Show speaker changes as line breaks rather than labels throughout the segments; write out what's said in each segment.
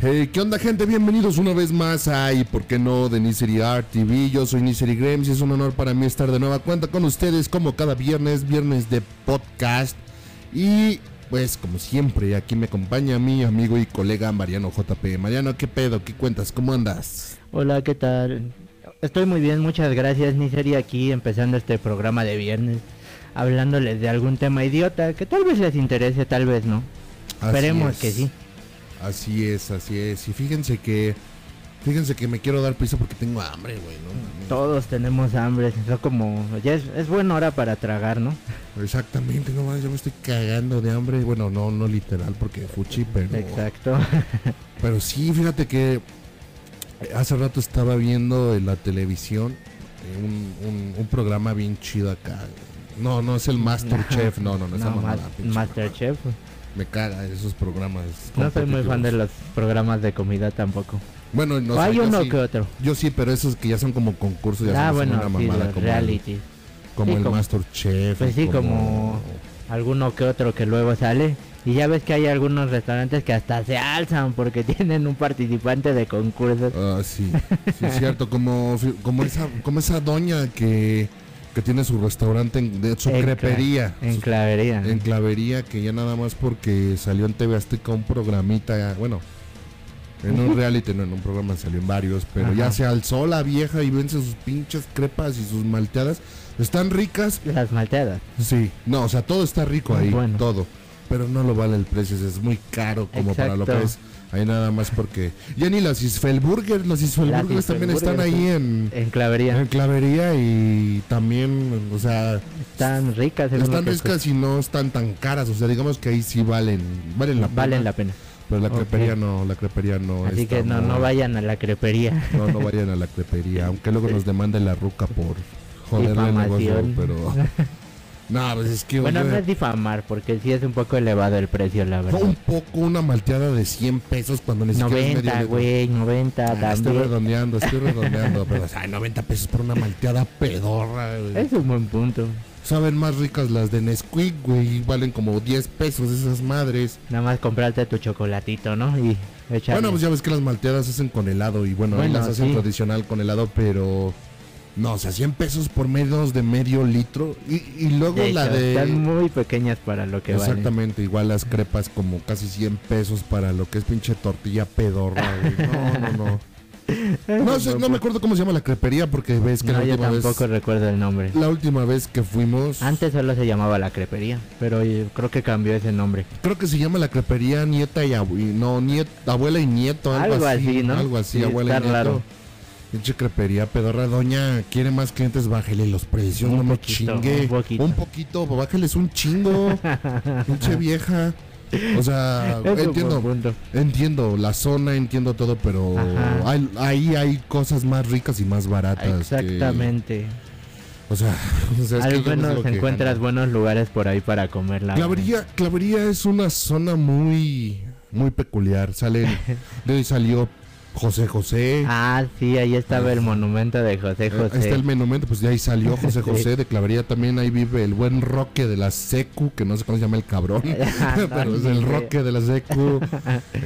Eh, ¿Qué onda, gente? Bienvenidos una vez más a ¿Y por qué no? de Niseri Art TV. Yo soy Niseri Grems y es un honor para mí estar de nueva cuenta con ustedes como cada viernes, viernes de podcast. Y pues, como siempre, aquí me acompaña mi amigo y colega Mariano JP. Mariano, ¿qué pedo? ¿Qué cuentas? ¿Cómo andas?
Hola, ¿qué tal? Estoy muy bien, muchas gracias, Niseri, aquí empezando este programa de viernes, hablándoles de algún tema idiota que tal vez les interese, tal vez no.
Así
Esperemos
es.
que sí.
Así es, así es. Y fíjense que. Fíjense que me quiero dar prisa porque tengo hambre, güey, ¿no? mames.
Todos tenemos hambre, eso como ya es, es buena hora para tragar, ¿no?
Exactamente, no mames, yo me estoy cagando de hambre. Bueno, no, no literal porque fuchi, pero.
Exacto.
Pero sí, fíjate que hace rato estaba viendo en la televisión eh, un, un- un programa bien chido acá. No, no es el Masterchef, no, no, no, esa
No,
mamada,
Ma-
pinche mamada.
Masterchef.
Me caga esos programas.
No soy muy fan de
competitivos.
los programas de comida tampoco.
Bueno, no
O
sé,
hay
yo
uno
sí-
que otro.
Yo sí, pero esos que ya son como concursos, ya
ah,
son
bueno,
una
sí,
mamada
los
como,
reality.
el, como
Sí,
el
como-
Masterchef.
Pues sí, como- Alguno que otro que luego sale. Y ya ves que hay algunos restaurantes que hasta se alzan porque tienen un participante de concursos.
Ah, sí, sí, es cierto, como, fi- como, esa, como esa doña que, que tiene su restaurante, en, de su
En cla-
crepería.
En
su-
clavería.
en clavería que ya nada más porque salió en TV Azteca un programita, bueno, en un reality, no en un programa, salió en varios, pero ya
Ajá.
se alzó la vieja y vence sus pinches crepas y sus malteadas. Están ricas,
Las malteadas.
sí, no, o sea, todo está rico ahí,
Bueno.
todo, pero no lo vale el precio, es muy caro como para lo que
Exacto.
es. Ahí nada más porque. Ya ni las Isfelburger, las Isfelburgers también están ahí en,
Isfelburgers, En clavería.
en clavería y también, o sea,
Están ricas. según lo
están
que
ricas y no están tan caras, o sea, digamos que ahí sí valen, valen la
escuché.
pena.
Valen la pena.
Pero la
Ok.
crepería no, la crepería no.
Así
está
que no, no
muy-
vayan a la crepería.
No, no vayan a la crepería, aunque luego nos demande la ruca por joderle el negocio,
Difamación.
pero... No, pues es que...
Bueno,
oye,
no es difamar porque sí es un poco elevado el precio, la
fue un
verdad.
poco una malteada de 100 pesos cuando ni siquiera es
90,
medio litro.
güey, 90
Ah, estoy
también.
redondeando, estoy redondeando, pero o sea, 90 pesos por una malteada pedorra, güey.
Es un buen punto.
Saben más ricas las de Nesquik, güey, valen como 10 pesos esas madres.
Nada más comprarte tu chocolatito, ¿no? Y echarle.
Bueno, pues ya ves que las malteadas se hacen con helado y bueno, ahí
Bueno,
las hacen
sí.
tradicional con helado, pero no, o sea, 100 pesos por menos de medio litro y, y luego
De
la
hecho, Están
de...
muy pequeñas para lo que valen.
Exactamente, igual las crepas como casi 100 pesos para lo que es pinche tortilla pedorra, güey. No, no, no. No, sé, no me acuerdo cómo se llama la crepería porque ves que
No,
la,
yo
última
tampoco
vez,
recuerdo el nombre.
la última vez que fuimos...
Antes solo se llamaba la crepería, pero yo creo que cambió ese nombre.
Creo que se llama la crepería nieta y abuela. No, nieta, abuela y nieto. Algo,
Algo
así,
así, ¿no?
Algo así,
Sí,
abuela y
está
nieto.
raro.
Pinche crepería pedorra. Doña, quiere más clientes, bájele los precios.
Un
no me
poquito,
chingue.
un poquito.
Un poquito, bájeles un chingo. Pinche vieja. O sea,
Es un
Ah, entiendo.
buen punto.
Entiendo la zona, entiendo todo, pero
Ajá.
hay- ahí hay cosas más ricas y más baratas. Ah, que-
Exactamente.
o sea, o sea, es que yo no
Al
sé
menos
lo que
encuentras
ganan.
buenos lugares por ahí para comer la
Clavería, Clavería es una zona muy muy peculiar. Sale de ahí salió José José.
Ah, sí, ahí estaba el monumento de José
Eh,
José.
Ahí está el monumento, pues de ahí salió José José de Clavería también, ahí vive el buen Roque de la Secu, que no sé cómo se llama el cabrón,
Ah, no,
pero es
ni
el
idea.
Roque de la Secu,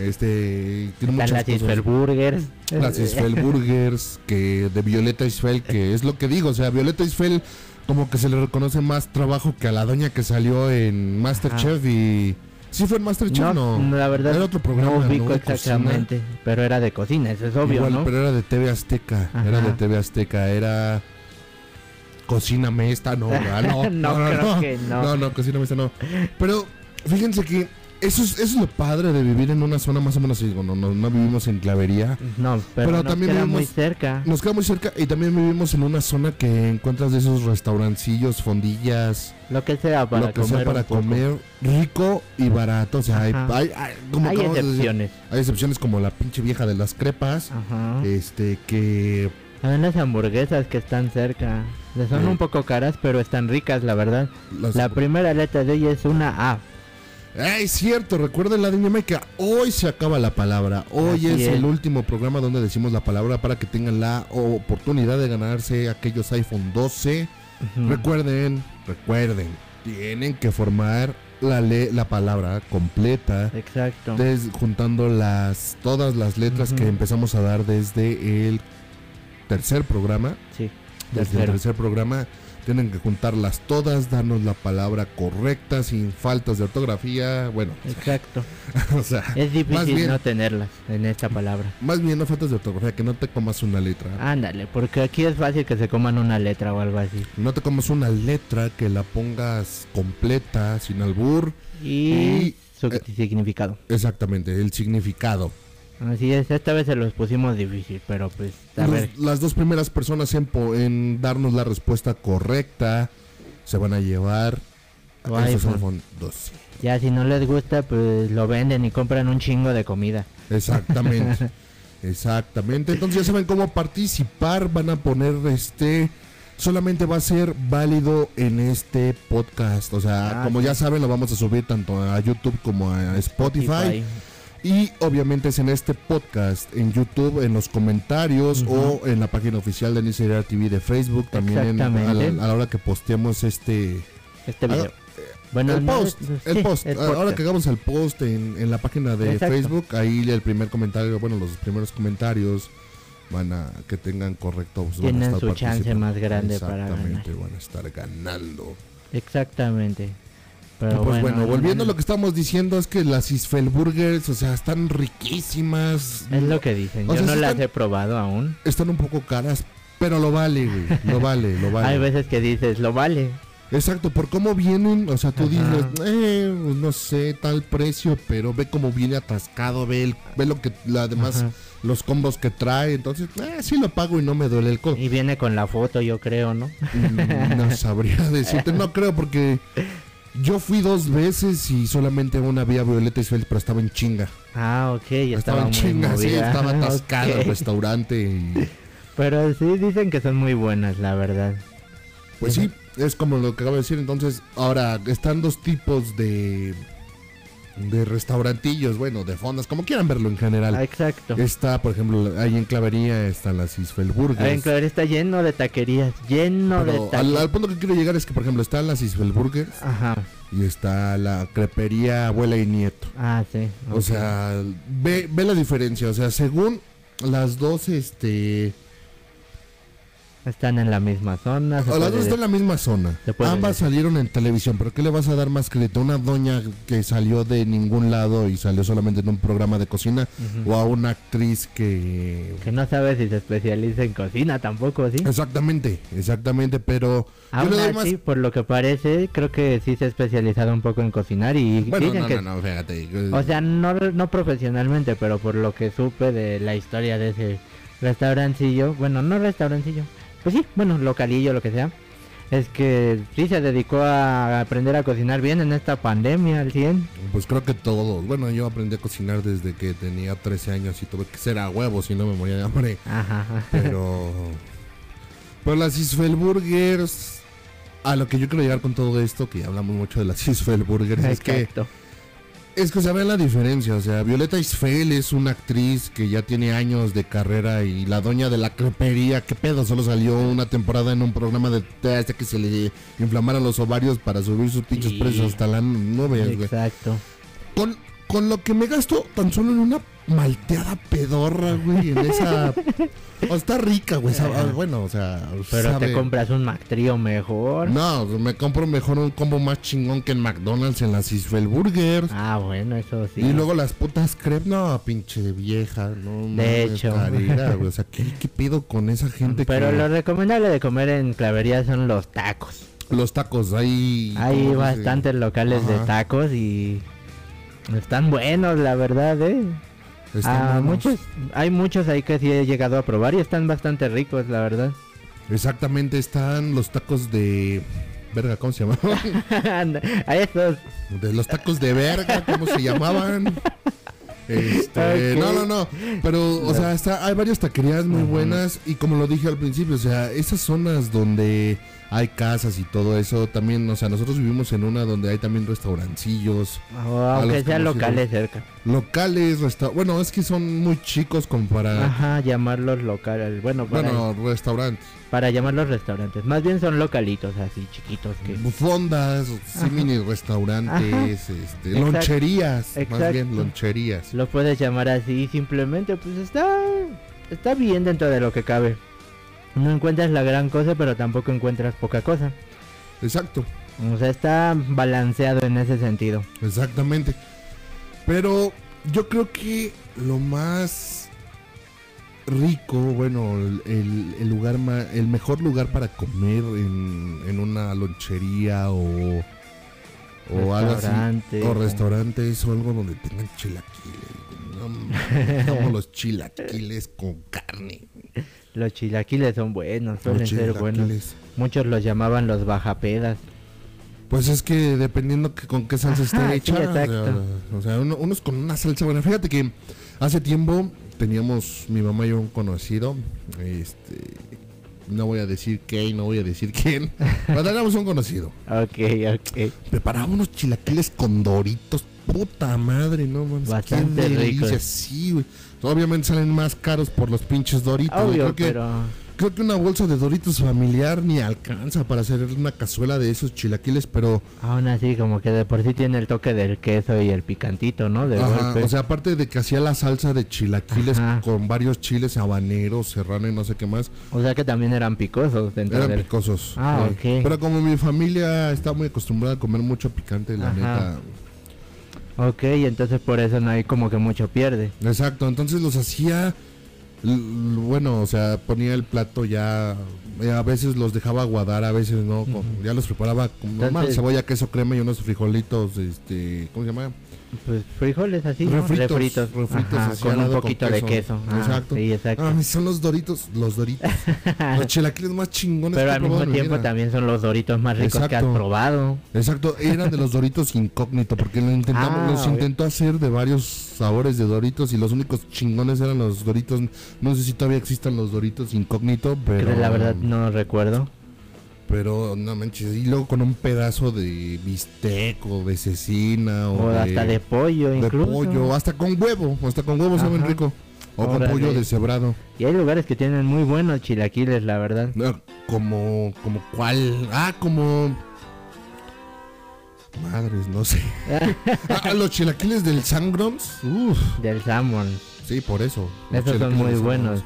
este, tiene
Están
muchas
las Eh,
cosas.
Isferburgers.
Las Isfel Burgers, que de Violeta Isfel, que es lo que digo, o sea, Violeta Isfel como que se le reconoce más trabajo que a la doña que salió en Masterchef y... ¿Sí fue en Masterchef? No,
No, la verdad
Era otro programa,
no ubico
De cocina.
exactamente, pero era de cocina, eso es obvio,
Igual,
¿no?
pero era de TV Azteca, era de
Ajá.
TV Azteca, era... Cocíname esta, no, ah, no, no,
No, creo que no.
no, no, cocíname esta, no. Pero fíjense que eso es, eso es lo padre de vivir en una zona más o menos así, no, no, no vivimos en clavería.
No, pero,
Pero también
también queda
vivimos-
muy cerca.
Nos queda muy cerca y también vivimos en una zona que encuentras de esos restaurancillos, fondillas,
Lo que sea
lo
para
que
comer.
sea para
un poco.
comer rico y barato. O sea, hay,
Ajá.
hay- hay- como
Hay
acabamos de decir,
excepciones.
hay excepciones como la pinche vieja de las crepas,
Ajá.
este que
También las hamburguesas que están cerca. Le Son
Sí.
un poco caras, pero están ricas, la verdad.
las-
La primera letra de ella es una A.
Ah, es cierto, recuerden la dinámica. Hoy se acaba la palabra. Hoy
Así
es,
es.
el último programa donde decimos la palabra para que tengan la oportunidad de ganarse aquellos iPhone 12.
Ujú.
Recuerden, recuerden, tienen que formar la, le- la palabra completa,
Exacto.
des- juntando las, todas las letras
Ujú.
que empezamos a dar desde el tercer programa.
Sí.
Desde el
Tercero.
tercer programa tienen que juntarlas todas, darnos la palabra correcta, sin faltas de ortografía. Bueno,
Exacto.
o sea,
Es difícil
bien-
no tenerlas en esta palabra.
más bien no faltas de ortografía, que no te comas una letra.
Ándale, porque aquí es fácil que se coman una letra o algo así.
No te comas una letra que la pongas completa, sin albur.
Y
Y,
su
eh,
significado.
Exactamente, el significado.
Así es, esta vez se los pusimos difícil, pero pues a
Los-
ver.
Las dos primeras personas en, po- en darnos la respuesta correcta se van a llevar
Tu
a esos
iPhone.
iPhone 12.
Ya si no les gusta, pues lo venden y compran un chingo de comida.
Exactamente. Exactamente. Entonces ya saben cómo participar. Van a poner este. Solamente va a ser válido en este podcast. O sea,
Ah,
como
sí.
ya saben, lo vamos a subir tanto a YouTube como a Spotify. Y obviamente es en este podcast, en YouTube, en los comentarios
Ujú.
o en la página oficial de Nicerar TV de Facebook. También en- a, la,
Exactamente.
a la hora que posteemos este.
Este
Ah,
video. bueno,
el
no,
post.
es-
El
sí,
post.
el
Ahora
podcast.
que hagamos el post en, en la página de
Exacto.
Facebook, ahí el primer comentario, bueno, los primeros comentarios van a que tengan correcto. pues, van a
Tienen
estar
su chance
participando.
más grande para
Exactamente, van a estar ganando.
Exactamente. Pero
Pues bueno,
no,
volviendo a
no,
lo que estamos diciendo es que las Isfel Burgers, o sea, están riquísimas.
Es lo que dicen.
O
Yo
sea,
no
sí
las
están-
he probado aún.
están un poco caras, pero lo vale, güey. Lo vale, lo vale.
Hay veces que dices, lo vale.
Exacto, por cómo vienen, o sea, tú
Ajá.
dices, eh, pues, no sé, tal precio, pero ve cómo viene atascado, ve, el, ve lo que, la, además,
Ajá.
los combos que trae, entonces, eh, sí lo pago y no me duele el codo.
Y viene con la foto, yo creo, ¿no?
Mm, No sabría decirte, no creo, porque yo fui dos veces y solamente una vía Violeta Isfel, pero estaba en chinga.
Ah, ok,
Estaba,
ya estaba,
en
muy
chinga, sí,
movida.
estaba pues.
Ok.
atascada el restaurante y...
Pero sí dicen que son muy buenas, la verdad.
Pues sí, es como lo que acabo de decir. Entonces, ahora están dos tipos de de restaurantillos, bueno, de fondas, como quieran verlo en general.
Ah, Exacto.
Está, por ejemplo, ahí en Clavería están las Isfel Burgers.
Ah, En Claver está lleno de taquerías, lleno de
Pero al,
taquerías.
al punto que quiero llegar es que, por ejemplo, están las Isfel Burgers
Ajá.
y está la crepería Abuela y Nieto.
Ah, sí.
O
ok.
sea, ve, ve la diferencia. O sea, según las dos, este.
Están en la misma zona. se
O las
puede
dos están en la misma zona.
Se puede
Ambas
decir.
salieron en televisión, pero ¿qué le vas a dar más crédito? ¿Una doña que salió de ningún lado y salió solamente en un programa de cocina?
Ujú.
¿O a una actriz que...
Que no sabes si se especializa en cocina tampoco, ¿sí?
Exactamente, exactamente, pero... Yo
Aún
le doy más...
así, por lo que parece, creo que sí se ha especializado un poco en cocinar y
Bueno,
dicen
no,
que...
no, no, fíjate. eh,
O sea, no, no profesionalmente, pero por lo que supe de la historia de ese restaurancillo, bueno, no restaurancillo, pues sí, bueno, localillo, lo que sea, es que sí se dedicó a aprender a cocinar bien en esta pandemia al 100.
Pues creo que todos. Bueno, yo aprendí a cocinar desde que tenía 13 años y tuve que ser a huevo, si no me moría de hambre.
Ajá, ajá.
Pero... pero las Isfel Burgers... A lo que yo quiero llegar con todo esto, que ya hablamos mucho de las Isfel Burgers, Pues es que...
Exacto.
Es que se ve la diferencia, o sea, Violeta Isfel es una actriz que ya tiene años de carrera y la doña de la crepería, qué pedo, solo salió una temporada en un programa de tele hasta que se le inflamaron los ovarios para subir sus pinches
Sí.
precios hasta la nube, pues, güey.
Exacto.
Con, con lo que me gasto tan solo en una malteada pedorra, güey, en esa... o está rica, güey, sabe- ah, bueno, o sea...
Pero te
sabe-
compras un McTrío mejor.
No, me compro mejor un combo más chingón que en McDonald's en las Isfel Burgers.
Ah, bueno, eso sí.
Y luego las putas crepes, no, pinche vieja, no. mames,
hecho.
tarera, güey, o sea, ¿qué, qué pido con esa gente?
Pero
que-
lo recomendable de comer en clavería son los tacos.
Los tacos, ahí... eh, ¿cómo
Hay
dice?
bastantes locales de
Ajá.
tacos y están buenos, la verdad, ¿eh?
Están
Ah,
buenos.
muchos, hay muchos ahí que sí he llegado a probar y están bastante ricos, la verdad.
Exactamente, están los tacos de... Verga, ¿cómo se llamaban?
Anda, a esos.
De los tacos de verga, ¿cómo se llamaban? Este,
Ok.
No, no, no. Pero, o sea, está, hay varias taquerías muy
Ujú.
buenas. Y como lo dije al principio, o sea, esas zonas donde hay casas y todo eso. También, o sea, nosotros vivimos en una donde hay también restaurancillos.
O aunque
los
sean
conocidos.
locales cerca.
Locales, resta- bueno, es que son muy chicos como para...
Ajá, llamarlos locales. Bueno, para,
Ah. Bueno, restaurantes,
para llamarlos restaurantes. Más bien son localitos así, chiquitos. que
fondas, sí,
Ajá.
mini restaurantes, este,
Exacto.
loncherías, más bien
Exacto.
loncherías.
Lo puedes llamar así, simplemente pues está, está bien dentro de lo que cabe. No encuentras la gran cosa, pero tampoco encuentras poca cosa.
Exacto,
O sea, está balanceado en ese sentido.
exactamente. Pero yo creo que lo más rico, bueno, el, el- el lugar ma- el mejor lugar para comer en, en una lonchería o, o algo así,
Restaurante,
O
o-
restaurantes o algo donde tengan chilaquiles. güey. No, mames, como los chilaquiles con carne.
Los chilaquiles son buenos, suelen
Los
ser buenos.
chilaquiles.
Muchos los llamaban los bajapedas.
Pues es que dependiendo que- con qué salsa esté
Ajá,
hecha.
sí,
o sea,
exacto.
o sea, uno- unos con una salsa buena. Fíjate que hace tiempo teníamos mi mamá y yo un conocido. Este, no voy a decir qué y no voy a decir quién. Pero teníamos un conocido.
Ok, ok.
Preparaba unos chilaquiles con doritos. Puta madre, no mames.
Bastante
qué delicia,
ricos.
Sí, güey. Obviamente salen más caros por los pinches doritos. güey.
Obvio,
Creo que-
pero...
Creo que una bolsa de Doritos familiar ni alcanza para hacer una cazuela de esos chilaquiles, pero
Aún así, como que de por sí tiene el toque del queso y el picantito, ¿no? De
ajá,
golpe.
o sea, aparte de que hacía la salsa de chilaquiles
Ajá.
con varios chiles habaneros, serrano y no sé qué más,
que también eran picosos dentro
eran
del...
picosos.
Ah,
sí.
ok.
Pero como mi familia está muy acostumbrada a comer mucho picante, la
Ajá.
neta.
Ok, entonces por eso no hay como que mucho pierde.
Exacto, entonces los hacía l- l- bueno, o sea, ponía el plato ya eh, a veces los dejaba aguadar, a veces no, con- ya los preparaba con normal,
Entonces-
cebolla, queso, crema y unos frijolitos, este, ¿cómo se llama?
Pues frijoles así, ¿no?
Refritos,
refritos,
refritos
Ajá,
así,
con un
helado con
poquito de
queso.
queso. Ah,
Exacto.
Sí, exacto.
Ah, son los doritos, los doritos. los chilaquiles más chingones
Pero
que he
al
probado
mismo
en mi
tiempo
vida.
también son los doritos más ricos que has
Exacto.
probado.
Exacto, eran de los doritos incógnito, porque lo intentamos,
Ah,
los
ok.
intentó hacer de varios sabores de doritos y los únicos chingones eran los doritos. No sé si todavía existan los doritos incógnito,
Que
pero.
la verdad no recuerdo.
Pero no manches, y luego con un pedazo de bistec o de cecina o,
O
de,
hasta de pollo
de
incluso.
pollo, hasta con huevo, hasta con huevo saben
Ajá.
rico. O
Órale.
con pollo deshebrado.
Y hay lugares que tienen muy buenos chilaquiles, la verdad.
No, como, como cuál. Ah, como. Madres, no sé. Ah, los chilaquiles del Sangrons. Uf,
Del salmon.
sí, por eso. Los
Esos son
chilaquiles
muy
del Sangrons.
buenos.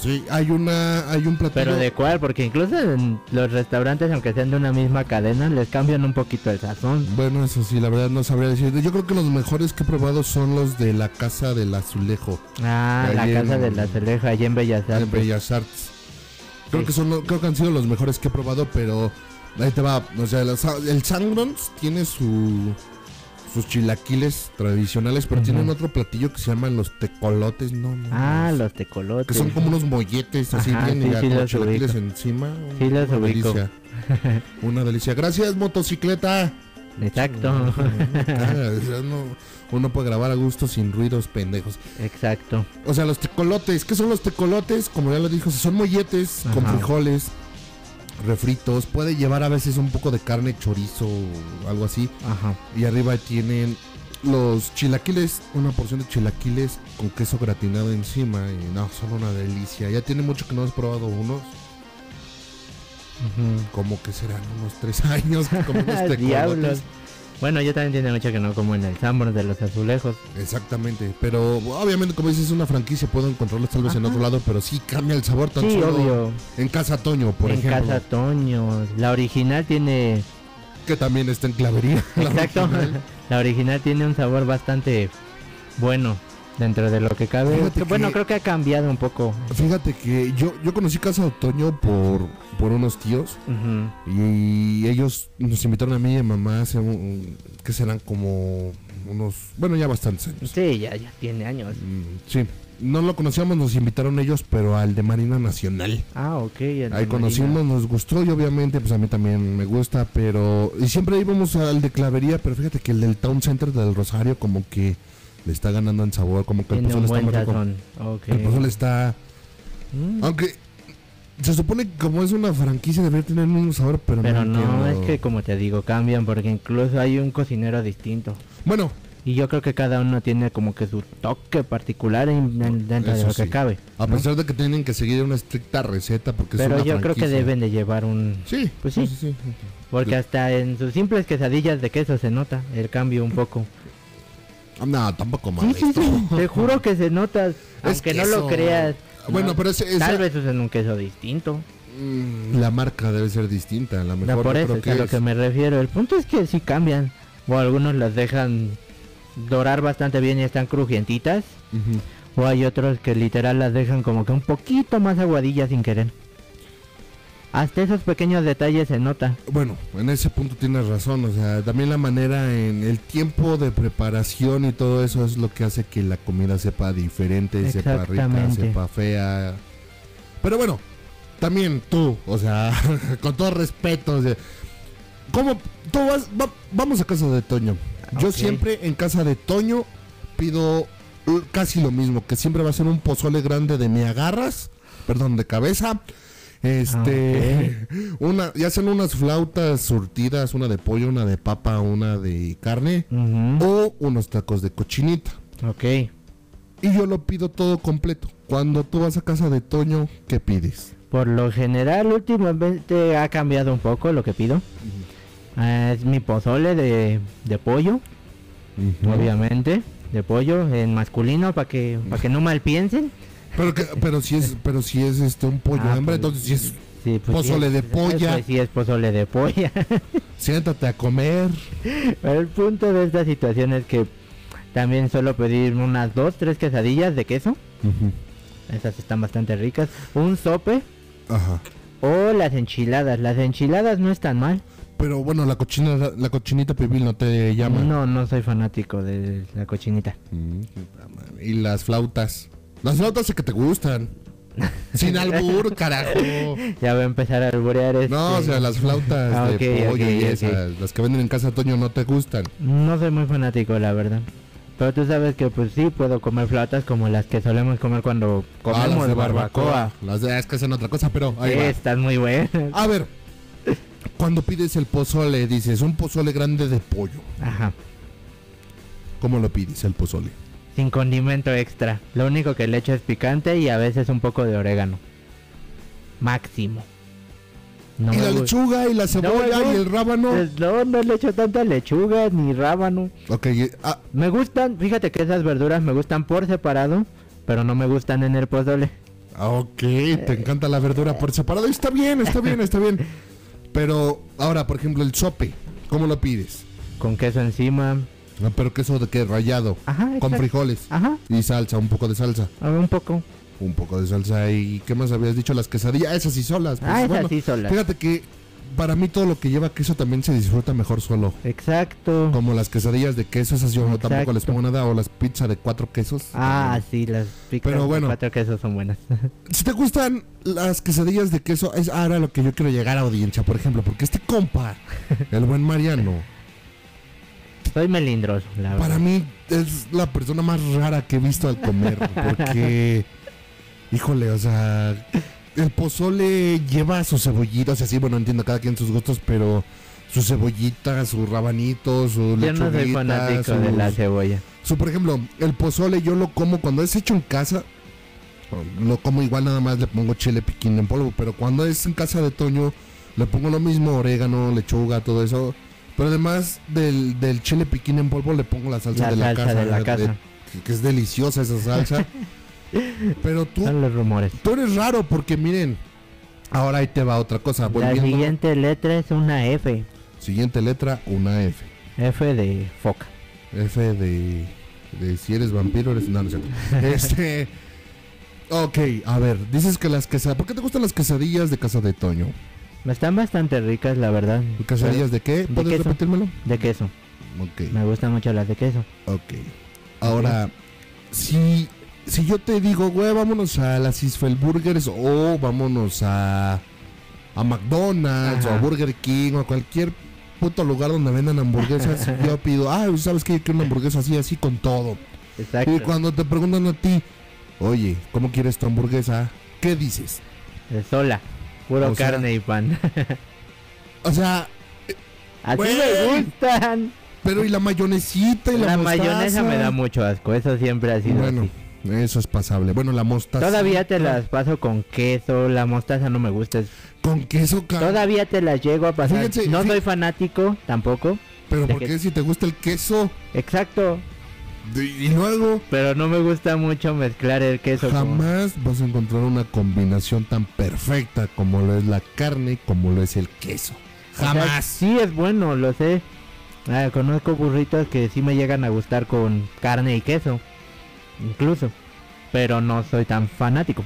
Sí, hay una, hay un platillo.
Pero de cuál, porque incluso en los restaurantes, aunque sean de una misma cadena, les cambian un poquito el sazón.
Bueno, eso sí, la verdad no sabría decir. Yo creo que los mejores que he probado son los de la casa del azulejo
Ah, la
Ahí
casa
en-
de la celeja, allá en Bellas
en
Artes.
Bellas Artes. Creo
Sí.
que son, lo- creo que han sido los mejores que he probado, pero ahí te va. O sea, los- el Sangrons tiene su sus chilaquiles tradicionales, pero
Ujú.
tienen otro platillo que se llaman los tecolotes, no, no,
Ah,
no,
los tecolotes.
que son como unos molletes así
Ajá,
bien
sí,
y ya
sí
con
los
chilaquiles
ubico.
encima.
Sí los
una
ubico.
delicia. Una delicia. Gracias, motocicleta.
Exacto,
Cara, o sea, no- uno puede grabar a gusto sin ruidos pendejos.
exacto.
O sea, los tecolotes. ¿Qué son los tecolotes? Como ya lo dijo, son molletes con
Ajá.
frijoles, refritos. Puede llevar a veces un poco de carne, chorizo o algo así.
Ajá.
Y arriba tienen los chilaquiles, una porción de chilaquiles con queso gratinado encima. Y no, son una delicia. Ya tiene mucho que no has probado unos.
Ujú. Este
Como que serán unos tres años que comemos
Diablos.
tecolotes.
Bueno, yo también tiene mucho que no como en el Sambor de los Azulejos.
Exactamente, pero obviamente como dices es una franquicia, puedo encontrarlos tal vez en
Ajá.
otro lado, pero sí cambia el sabor tan
sí,
solo
obvio.
en Casa Toño, por
en
ejemplo,
Casa Toño. La original tiene.
que también está en Clavería. la
Exacto.
original.
La original tiene un sabor bastante bueno dentro de lo que cabe.
Fíjate
Bueno,
que-
creo que ha cambiado un poco.
Fíjate que yo yo conocí Casa Toño por por unos tíos
Ujú.
y ellos nos invitaron a mí y a mamá hace un- que serán como unos, bueno, ya bastantes años.
Sí, ya, ya tiene años.
Mm, Sí, no lo conocíamos, nos invitaron ellos, pero al de Marina Nacional.
Ah, ok. el
Ahí
de
conocimos,
Marina.
nos gustó y obviamente pues a mí también me gusta, pero... Y siempre íbamos al de clavería, pero fíjate que el del Town Center del Rosario como que le está ganando en
pues
sabor, como que el
Tiene un
pozole está
buen
más rico.
sazón. Ok.
El pozole está...
Mm,
Aunque se supone que como es una franquicia debería tener el mismo sabor, pero,
Pero no,
entiendo.
es que como te digo, cambian porque incluso hay un cocinero distinto.
Bueno,
Y yo creo que cada uno tiene como que su toque particular en- en- dentro de
Eso
lo que
sí.
cabe.
a
¿no?
pesar de que tienen que seguir una estricta receta porque es
Pero
una
yo creo que
franquicia.
deben de llevar un...
Sí,
Pues sí. Porque hasta en sus simples quesadillas de queso se nota el cambio un poco.
No, tampoco mal.
Sí, sí, sí. Te juro que se nota, aunque no lo creas.
Ah, Bueno,
¿no?
pero ese- esa-
Tal vez usen un queso distinto.
mm, la marca debe ser distinta. A lo mejor
No, por
yo creo
eso es a lo
es-
que me refiero. El punto es que sí cambian. O algunos las dejan dorar bastante bien y están crujientitas.
Ujú.
O hay otros que literal las dejan como que un poquito más aguadillas sin querer. Hasta esos pequeños detalles se nota.
Bueno, en ese punto tienes razón, o sea, también la manera en el tiempo de preparación y todo eso es lo que hace que la comida sepa diferente, sepa rica,
Exactamente.
sepa fea. Pero bueno, también tú, o sea, con todo respeto, o sea, ¿cómo tú vas va- vamos a casa de Toño? Yo
Ok.
siempre en casa de Toño pido eh, casi lo mismo, que siempre va a ser un pozole grande de me agarras, perdón, de cabeza.
Ah.
Este, una, y hacen unas flautas surtidas, una de pollo, una de papa, una de carne,
Ujú,
o unos tacos de cochinita.
Ok.
Y yo lo pido todo completo. Cuando tú vas a casa de Toño, ¿qué pides?
Por lo general, últimamente ha cambiado un poco lo que pido. Ah, es mi pozole de, de pollo, obviamente. De pollo en masculino, para que, para que no mal piensen.
Pero que- pero si es, pero si es este un pollo
Ah,
hambre,
pues,
entonces si es
Sí, pues sí,
Pozole
es-
de
eso
polla.
sí es pozole de polla.
siéntate a comer.
Pero el punto de esta situación es que también suelo pedir unas dos, tres quesadillas de queso. Esas están bastante ricas. Un sope
Ajá.
o las enchiladas. Las enchiladas no están mal.
Pero bueno, la cochina, la cochinita pibil no te llama.
No, no soy fanático de la cochinita.
Mm, puta madre. Y las flautas. Las flautas sí que te gustan. Sin albur, carajo.
Ya va a empezar a alborear este...
No, o sea, las flautas
Ah,
de
ok,
pollo
ok,
y
ok.
esas, las que venden en casa Toño no te gustan.
No soy muy fanático, la verdad. Pero tú sabes que pues sí puedo comer flautas como las que solemos comer cuando
Ah,
comemos
las de
barbacoa.
Las de, ah, es que son otra cosa, pero ahí va. Ah.
Están muy buenas.
A ver, cuando pides el pozole, dices un pozole grande de pollo.
Ajá.
¿Cómo lo pides el pozole?
Sin condimento extra. Lo único que le echo es picante y a veces un poco de orégano. Máximo. No
y
me
la
gusta.
lechuga y la cebolla
no.
y el rábano.
Pues, no, no le echo tanta lechuga ni rábano.
Ok, y- ah,
Me gustan, fíjate que esas verduras me gustan por separado, pero no me gustan en el pozole.
ah, Ok,
Eh.
te encanta la verdura por separado. Está bien, está bien, está bien. Pero ahora, por ejemplo, el sope, ¿cómo lo pides?
Con queso encima.
Ah, Pero queso de qué, rallado,
Ajá,
con
Ah, exacto.
frijoles
Ajá,
y salsa, un poco de salsa,
a ver, un poco.
un poco de salsa y ¿qué más habías dicho? Las quesadillas, esas sí solas. pues,
ah, esas
bueno,
sí son las-
Fíjate que para mí todo lo que lleva queso también se disfruta mejor solo.
Exacto.
Como las quesadillas de queso, esas yo
Exacto.
tampoco les pongo nada, o las pizzas de cuatro quesos.
Ah, sí, las picas
Pero
de
bueno.
cuatro quesos son buenas.
Si te gustan las quesadillas de queso, es ahora lo que yo quiero llegar a audiencia, por ejemplo, porque este compa, el buen Mariano,
Soy melindroso, la verdad.
para mí es la persona más rara que he visto al comer, porque, híjole, o sea, el pozole lleva sus cebollitas, o sea, sí, bueno, entiendo cada quien sus gustos, pero su cebollita, su rabanito, su
Yo no soy
lechuguita,
fanático de
sus-
la cebolla.
So, por ejemplo, el pozole yo lo como cuando es hecho en casa. Lo como igual nada más le pongo chile piquín en polvo, pero cuando es en casa de Toño le pongo lo mismo, orégano, lechuga, todo eso. Pero además del, del chile piquín en polvo le pongo la salsa
La
de la
salsa
casa.
de la casa.
de- que es deliciosa esa salsa. pero tú,
Son los rumores.
tú eres raro porque miren, ahora ahí te va otra cosa.
La
Volviendo, siguiente.
siguiente letra es una F.
letra, una F.
F de foca.
F de, de si eres vampiro, eres. No, no es cierto. Este. Ok, a ver, dices que las quesadillas. ¿Por qué te gustan las quesadillas de casa de Toño?
Están bastante ricas, la verdad.
¿Quesadillas de qué?
de
¿Puedes
queso.
repetírmelo?
De queso.
Ok,
Me gustan mucho las de queso.
ok. Ahora, si, si yo te digo, güey, vámonos a las Isfel Burgers o vámonos a, a McDonald's
Ajá.
o a Burger King o a cualquier puto lugar donde vendan hamburguesas, yo pido, ah, ¿sabes qué? Yo quiero una hamburguesa así, así con todo.
Exacto.
Y cuando te preguntan a ti, oye, ¿cómo quieres tu hamburguesa? ¿Qué dices?
eh, sola, puro
O sea-
carne y pan.
O sea,
Así
Güey.
me gustan.
pero y la mayonesita y la,
La mayonesa
mostaza?
me da mucho asco, eso siempre ha sido
Bueno,
así.
eso es pasable. Bueno, la mostaza.
Todavía te las paso con queso, la mostaza no me gusta. es-
Con queso, cabrón.
Todavía te las llego a pasar.
Fíjense,
no
fí-
soy fanático tampoco.
Pero
de
¿por
que-
qué si te gusta el queso?
Exacto,
De- Y luego
pero no me gusta mucho mezclar el queso con...
jamás vas a encontrar una combinación tan perfecta como lo es la carne y como lo es el queso.
O sea,
Jamás.
sí es bueno, lo sé. Ah, conozco burritos que sí me llegan a gustar con carne y queso. Incluso. Pero no soy tan fanático.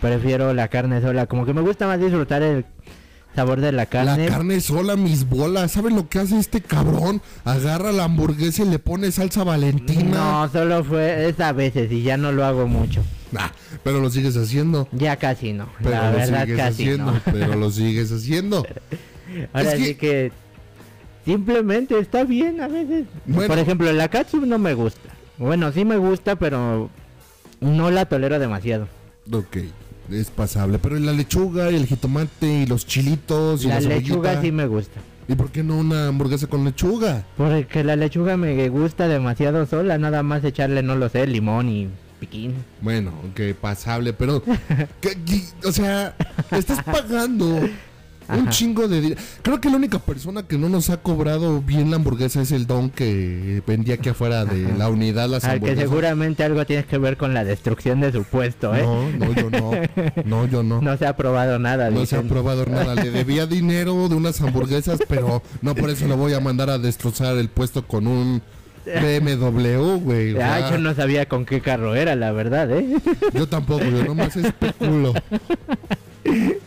Prefiero la carne sola. Como que me gusta más disfrutar el sabor de la carne.
La carne sola, mis bolas. ¿Saben lo que hace este cabrón? Agarra la hamburguesa y le pone salsa valentina.
no, solo fue es a veces y ya no lo hago mucho.
Nah, pero lo sigues haciendo.
Ya casi no.
Pero
la
lo
verdad
sigues
casi
haciendo.
no.
Pero lo sigues haciendo.
Ahora
Es que-
sí que simplemente está bien a veces.
Bueno.
Por ejemplo, la katsu no me gusta. Bueno, sí me gusta, pero no la tolero demasiado.
Ok, es pasable. Pero ¿y la lechuga, y el jitomate, y los chilitos, y
la
la,
lechuga
cebollita?
sí me gusta.
¿Y por qué no una hamburguesa con lechuga?
Porque la lechuga me gusta demasiado sola, nada más echarle, no lo sé, limón y piquín.
Bueno, ok, pasable, pero. ¿qué- qué- o sea, estás pagando un
Ajá.
chingo de dinero. Creo que la única persona que no nos ha cobrado bien la hamburguesa es el don que vendía aquí afuera de la unidad las
Al que ¿eh?
hamburguesas.
seguramente algo tiene que ver con la destrucción de su puesto, ¿eh?
No, no, yo no. No, yo no.
No,
No,
se ha probado nada,
se ha
dicen.
probado nada. Le debía dinero de unas hamburguesas, pero no por eso lo voy a mandar a destrozar el puesto con un BMW, güey. o
Ah,
sea,
yo no sabía con qué carro era, la verdad, ¿eh?
Yo tampoco, yo nomás especulo.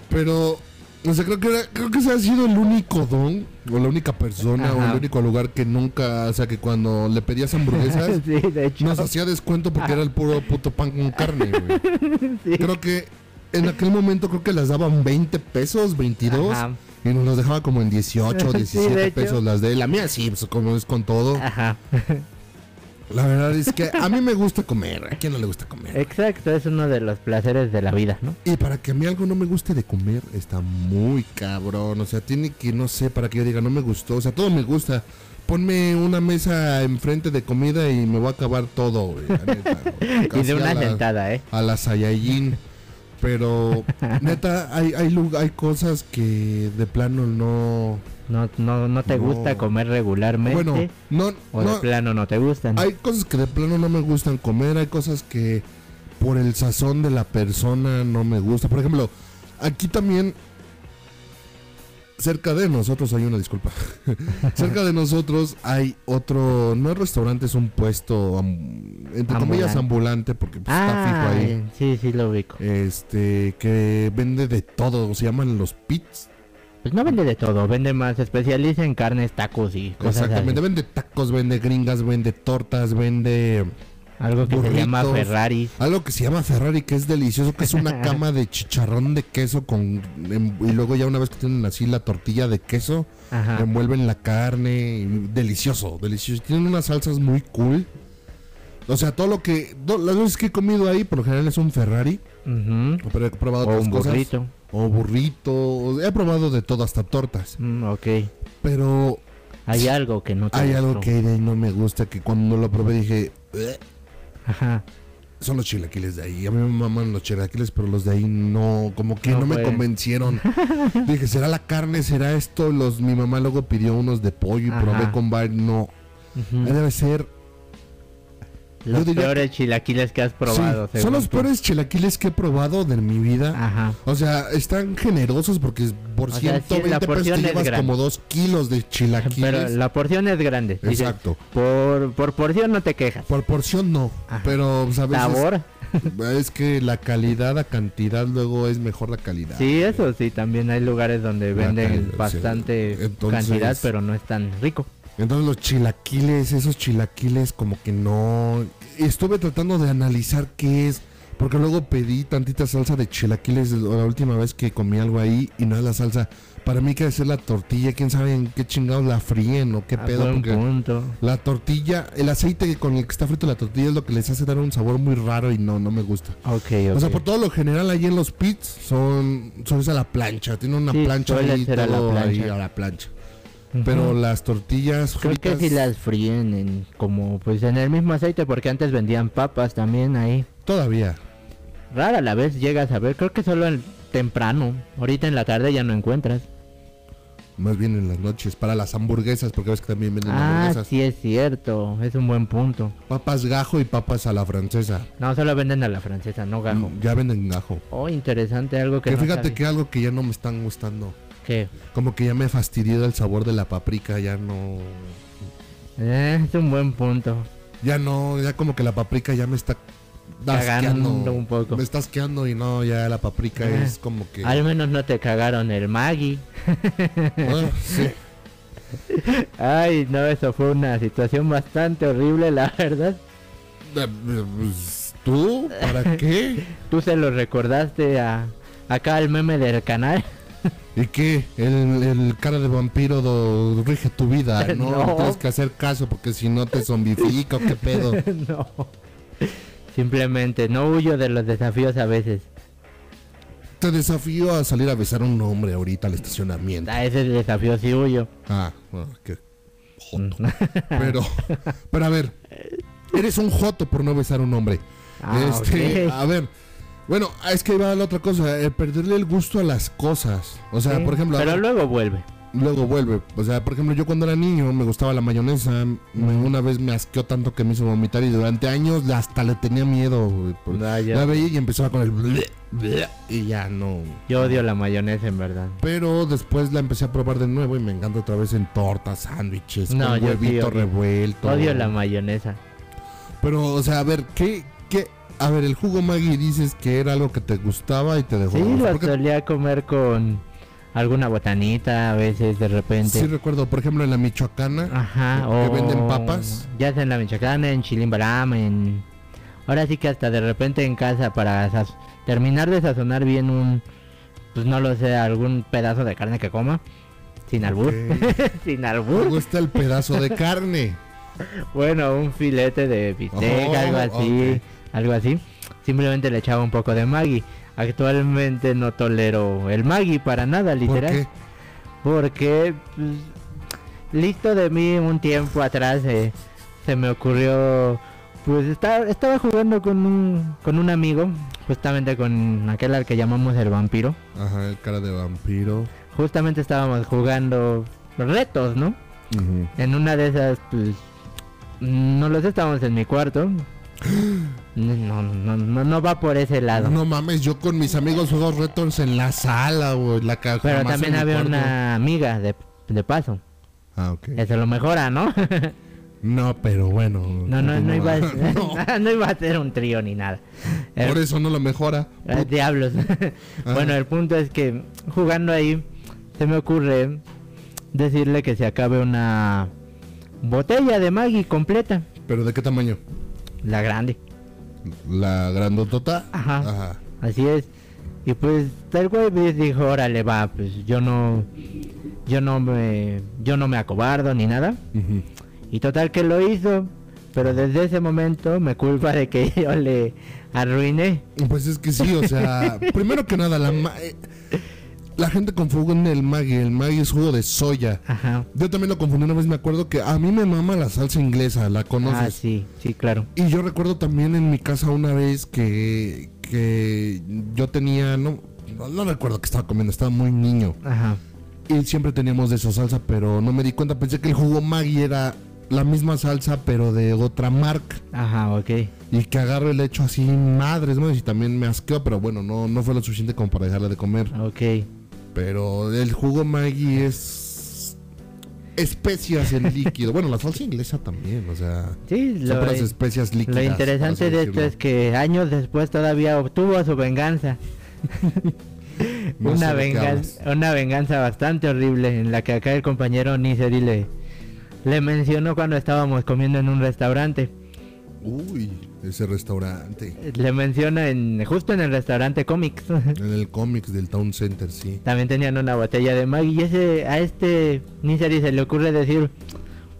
Pero, o sea, creo que, era- creo que ese ha sido el único don, o la única persona, o el
Ajá.
único lugar que nunca, o sea, que cuando le pedías hamburguesas,
sí, de hecho.
nos hacía descuento porque era el puro puto pan con carne, güey.
sí.
Creo que en aquel momento creo que las daban 20 pesos, 22.
Ajá.
Y nos las dejaba como en 18,
Sí, de
17
hecho.
pesos las de la mía, sí, pues como es con todo.
Ajá.
La verdad es que a mí me gusta comer, ¿a quién no le gusta comer?
Eh. Exacto, es uno de los placeres de la vida, ¿no?
Y para que a mí algo no me guste de comer, está muy cabrón. O sea, tiene que, no sé, para que yo diga, no me gustó. O sea, todo me gusta. Ponme una mesa enfrente de comida y me voy a acabar todo, güey. la neta, güey.
Y
Casi
de una
a la-
sentada, ¿eh?
A la Saiyajin. Pero, neta, hay, hay, lu- hay cosas que de plano no...
No, no, no te
No.
gusta comer regularmente.
Bueno, no...
o
no
de plano no te gustan.
hay cosas que de plano no me gustan comer, hay cosas que por el sazón de la persona no me gusta. Por ejemplo, aquí también cerca de nosotros hay una disculpa. cerca de nosotros hay otro, no es restaurante, es un puesto am- entre comillas
Ambulante.
ambulante porque pues, está
ah,
fijo ahí.
sí, sí lo ubico.
Este que vende de todo, se llaman los pits.
Pues no vende de todo, vende más, se especializa en carnes, tacos y cosas
Exactamente,
así.
vende tacos, vende gringas, vende tortas, vende
Algo que se llama
burritos.
Ferraris.
Algo que se llama Ferrari, que es delicioso, que es una cama de chicharrón de queso con... en- y luego ya una vez que tienen así la tortilla de queso,
Ajá.
envuelven la carne. y delicioso, delicioso. Tienen unas salsas muy cool. O sea, todo lo que... do- las veces que he comido ahí, por lo general es un Ferrari.
Ujú.
Pero he probado
O
otras
un
cosas.
burrito.
O burrito. He probado de todo, hasta tortas.
Mm, ok.
Pero
Hay algo que no te
hay algo
gustó.
que de ahí no me gusta, que cuando lo probé dije... "Ugh".
Ajá.
Son los chilaquiles de ahí. A mí me maman los chilaquiles, pero los de ahí no, como que no,
No
me
fue.
convencieron. Dije, ¿será la carne? ¿Será esto? Los, mi mamá luego pidió unos de pollo y
Ajá.
probé con varios. No,
Ujú.
debe ser.
Los
diría
peores chilaquiles que has probado.
Sí, son
según
los
tú.
peores chilaquiles que he probado de mi vida.
Ajá.
O sea, están generosos porque por
O sea, sí, la
120 pesos te
porción es
llevas
grande.
como dos kilos de
Pero
chilaquiles.
la porción es grande. dices,
Exacto.
por, por porción no te quejas.
Por porción no,
Ajá.
pero pues, a veces
Sabor.
es que la calidad a cantidad luego es mejor la calidad.
Sí, eso sí, también hay lugares donde
La
venden
calle,
bastante
sí. Entonces-
cantidad, pero no es tan rico.
Entonces los chilaquiles, esos chilaquiles como que no... Estuve tratando de analizar qué es, Porque luego pedí tantita salsa de chilaquiles la última vez que comí algo ahí y no es la salsa. Para mí que hacer la tortilla, quién sabe en qué chingados la fríen o qué
A
pedo.
buen
Porque
punto.
la tortilla, el aceite con el que está frito la tortilla es lo que les hace dar un sabor muy raro y no, no me gusta.
Ok, ok.
O sea, por todo lo general ahí en los pits son, son es a la plancha, tiene una
Sí,
plancha
suele
ahí,
ser a la
todo ahí
plancha.
a la plancha.
Ujú.
Pero las tortillas
Creo
fritas,
que si las fríen en, como pues en el mismo aceite porque antes vendían papas también ahí.
todavía.
Rara la vez llegas a ver, creo que solo en temprano. Ahorita en la tarde ya no encuentras.
Más bien en las noches, para las hamburguesas, porque ves que también venden
Ah,
hamburguesas.
sí es cierto, es un buen punto.
Papas gajo y papas a la francesa.
No, solo venden a la francesa, no gajo.
Mm, Ya venden gajo.
Oh, interesante, algo que...
Que
no
fíjate
sabía.
que algo que ya no me están gustando.
¿Qué?
Como que ya me fastidió el sabor de la paprika, ya no...
Eh, es un buen punto.
Ya no, ya como que la paprika ya me está...
Cagando
asqueando.
un poco.
Me está asqueando y no, ya la paprika
Eh.
es como que...
Al menos no te cagaron el Maggi.
Ah, sí.
Ay, no, eso fue una situación bastante horrible, la verdad.
Eh, pues, ¿Tú? ¿Para qué?
Tú se lo recordaste a acá al meme del canal.
¿Y qué? El, el cara de vampiro do- rige tu vida, ¿no?
No.
Tienes que hacer caso porque si no te zombifica, ¿o ¿qué pedo?
no. Simplemente no huyo de los desafíos a veces.
Te desafío a salir a besar a un hombre ahorita al estacionamiento.
A ese desafío sí huyo.
Ah, bueno, qué joto. Pero, pero a ver, eres un joto por no besar a un hombre.
Ah,
este,
ok.
a ver. Bueno, es que ahí va la otra cosa, eh, perderle el gusto a las cosas. O sea,
Sí,
por ejemplo, a
Pero
ver,
luego vuelve.
Luego vuelve. O sea, por ejemplo, yo cuando era niño me gustaba la mayonesa. Me- una vez me asqueó tanto que me hizo vomitar y durante años hasta le tenía miedo. güey, por-
Vaya.
La veía y empezaba con el... ble- ble- y ya no.
Yo odio la mayonesa en verdad.
Pero después la empecé a probar de nuevo y me encanta otra vez en tortas, sándwiches,
No,
con
yo sí
huevito
odio.
revuelto.
Odio la mayonesa.
Pero, o sea, a ver, ¿qué...? qué? A ver, el jugo Maggi dices que era algo que te gustaba y te dejó...
Sí, lo
¿Por qué
solía comer con alguna botanita a veces de repente.
Sí recuerdo, por ejemplo, en la Michoacana,
Ajá,
que
o...
venden papas.
Ya sea en la Michoacana, en Chilimbalam, en... Ahora sí que hasta de repente en casa para saz- terminar de sazonar bien un... Pues no lo sé, algún pedazo de carne que coma. Sin albur. Sin
me
albur.
gusta el pedazo de carne.
Bueno, un filete de bistec,
Oh,
algo así.
ok.
Algo así. Simplemente le echaba un poco de Maggi. Actualmente no tolero el Maggi para nada,
¿Por
literal.
qué?
Porque pues, listo de mí un tiempo atrás eh, se me ocurrió pues esta- estaba jugando con un, con un amigo, justamente con aquel al que llamamos el vampiro.
Ajá, el cara de vampiro.
Justamente estábamos jugando retos, ¿no? En una de esas, pues, no los estábamos en mi cuarto. No, no, no, no va por ese lado.
No mames, yo con mis amigos juego retos en la sala o en la caja.
Pero también había una amiga de, de paso.
Ah, ok.
Eso lo mejora, ¿no?
No, pero bueno.
No, no, no iba a,
No,
no iba a ser un trío ni nada. El-
por eso no lo mejora.
Ah, diablos. bueno, el punto es que jugando ahí, se me ocurre decirle que se acabe una botella de Maggi completa.
Pero ¿de qué tamaño?
La grande.
¿La grandotota?
Ajá. Así es. Y pues tal güey pues, dijo, órale va, pues yo no, yo no me, yo no me acobardo ni nada.
Ujú.
Y total que lo hizo. Pero desde ese momento me culpa de que yo le arruiné.
Pues es que sí, o sea, primero que nada, la, ma- eh, la gente confunde el Maggi. El Maggi es jugo de soya.
Ajá.
Yo también lo confundí una vez, me acuerdo que a mí me mama la salsa inglesa, la conoces.
ah, sí, sí, claro.
Y yo recuerdo también en mi casa una vez que, que yo tenía, no, no, no recuerdo que estaba comiendo, estaba muy niño.
Ajá.
Y siempre teníamos de esa salsa, pero no me di cuenta, pensé que el jugo Maggi era la misma salsa, pero de otra marca.
Ajá, ok.
Y que agarro el hecho así, madres, ¿no? Y también me asqueó, pero bueno, no, no fue lo suficiente como para dejarla de comer.
Ok.
Pero el jugo Maggi es especias en líquido. bueno, la salsa inglesa también, o sea...
Sí,
son
lo,
puras especias líquidas.
lo
por
interesante
así
de esto
decirlo.
es que años después todavía obtuvo su venganza.
No sé
una,
de qué hablas.
venganza una venganza bastante horrible en la que acá el compañero Niseri le, le mencionó cuando estábamos comiendo en un restaurante.
Uy, ese restaurante.
Le menciona en, justo en el restaurante Comics.
En el cómics del Town Center, sí.
También tenían una botella de Maggie. Y ese, a este Nisari se le ocurre decir: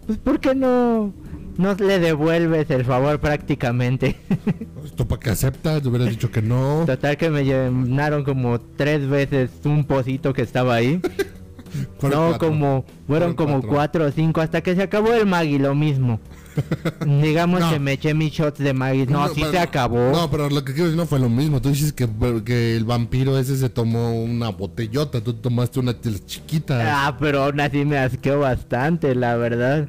Pues, ¿por qué no, no le devuelves el favor prácticamente?
Esto para que aceptas, te hubieras dicho que no.
Total, que me llenaron como tres veces un pocito que estaba ahí.
Fueron
no,
cuatro.
como fueron
Fueron
como
cuatro.
cuatro o cinco hasta que se acabó el Maggi, lo mismo. Digamos
No.
que me eché mis shots de Maggi. No, sí
pero-
se acabó.
No, pero lo que quiero decir no fue lo mismo. Tú dices que, que el vampiro ese se tomó una botellota, tú tomaste una de las chiquitas.
Ah, pero aún así me asqueó bastante, la verdad.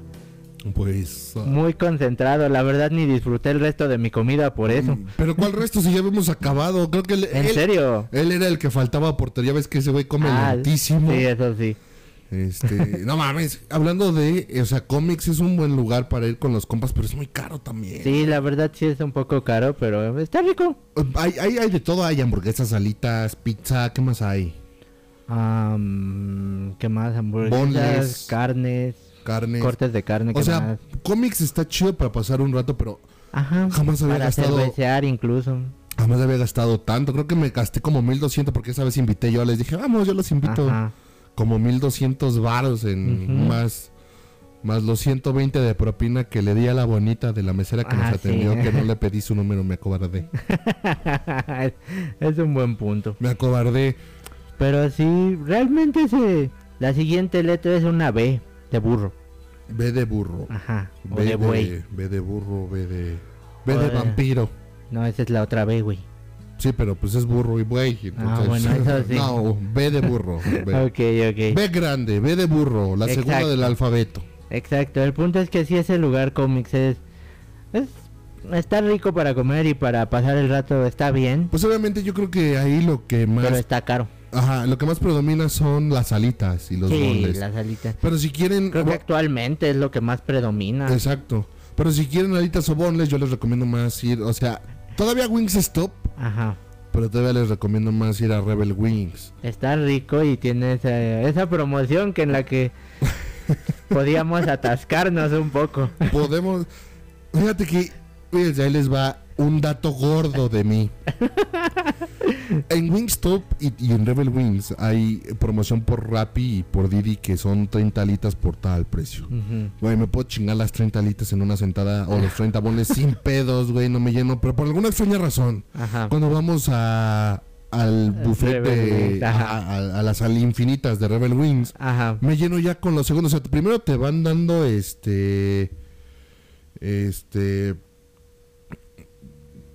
Pues. ah.
Muy concentrado, la verdad ni disfruté el resto de mi comida por eso.
Pero ¿cuál resto si ya hemos acabado? Creo que él,
¿En
él-
serio?
él era el que faltaba a portería. Ves que ese güey come
Ah,
lentísimo.
Sí, eso sí.
Este, no mames, hablando de, o sea, cómics es un buen lugar para ir con los compas, pero es muy caro también.
Sí, la verdad sí es un poco caro, pero está rico.
Hay, hay, hay de todo, hay hamburguesas, alitas, pizza, ¿qué más hay?
Am, ¿Qué más? Hamburguesas,
Boneless.
carnes,
Carnes.
cortes de carne, ¿qué
o sea,
más?
cómics está chido para pasar un rato, pero
Ajá.
jamás había
para
gastado-
cervecear incluso.
jamás había gastado tanto. Creo que me gasté como 1200 porque esa vez invité yo, les dije, vamos, yo los invito.
Ajá.
Como 1200 varos en
Ujú.
más más los 120 de propina que le di a la bonita de la mesera que
Ah,
nos atendió,
sí.
que no le pedí su número, me acobardé.
es, es un buen punto.
Me acobardé.
Pero sí, realmente se, la siguiente letra es una B de burro.
Ve de burro.
Ajá. O
Ve
de buey.
ve de burro, ve de. Ve
O
de
de-
vampiro.
No, esa es la otra B, güey.
Sí, pero pues es burro y buey. entonces-
Ah, bueno, eso sí.
No, ve de burro. Ve,
Ok, ok.
Ve grande, ve de burro, la segunda
Exacto.
del alfabeto.
Exacto. El punto es que sí, ese lugar cómics es, es. Está rico para comer y para pasar el rato está bien,
Pues obviamente yo creo que ahí lo que
pero
más.
está caro.
Ajá, lo que más predomina son las alitas y los
sí,
bonles.
las alitas.
Pero si quieren.
Creo que
bu-
actualmente es lo que más predomina.
Exacto. Pero si quieren alitas o bonles, yo les recomiendo más ir. O sea, todavía Wings Stop,
Ajá.
pero todavía les recomiendo más ir a Rebel Wings.
Está rico y tiene esa, esa promoción que en la que podíamos atascarnos un poco.
Podemos. Fíjate que. Fíjense, ahí les va un dato gordo de mí. En Wingstop y, y en Rebel Wings hay promoción por Rappi y por Didi que son 30 alitas por tal precio.
Ujú.
Güey, me puedo chingar las 30 alitas en una sentada o los 30 bones sin pedos, güey, no me lleno. Pero por alguna extraña razón,
Ajá.
cuando vamos a, al buffet
Rebel Wings,
de,
ajá.
a, a- a las al infinitas de Rebel Wings,
Ajá.
me lleno ya con los segundos. O sea, primero te van dando este. Este.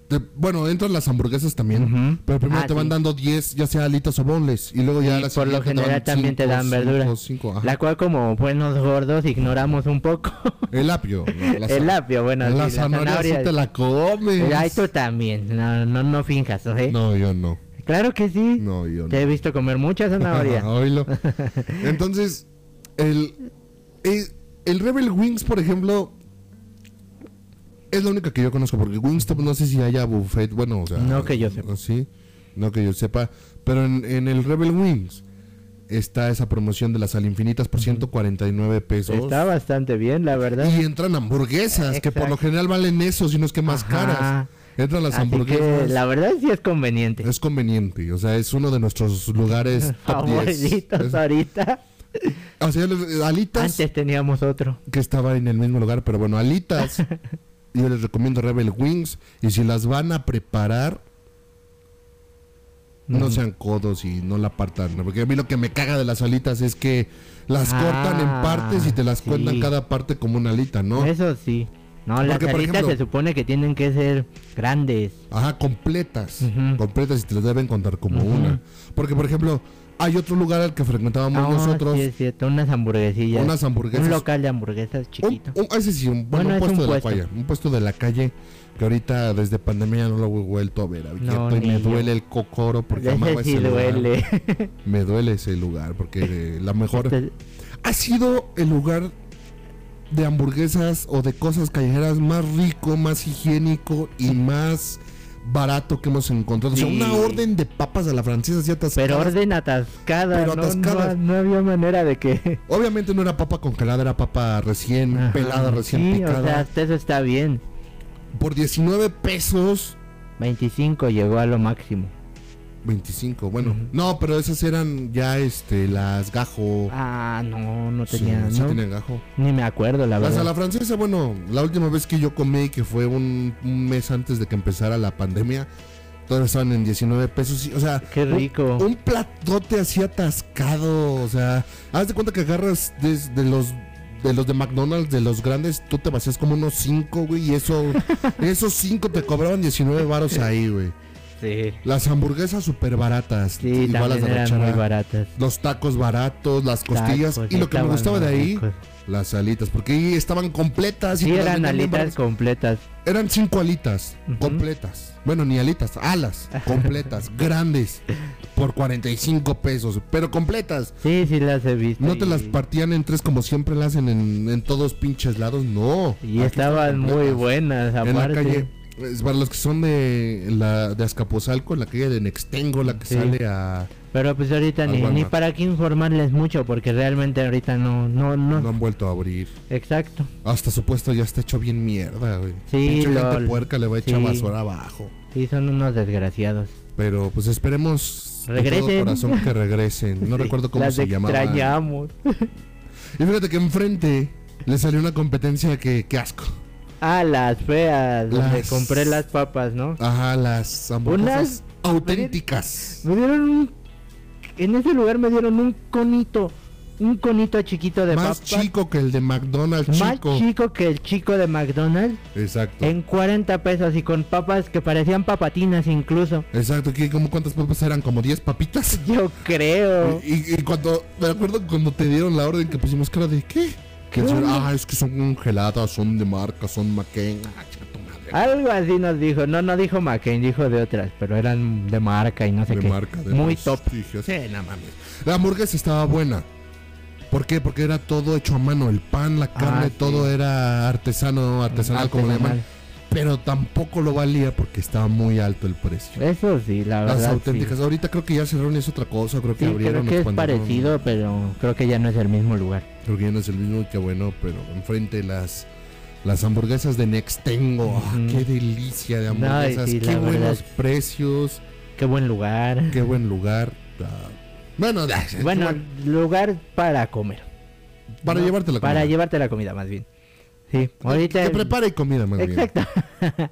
te- bueno, entran las hamburguesas también.
Ujú.
Pero primero
Ah,
te van
sí.
dando 10, ya sea alitas o bonles. Y luego ya
Y
las
por lo
siguiente
general
van
también te
cinco,
dan verdura.
cinco, cinco, ajá.
La cual como buenos gordos ignoramos un poco.
El apio. no, la
el
za-
apio, bueno, sí,
la zanahoria sí te la comes.
Ay, tú también. No, no, no finjas, ¿ok?
No, yo no.
Claro que sí.
No, yo no. Ah,
Te he visto comer mucha zanahoria.
Oílo. Entonces, el, el, el Rebel Wings, por ejemplo, es la única que yo conozco, porque Wingstop no sé si haya buffet, bueno, o sea...
No que yo sepa.
Sí, no que yo sepa. Pero en, en el Rebel Wings está esa promoción de las al infinitas por 149 pesos.
Está bastante bien, la verdad.
Y entran hamburguesas, que por
Exacto.
lo general valen eso, si no es que más
Ajá.
caras. Entran las
Así que
hamburguesas.
la verdad sí es conveniente.
Es conveniente, o sea, es uno de nuestros lugares top 10.
Favoritos
Es-
ahorita.
O sea, les- eh, alitas
Antes teníamos otro.
que estaba en el mismo lugar, pero bueno, alitas. yo les recomiendo Rebel Wings y si las van a preparar
Mm.
no sean codos y no la partan, ¿no? porque a mí lo que me caga de las alitas es que las
Ah,
cortan en partes y te las cuentan
sí.
cada parte como una alita, ¿no?
Eso sí. No, las
Porque, por
alitas
ejemplo-
se supone que tienen que ser grandes.
Ajá, completas,
Ujú.
completas y te las deben contar como
Ujú.
una. Porque por ejemplo, hay otro lugar al que frecuentábamos
Ah,
nosotros,
sí es cierto, unas hamburguesillas.
unas hamburguesas
Un local de hamburguesas
Un,
chiquito.
un- ese sí, un, bueno,
Bueno,
un
es
puesto
un
de
puesto.
la calle. Un puesto de la calle que ahorita desde pandemia no lo he vuelto a ver. abierto, y
ni
me
yo.
duele el cocoro porque amaba
Ese sí
ese lugar.
duele.
Me duele ese lugar porque eh, la mejor.
Este-
Ha sido el lugar de hamburguesas o de cosas callejeras más rico, más higiénico y más barato que hemos encontrado. O sea,
Sí.
una orden de papas a la francesa ya te
pero orden atascada.
Pero
no,
atascada.
No, no había manera de que.
Obviamente no era papa congelada, era papa recién
Ajá.
pelada, recién
sí,
picada.
O sea, hasta eso está bien.
por 19 pesos.
25 llegó a lo máximo.
25, bueno. No, pero esas eran ya este las gajo.
Ah, no, no
Sí,
tenía.
sí
no,
tenían gajo.
Ni me acuerdo, la
Las a
verdad.
la francesa, bueno, la última vez que yo comí, que fue un, un mes antes de que empezara la pandemia, todavía estaban en 19 pesos. y- O sea,
Qué
un-
rico.
Un, platote así atascado. O sea, haz de cuenta que agarras desde los de los de McDonald's, de los grandes, tú te vacías como unos 5, güey, y eso, esos 5 te cobraban 19 varos ahí, güey.
Sí.
Las hamburguesas súper baratas,
Sí,
las
también
de la
eran muy
chara.
baratas.
Los tacos baratos, las costillas.
Tacos,
y lo que me gustaba
estaban
de ahí,
ricos.
las alitas. Porque ahí estaban completas. y
Sí,
te las
eran
vendían bien
alitas
baratas.
completas.
Eran cinco alitas
Ujú.
completas. Bueno, ni alitas, alas completas, grandes. Por 45 pesos. Pero completas.
Sí, sí las he visto.
No te
y-
las partían en tres como siempre las hacen en, en todos pinches lados. No.
Y
Aquí
estaban muy
completas.
buenas, aparte.
En la calle. es Para los que son de, la, de Azcapotzalco, la calle de Nextengo, la que
Sí.
sale a.
Pero pues ahorita
Al
ni,
Walmart.
ni para qué informarles mucho, porque realmente ahorita no, no, no.
No han vuelto a abrir.
Exacto.
Hasta supuesto ya está hecho bien mierda, güey.
Sí,
Pinche gente
lol.
puerca le va a echar
Sí.
basura abajo.
Sí, son unos desgraciados.
Pero pues esperemos de
Regresen.
todo corazón que regresen. No
Sí,
recuerdo cómo
las
se llamaba.
extrañamos.
Y fíjate que enfrente le salió una competencia que, que asco.
Ah, las feas, donde
Las- Ah.
compré las papas, ¿no?
Ajá, las hamburguesas
Unas-
auténticas.
Me dieron un... En ese lugar me dieron un conito, un conito chiquito de
Más
papas.
chico que el de McDonald's,
Más
chico. Ah.
chico que el chico de McDonald's
Exacto.
en 40 pesos y con papas que parecían papatinas incluso.
Exacto, que como cuántas papas eran, como 10 papitas.
Yo creo.
Y, y cuando, me acuerdo cuando te dieron la orden que pusimos cara de ¿qué? Que
¿Qué
dijeron,
onda?
ah, es que son congeladas, son de marca, son McCain. Ah, chica tu madre.
Algo así nos dijo. No, no dijo McCain, dijo de otras, pero eran de marca y no sé
de
qué.
marca, de
Muy
los
top.
prestigios. Sí, no mames. La hamburguesa estaba buena. ¿Por qué? Porque era todo hecho a mano. El pan, la
Ah,
carne,
sí.
todo era artesano, artesanal, como le llaman.
Artesanal.
Pero tampoco lo valía porque estaba muy alto el precio.
Eso sí, la verdad.
Las
sí.
auténticas. Ahorita creo que ya cerraron y es otra cosa. Creo que
Sí, creo
abrieron.
que es
expandieron.
parecido, pero creo que ya no es el mismo lugar.
Creo que ya no es el mismo, que bueno, pero enfrente las las hamburguesas de Nextengo. Ah,
Ujú.
Qué delicia de hamburguesas,
sí,
qué
la
buenos
verdad.
precios,
Qué buen lugar.
qué buen lugar. Ah, bueno, ya,
Bueno, lugar para comer.
para
¿no?
llevarte la
Para
comida. Ah,
llevarte la comida, más bien. Sí, ahorita.
Que
el-
prepare comida, más bien.
Exacto.
Pero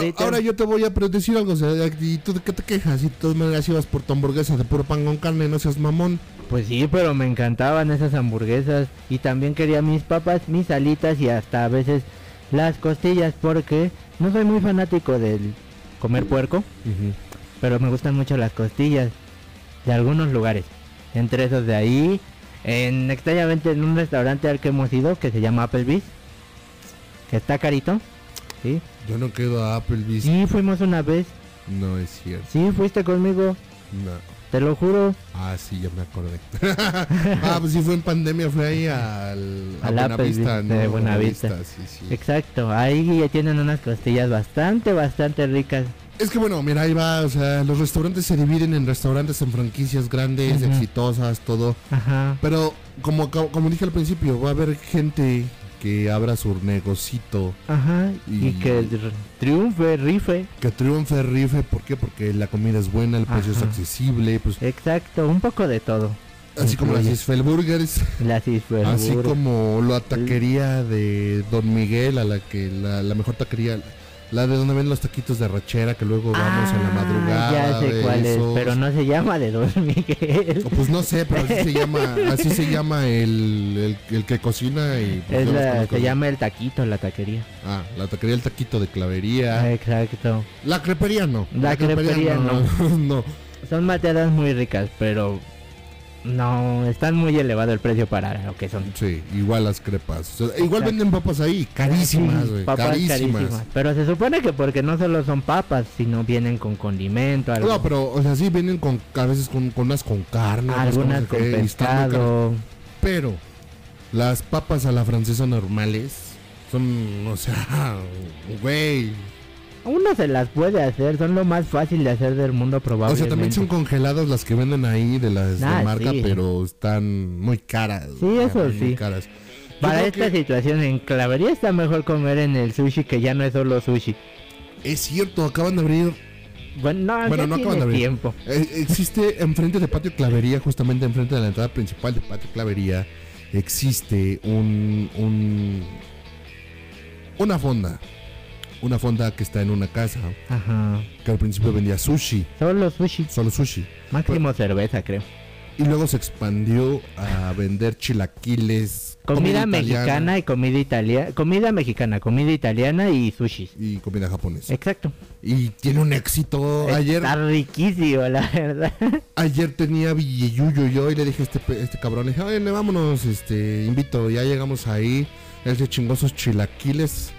Ahorita-
ahora yo te voy a pre- decir algo, o sea, ¿y tú de qué te quejas? Y de todas maneras ibas por tu hamburguesa de puro pan con carne, no seas mamón.
Pues sí, pero me encantaban esas hamburguesas y también quería mis papas, mis alitas y hasta a veces las costillas porque no soy muy fanático del comer puerco, pero me gustan mucho las costillas de algunos lugares. Entre esos de ahí, en extrañamente en un restaurante al que hemos ido que se llama Applebee's, que está carito. Sí,
Yo no quedo a Applebee's.
sí fuimos una vez,
No es cierto.
sí fuiste conmigo,
No.
te lo juro.
Ah, sí, ya me acordé. ah, pues sí, fue en pandemia, fue ahí al, a
Al Applebee's
Buenavista,
de Buenavista.
sí, sí.
Exacto, ahí ya tienen unas costillas bastante, bastante ricas.
Es que bueno, mira, ahí va, o sea, los restaurantes se dividen en restaurantes en franquicias grandes,
Ujú.
exitosas, todo.
Ajá.
Pero como, como como dije al principio, va a haber gente que abra su negocito,
Ajá. Y,
Y-
que r- triunfe, rife.
que triunfe, rife, ¿por qué? Porque la comida es buena, el precio es
Ajá.
accesible, pues
Exacto, un poco de todo.
así como las
Incluye.
Isfel Burgers,
Las isfel
así como la taquería de Don Miguel, a la que la, la mejor taquería, la de donde ven los taquitos de rachera que luego vamos en la madrugada.
Ah, Ya sé
de
cuál
esos.
es, pero no se llama de Don Miguel.
O, Pues no sé, pero así se llama, así se llama el, el, el que cocina y pues,
Es
yo los
la,
conozco.
se llama el taquito, la taquería.
Ah, la taquería el taquito de clavería.
Exacto.
La crepería no.
Eh. La crepería
no. no.
Son mateadas muy ricas, pero no, están muy elevado el precio para lo que son.
Sí, igual las crepas. O sea, igual
Exacto.
venden papas ahí, carísimas,
Sí,
güey.
papas
Carísimas.
carísimas. Pero se supone que porque no solo son papas, sino vienen con condimento, algo.
No, pero, o sea, sí vienen con, a veces con, con unas con carne, otras no
algunas
sé
con
qué, y están muy caras.
pescado.
Pero las papas a la francesa normales son, o sea, güey.
Uno se las puede hacer, son lo más fácil de hacer del mundo
O
probablemente.
sea, también son congeladas las que venden ahí de las de
Ah,
marca,
sí.
pero están muy caras.
Sí, eso
muy
sí.
caras.
Para
creo
esta
que-
situación en clavería está mejor comer en el sushi que ya no es solo sushi.
Es cierto, acaban de abrir.
Bueno, no,
Bueno,
ya
no acaban
tiene
de abrir.
tiempo.
Eh, existe enfrente de Patio Clavería, justamente enfrente de la entrada principal de Patio Clavería, existe un, un una fonda. Una fonda que está en una casa
Ajá.
que al principio vendía sushi,
Solo sushi.
solo sushi.
Máximo
Pues,
cerveza, creo.
Y luego se expandió a vender chilaquiles,
Comida,
italiana
mexicana y comida italiana. Comida mexicana, comida italiana y sushis.
y comida japonesa.
Exacto.
Y tiene un éxito. Oh,
eh,
Ayer,
Está riquísimo, la verdad.
ayer tenía Villeyuyo yo y le dije a este, pe- este cabrón, le dije, oye, vámonos, este, invito, ya llegamos ahí. Él se chingó sus chilaquiles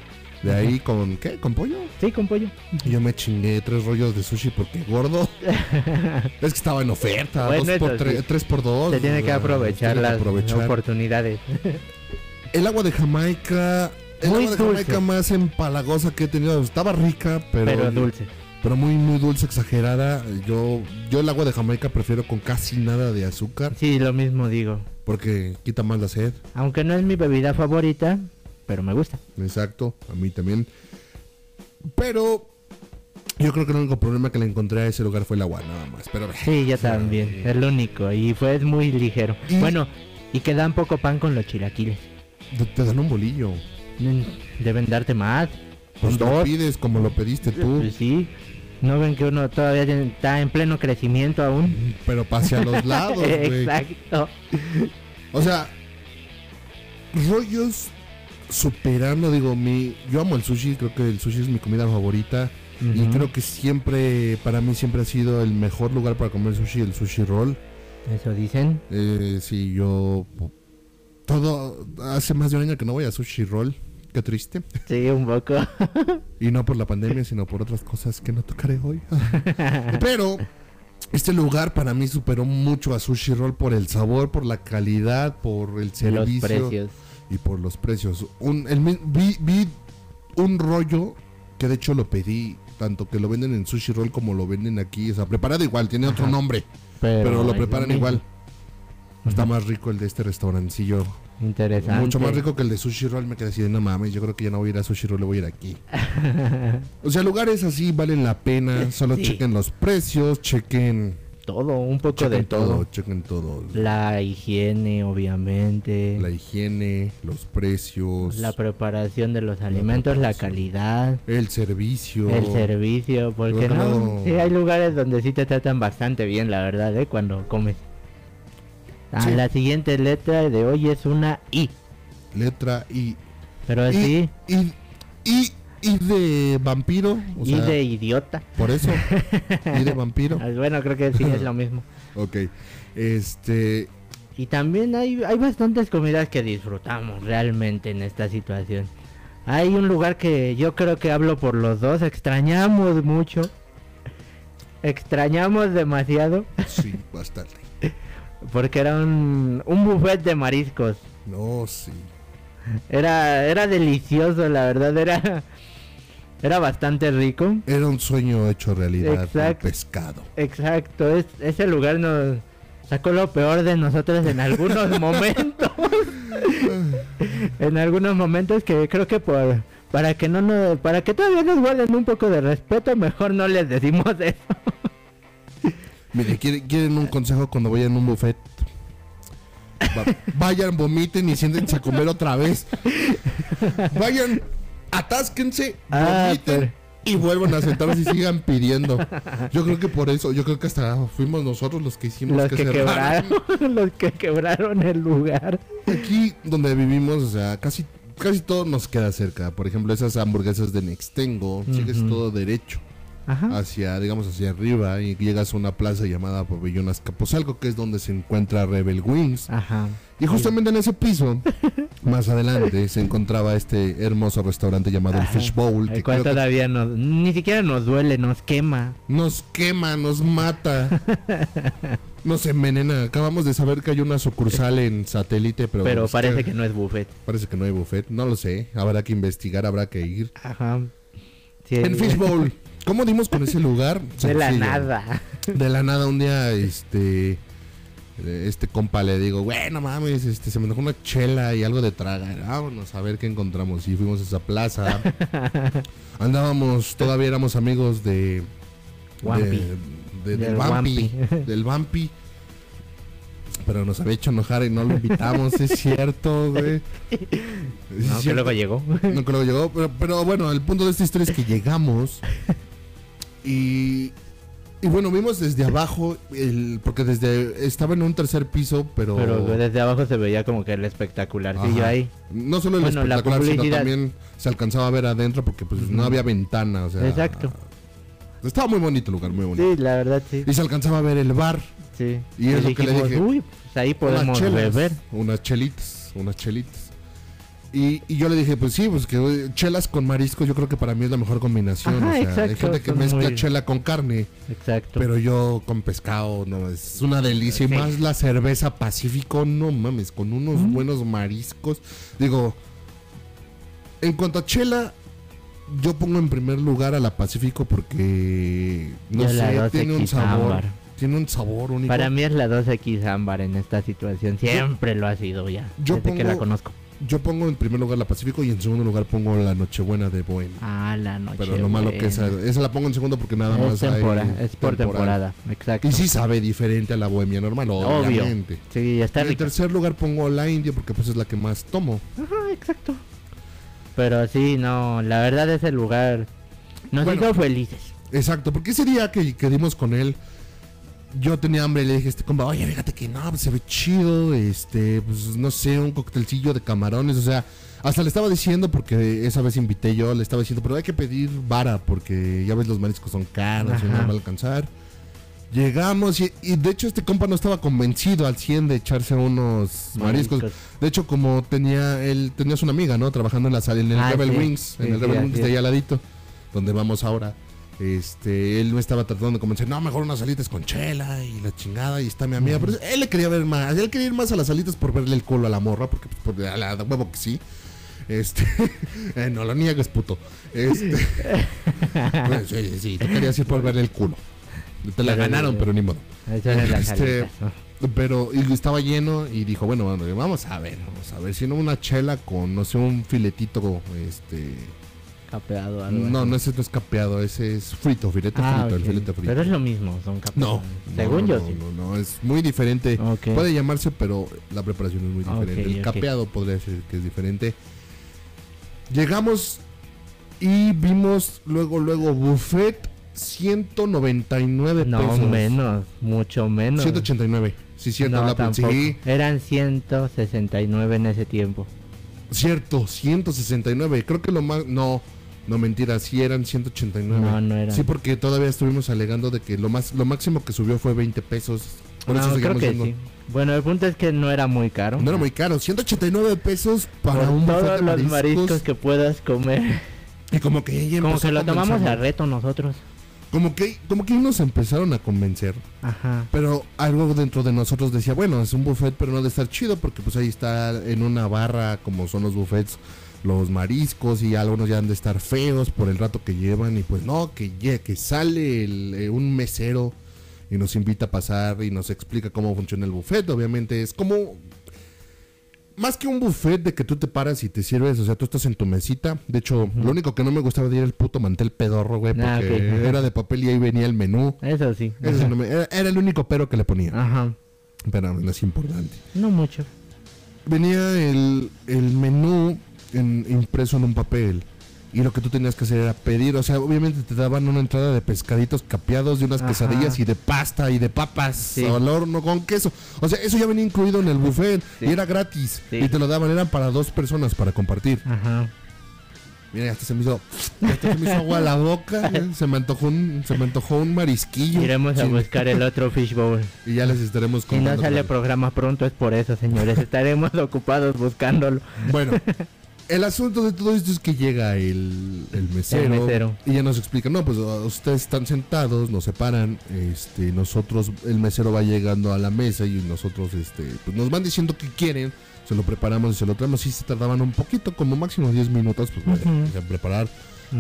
de ahí con, ¿qué? ¿Con pollo?
Sí, con pollo.
Y yo me chingué tres rollos de sushi porque gordo. es que estaba en oferta,
Bueno,
dos por
eso
tres,
sí.
tres por dos.
Se tiene
o
que
sea,
aprovechar
Oh, tiene que
las
aprovechar.
oportunidades.
El agua de Jamaica. El
Muy
agua de
dulce.
Jamaica más empalagosa que he tenido. Estaba rica, pero.
Pero dulce.
pero muy, muy dulce, exagerada. Yo, yo el agua de Jamaica prefiero con casi nada de azúcar.
Sí, lo mismo digo.
Porque quita más la sed.
Aunque no es mi bebida favorita, pero me gusta.
Exacto. A mí también. Pero. Yo creo que el único problema que le encontré a ese lugar fue el agua, nada más. Pero.
Sí, yo
o sea,
también. Es lo único. Y fue es muy ligero.
Y-
Bueno, y que dan poco pan con los chilaquiles.
Te, te dan un bolillo.
Mm, Deben darte más.
Pues
Dos.
lo pides como lo pediste tú.
Pues sí. No ven que uno todavía tiene- está en pleno crecimiento aún.
Pero pase a los lados, güey.
Exacto.
O sea, rollos superando, digo, mi, yo amo el sushi, creo que el sushi es mi comida favorita y
Ujú.
creo que siempre, para mí siempre ha sido el mejor lugar para comer sushi, el sushi roll.
Eso dicen.
Eh, sí, yo todo hace más de un año que no voy a sushi roll, qué triste.
Sí, un poco.
Y no por la pandemia, sino por otras cosas que no tocaré hoy. Pero este lugar para mí superó mucho a Sushi Roll por el sabor, por la calidad, por el
los
servicio
precios.
y por los precios. Un, el mi- vi, vi un rollo que de hecho lo pedí, tanto que lo venden en Sushi Roll como lo venden aquí. O sea, preparado igual, tiene otro nombre, pero, lo
es
preparan
mismo.
igual. Está
Ujú.
más rico el de este restaurancillo.
Interesante.
Mucho más rico que el de Sushi Roll. Me quedé así de no mames. Yo creo que ya no voy a ir a Sushi Roll, le voy a ir aquí. o sea, lugares así valen la pena. Solo
Sí.
chequen los precios, chequen,
Todo, un poco
chequen
de
todo,
todo.
chequen todo.
La higiene, obviamente.
La
La,
higiene, los precios,
preparación de los alimentos, la,
preparación.
calidad.
el servicio.
El servicio, porque
Yo
no,
creo-
sí, hay lugares donde sí te tratan bastante bien, la verdad, ¿eh? cuando comes. Ah,
Sí.
La siguiente letra de hoy es una I,
Letra I.
pero
I,
Pues sí,
I, I, I de vampiro. O
I
sea,
de idiota.
Por eso. I de vampiro.
Ah, Bueno, creo que sí es lo mismo.
Ok. Este.
Y también hay, hay bastantes comidas que disfrutamos realmente en esta situación. Hay un lugar que yo creo que hablo por los dos, extrañamos mucho. Extrañamos demasiado
Sí, bastante.
porque era un, un buffet de mariscos.
No, sí.
Era, era delicioso, la verdad, era, era bastante rico.
Era un sueño hecho realidad. El
Exacto.
pescado.
Exacto, es- ese lugar nos sacó lo peor de nosotros en algunos momentos. en algunos momentos que creo que por para que no nos, para que todavía nos guarden un poco de respeto, mejor no les decimos eso.
Mire, ¿quieren, quieren un consejo cuando vayan a un buffet? Va- vayan, vomiten y siéntense a comer otra vez. Vayan, atásquense,
Ah,
vomiten y vuelvan a sentarse y sigan pidiendo. Yo creo que por eso, yo creo que hasta fuimos nosotros los que hicimos
Los que,
cerraran.
quebraron, los que quebraron el lugar.
Aquí donde vivimos, o sea, casi casi todo nos queda cerca. Por ejemplo, esas hamburguesas de Nextengo, sigues
Ujú.
todo derecho.
Ajá.
hacia, digamos, hacia arriba y llegas a una plaza llamada Pabellón Azcapotzalco, que es donde se encuentra Rebel Wings.
Ajá.
Y justamente en ese piso, más adelante, se encontraba este hermoso restaurante llamado el
Ajá.
Fish Bowl, que
El cual
creo que
todavía nos, ni siquiera nos duele, nos quema.
nos quema, nos mata, nos envenena. Acabamos de saber que hay una sucursal en satélite, pero,
Pero
pues,
parece que no es buffet.
parece que no hay buffet. No lo sé, habrá que investigar, habrá que ir.
Ajá. Sí, eh,
El Fish Bowl. ¿Cómo dimos con ese lugar?
De la
Sencillo.
nada.
De la nada un día, este, eh, este compa le digo, bueno mames, este, se me dejó una chela y algo de tragar. Vámonos a ver qué encontramos. Y fuimos a esa plaza. Andábamos, todavía éramos amigos de.
Wampi.
de- de- del
Del
Vampi. Del Vampi. Pero nos había hecho enojar y no lo invitamos, es cierto, güey. Es
No, que
cierto.
luego llegó.
No creo que llegó, pero, pero bueno, el punto de esta historia es que llegamos y, y bueno, vimos desde abajo, el, porque desde estaba en un tercer piso, pero,
Pero desde abajo se veía como que el espectacularcillo
Ajá.
ahí.
no solo el
bueno, la
espectacular, sino
publicidad.
también se alcanzaba a ver adentro porque pues no
Ujú.
había ventana, o sea,
Exacto.
Estaba muy bonito el lugar, muy bonito.
Sí, la verdad sí.
Y se alcanzaba a ver el bar,
sí.
y es lo que le
dijimos,
dije.
Uy, pues ahí podemos
unas chelas,
beber.
unas chelitas, unas chelitas. Y, y yo le dije, pues sí, pues que eh, chelas con marisco yo creo que para mí es la mejor combinación.
Ajá,
o sea, hay
exacto,
gente que
son
mezcla
muy-
chela con carne,
Exacto.
pero yo con pescado, no, es una delicia.
Sí.
Y más la cerveza Pacífico, no mames, con unos buenos mariscos. Digo, en cuanto a chela, yo pongo en primer lugar a la Pacífico porque, no
Yo la
sé,
12
tiene un
quizá
sabor.
ámbar.
Tiene un sabor único.
Para mí es la 12X ámbar en esta situación. Siempre lo ha sido ya.
yo
desde que la
pongo-
conozco.
Yo pongo en primer lugar la Pacífico y en segundo lugar pongo la Nochebuena de Bohemia.
Ah, la noche.
Pero lo malo que esa,
buena.
esa la pongo en segundo porque nada más
es, tempora-
hay
es por temporada. Exacto.
Y sí sabe diferente a la Bohemia normal,
Obvio.
obviamente.
Sí,
Y
está
en
rica.
tercer lugar pongo la India porque pues es la que más tomo.
Ajá, exacto. Pero sí, no, la verdad es el lugar. Nos
Bueno.
hizo felices.
Exacto, porque ese día que, que dimos con él, yo tenía hambre y le dije a este compa, oye, fíjate que no, pues, se ve chido, este, pues no sé, un coctelcillo de camarones, o sea, hasta le estaba diciendo, porque esa vez invité yo, le estaba diciendo, pero hay que pedir vara, porque ya ves, los mariscos son caros y no
Ajá.
va a alcanzar. Llegamos y, y de hecho este compa no estaba convencido al 100 de echarse unos mariscos.
Mariscos.
De hecho, como tenía él, tenías una amiga, ¿no? Trabajando en la sala, en el
Ah,
Rebel
sí.
Wings,
Sí,
en el
sí,
Rebel
así
Wings
es.
de ahí al ladito, donde vamos ahora. Este, él no estaba tratando de convencer, no, mejor unas salitas con chela y la chingada y está mi amiga. Pero él le quería ver más, él quería ir más a las salitas por verle el culo a la morra, porque pues, por, a la huevo que sí. Este, eh, no lo niegues, puto. Este, pues, sí, sí, tú querías ir por verle el culo. Te la
Pero,
ganaron,
eh,
pero ni modo.
Eso era las
Este,
alitas, ¿no?
Pero y estaba lleno y dijo, bueno, bueno, vamos a ver, vamos a ver, si no una chela con, no sé, un filetito, este...
Capeado, algo
No,
así.
no, ese no es capeado, ese es frito, filete
Ah,
frito,
ok.
el filete frito.
Pero es lo mismo, son capeados.
No, no,
Según
no,
yo, sí.
no, no, es muy diferente.
Ok.
Puede llamarse, pero la preparación es muy diferente.
Ok,
el
ok.
capeado podría decir que es diferente. Llegamos y vimos luego, luego, buffet 199
No,
pesos.
menos, mucho menos.
189. Sí, cierto,
No,
la
tampoco.
conseguí.
Eran 169 en ese tiempo.
Cierto, 169. Creo que lo más. No, no mentira, sí eran 189.
No, no eran.
Sí, porque todavía estuvimos alegando de que lo más lo máximo que subió fue 20 pesos. Por eso
No, creo
seguimos
que
viendo.
sí. Bueno, el punto es que no era muy caro.
No era muy caro, 189 pesos
Por
para un buffet
todos
de
los mariscos. que puedas comer.
Y como que ella
Como
empezó
que
a
lo tomamos a
convencernos.
reto nosotros.
Como que, como que nos empezaron a convencer.
Ajá.
Pero algo dentro de nosotros decía, bueno, es un buffet, pero no de estar chido, porque pues ahí está en una barra, como son los buffets, los mariscos y algunos ya han de estar feos por el rato que llevan. Y pues no, que, lle- que sale el, eh, un mesero y nos invita a pasar y nos explica cómo funciona el buffet. Obviamente es como... Más que un buffet de que tú te paras y te sirves, o sea, tú estás en tu mesita. De hecho, lo único que no me gustaba de ir era el puto mantel pedorro, güey, porque
Ah, ok, ajá.
era de papel y ahí venía el menú.
Eso sí.
Ese no me- era, era el único pero que le ponía.
Ajá.
Pero no es importante.
No mucho.
Venía el, el menú en- impreso en un papel. Y lo que tú tenías que hacer era pedir. O sea, obviamente te daban una entrada de pescaditos capeados, de unas
Ajá.
quesadillas y de pasta y de papas
Sí.
al horno con queso. O sea, eso ya venía incluido en el buffet.
Sí.
Y era gratis.
Sí.
Y te lo daban. Eran para dos personas para compartir.
Ajá.
Mira, hasta se me hizo, hasta se me hizo agua la boca. Se me antojó un, se me antojó un marisquillo.
Iremos a
Sí.
buscar el otro fishbowl.
Y ya les estaremos
Si no
contando.
sale programa pronto es por eso, señores. Estaremos ocupados buscándolo.
Bueno, el asunto de todo esto es que llega el, el mesero,
El mesero.
y ya nos explica, no, pues uh, ustedes están sentados, nos separan, este, nosotros, el mesero va llegando a la mesa y nosotros, este, pues nos van diciendo que quieren, se lo preparamos y se lo traemos, sí se tardaban un poquito, como máximo 10 minutos, pues vale,
Ujú.
o sea, preparar.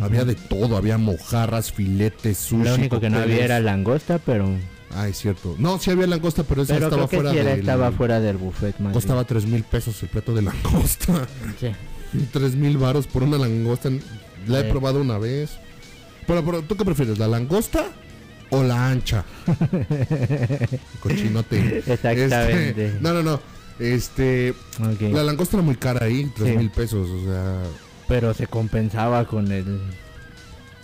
Había de todo, había mojarras, filetes, sushi.
Lo único que no
cócteles.
había era langosta, pero
Ah, es cierto. No, sí había langosta, pero esa
Pero
estaba
creo que
fuera
sí era-
del-
estaba fuera del buffet, más
Costaba tres mil pesos el plato de langosta.
bien. Sí.
Tres mil varos por una langosta. La he
Sí.
probado una vez. Pero, pero, ¿tú qué prefieres? ¿La langosta o la ancha? Cochinote. Este,
Exactamente.
no, no, no. Este,
Ok.
la langosta era muy cara ahí, tres
Sí.
mil pesos. O sea,
Pero se compensaba con el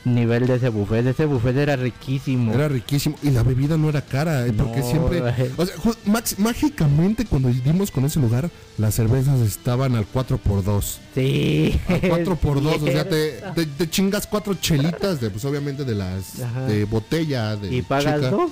nivel de ese buffet. Ese buffet era riquísimo.
era riquísimo. Y la bebida no era cara, eh, porque
No,
siempre.
eh.
O sea, ju- max- mágicamente cuando dimos con ese lugar, las cervezas estaban al 4x2.
Sí.
A 4 por 2 o sea, te,
cierto.
te, te chingas cuatro chelitas, de, pues obviamente de las
Ajá.
de botella, de
Y pagas
chica.
dos.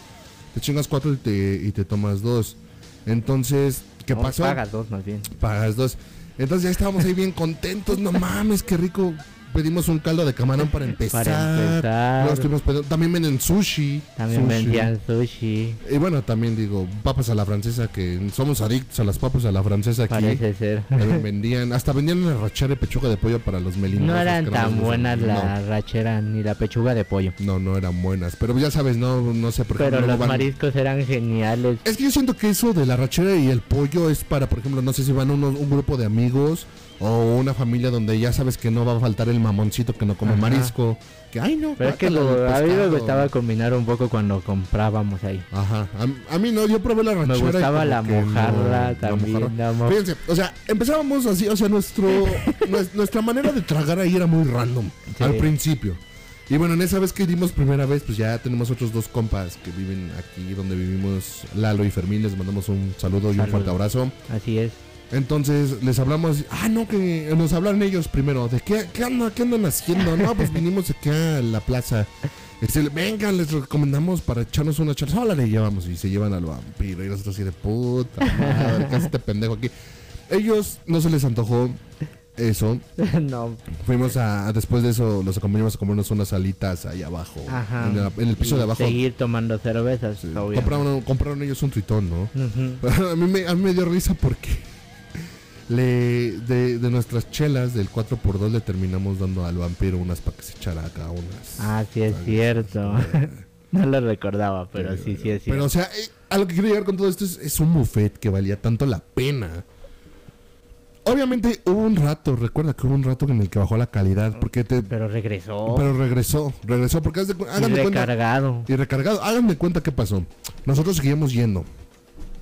Te chingas cuatro y te, y te tomas dos. Entonces, ¿qué
No,
pasó?
Pagas dos más bien.
Pagas dos. Entonces ya estábamos ahí bien contentos, no mames, qué rico. Pedimos un caldo de camarón para empezar.
empezar.
Luego estuvimos pedi- también venden sushi.
También
Sushi.
vendían sushi.
Y bueno, también digo, papas a la francesa, que somos adictos a las papas a la francesa aquí.
Parece ser.
También vendían, hasta vendían una rachera de pechuga de pollo para los melinos.
No
los
eran
que nada
tan
más-
buenas
no.
la rachera ni la pechuga de pollo.
No, no eran buenas. Pero ya sabes, no, no sé por qué
Pero
no
los
van-
mariscos eran geniales.
Es que yo siento que eso de la rachera y el pollo es para, por ejemplo, no sé si van unos- un grupo de amigos o una familia donde ya sabes que no va a faltar el mamoncito que no come
Ajá.
marisco. Que, ay, no.
Pero es que
guácala,
lo,
el
a mí me
pescado.
gustaba combinar un poco cuando comprábamos ahí.
Ajá. A, a mí no, yo probé la rachera. y
gustaba
como
la
que no,
mojarra también, la mo-
Fíjense, o sea, empezábamos así, o sea, nuestro, nues- nuestra manera de tragar ahí era muy random
Sí.
al principio. Y bueno, en esa vez que dimos primera vez, pues ya tenemos otros dos compas que viven aquí donde vivimos, Lalo y Fermín, les mandamos un saludo y un
Saludos.
fuerte abrazo.
Así es.
Entonces les hablamos, ah, no, que nos hablan ellos primero, de qué, qué, andan, qué andan haciendo. No, pues vinimos aquí a la plaza. Este, venga, les recomendamos para echarnos una charla. Ahora le llevamos y se llevan al vampiro. Y nosotros así de puta madre, casi este pendejo aquí. Ellos no se les antojó eso.
no.
Fuimos a, después de eso, los acompañamos a comernos unas alitas ahí abajo.
Ajá.
En, la- en el piso
Y
de abajo.
Seguir tomando cervezas,
Sí,
obvio.
Compraron, compraron ellos un tritón, ¿no?
Ujú.
Pero a mí me, a mí me dio risa porque le, de, de nuestras chelas del 4x2 le terminamos dando al vampiro unas para que se echara acá unas.
Ah, sí es
Ay,
cierto. no lo recordaba, pero sí, sí es
Pero o
cierto.
sea, eh, a lo que quiero llegar con todo esto es, es un buffet que valía tanto la pena. Obviamente hubo un rato, recuerda que hubo un rato en el que bajó la calidad porque te...
Pero regresó.
Pero regresó, regresó porque haz de cu-
y
hagan de cuenta...
recargado.
Y recargado, háganme cuenta qué pasó. Nosotros seguíamos yendo.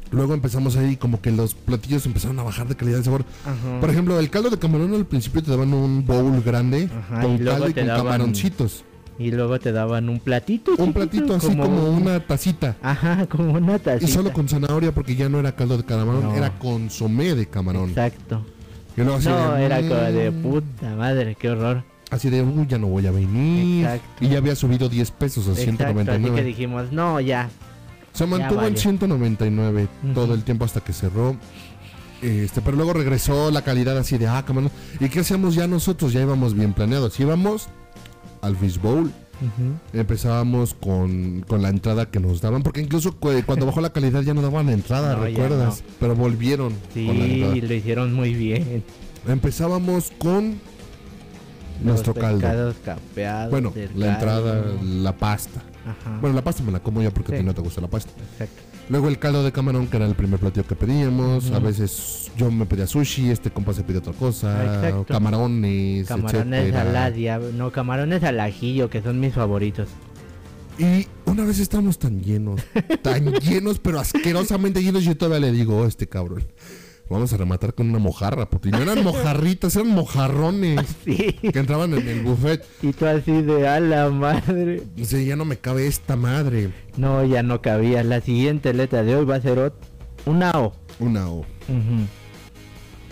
Luego empezamos ahí como que los platillos empezaron a bajar de calidad de sabor.
Ajá.
Por ejemplo, el caldo de camarón al principio te daban un bowl grande
Ajá, y
con
luego
caldo y
te
con
daban-
camaroncitos.
Y luego te daban un platito.
Un
chiquito,
platito así como,
un-
una tacita.
Ajá, como una tacita.
Y solo con zanahoria porque ya no era caldo de camarón,
No.
era consomé de camarón.
Exacto.
Y luego así
No,
de,
era como de
"Mm",
puta madre, qué horror.
Así de, uy, ya no voy a venir.
Exacto.
Y ya había subido 10 pesos a
Exacto, así que
199.
dijimos, no, ya.
Se mantuvo en
valió.
199
Ujú.
todo el tiempo hasta que cerró. Este, pero luego regresó la calidad así de, ah, camarón. ¿Y qué hacíamos ya nosotros? Ya íbamos bien planeados. Íbamos al Fish Bowl.
Ujú.
Empezábamos con, con la entrada que nos daban, porque incluso cu- cuando bajó la calidad ya no daban entrada,
No, ya
¿recuerdas? Pero volvieron con la
Sí,
entrada.
lo hicieron muy bien.
Empezábamos con nuestro
Los
caldo.
pescados capeados.
Bueno,
el
la
caldo.
entrada, la pasta.
Ajá.
Bueno, la pasta me la como yo porque a ti
Sí.
no te gusta la pasta.
exacto.
Luego el caldo de camarón, que era el primer platillo que pedíamos. A
Ujú.
veces yo me pedía sushi, este compa se pidió otra cosa.
Ah, exacto.
Camarones,
Camarones
etcétera.
al adia- no, camarones al ajillo, que son mis favoritos.
Y una vez estábamos tan llenos, tan llenos, pero asquerosamente llenos, yo todavía le digo, "Oh, este cabrón, vamos a rematar con una mojarra, porque no eran mojarritas, eran mojarrones
Sí.
que entraban en el buffet.
Y tú así de a la madre.
Dice, ya no me cabe esta madre.
No, ya no cabía. La siguiente letra de hoy va a ser ot- una O.
Una O.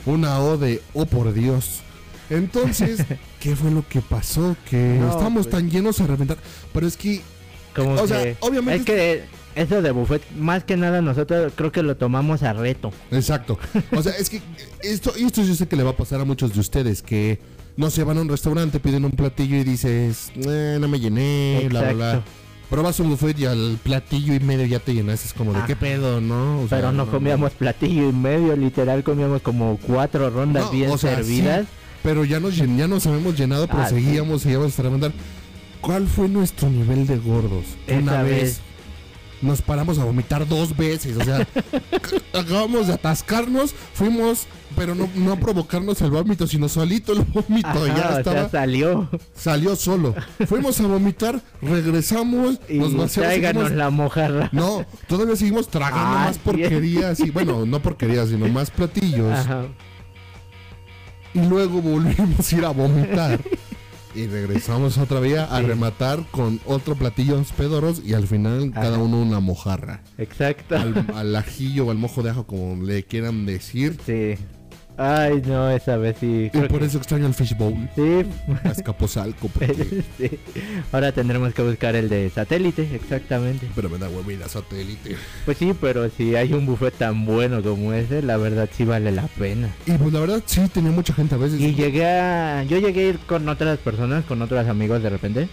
Una O de, oh por Dios. Entonces, ¿qué fue lo que pasó? Que
No,
estábamos
pues.
tan llenos a reventar. Pero es que,
Como
o
que,
sea, obviamente.
Es que eso de buffet, más que nada nosotros creo que lo tomamos a reto.
Exacto. O sea, es que esto, y esto yo sé que le va a pasar a muchos de ustedes que no se van a un restaurante, piden un platillo y dices, "Eh, no me llené, bla, bla, bla.
Exacto.
Probas un buffet y al platillo y medio ya te llenas. Es como de
Ah.
qué pedo, ¿no? O sea,
pero no, comíamos platillo y medio, literal comíamos como cuatro rondas
No,
bien
o sea,
servidas.
sí, pero ya nos, llen- ya nos habíamos llenado, pero
Ah, sí.
seguíamos, seguíamos hasta mandar. ¿Cuál fue nuestro nivel de gordos?
Esa vez.
nos paramos a vomitar dos veces. O sea, acabamos de atascarnos, fuimos, pero no, no a provocarnos el vómito, sino solito el vómito.
Ajá,
ya
o
estaba,
sea, salió.
salió solo. Fuimos a vomitar, regresamos,
Y
nos vaciamos.
tráiganos
seguimos-
la mojarra.
No, todavía seguimos tragando
Ah,
más
sí.
porquerías y bueno, no porquerías, sino más platillos.
Ajá.
Y luego volvimos a ir a vomitar. Y regresamos otra vez a
Sí.
rematar con otro platillo pedoros y al final
Ajá.
cada uno una mojarra.
Exacto.
Al, al ajillo o al mojo de ajo, como le quieran decir.
Sí. Ay, no, esa vez sí.
Y
creo
por
que-
eso extraño el fishbowl,
Sí.
a Escaposalco, porque...
sí. Ahora tendremos que buscar el de satélite, exactamente.
Pero me da huevo ir a satélite.
Pues sí, pero si hay un buffet tan bueno como ese, la verdad sí vale la pena.
Y pues la verdad sí, tenía mucha gente a veces.
Y llegué a... Yo llegué a ir con otras personas, con otros amigos de repente.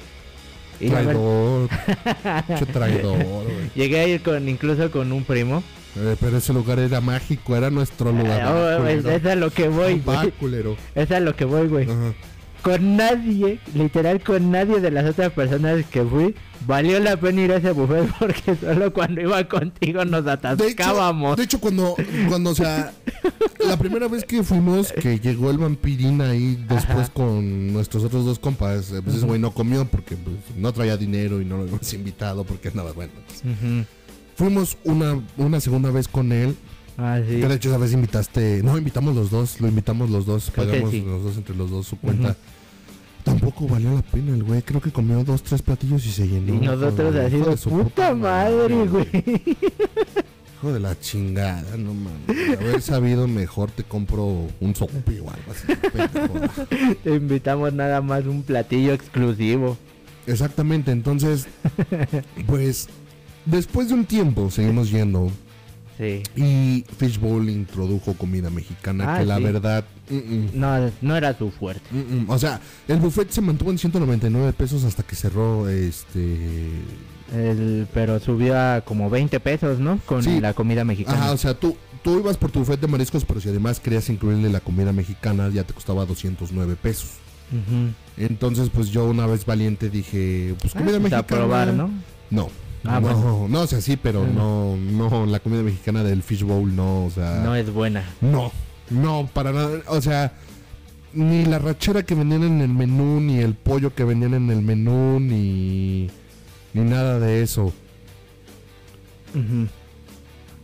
Y la verdad,
traidor. Che traidor, güey.
llegué a ir con incluso con un primo.
Eh, Pero ese lugar era mágico, era nuestro lugar.
Ah, oh, es,
culero.
es a lo que voy,
Va,
güey.
culero.
Es a lo que voy, güey.
Ajá.
Con nadie, literal con nadie de las otras personas que fui, valió la pena ir a ese buffet porque solo cuando iba contigo nos
De hecho,
atascábamos.
de hecho, cuando, cuando, o sea, la primera vez que fuimos, que llegó el vampirín ahí después con nuestros otros dos compas, eh, pues ese güey no comió porque pues, no traía dinero y no lo habíamos invitado porque andaba bueno. pues.
Ujú.
Fuimos una, una segunda vez con él,
Ah, sí.
que de hecho esa vez invitaste, no, invitamos los dos, lo invitamos los dos,
Creo que
pagamos
sí.
los dos entre los dos su cuenta. Tampoco valió la pena el güey, creo que comió dos, tres platillos y se
Y
llenó.
nosotros
Hijo de
así de
su
puta madre, güey.
Hijo de la chingada, no mames. De haber sabido mejor te compro un sopi o algo así. pendejo.
Te invitamos nada más un platillo exclusivo.
Exactamente, entonces, pues, después de un tiempo seguimos yendo
Sí.
y Fishbowl introdujo comida mexicana
Ah,
que la
sí.
verdad... mm, mm,
No, no era su fuerte.
mm, mm. O sea, el buffet se mantuvo en 199 pesos hasta que cerró este...
El- pero subió a como 20 pesos, ¿no? Con
Sí.
la comida mexicana.
Ajá, o sea, tú, tú ibas por tu buffet de mariscos, pero si además querías incluirle la comida mexicana, ya te costaba 209 pesos.
Ujú.
Entonces, pues yo una vez valiente dije, pues comida
Ah, pues,
mexicana.
a probar, ¿no?
No.
Ah,
no,
bueno.
no, o sea, sí, pero
Ah.
no, no, la comida mexicana del fishbowl no, o
No
sea,
es buena.
no, no, para nada, o sea, ni la rachera que vendían en el menú, ni el pollo que vendían en el menú, ni, ni nada de eso,
Ujú.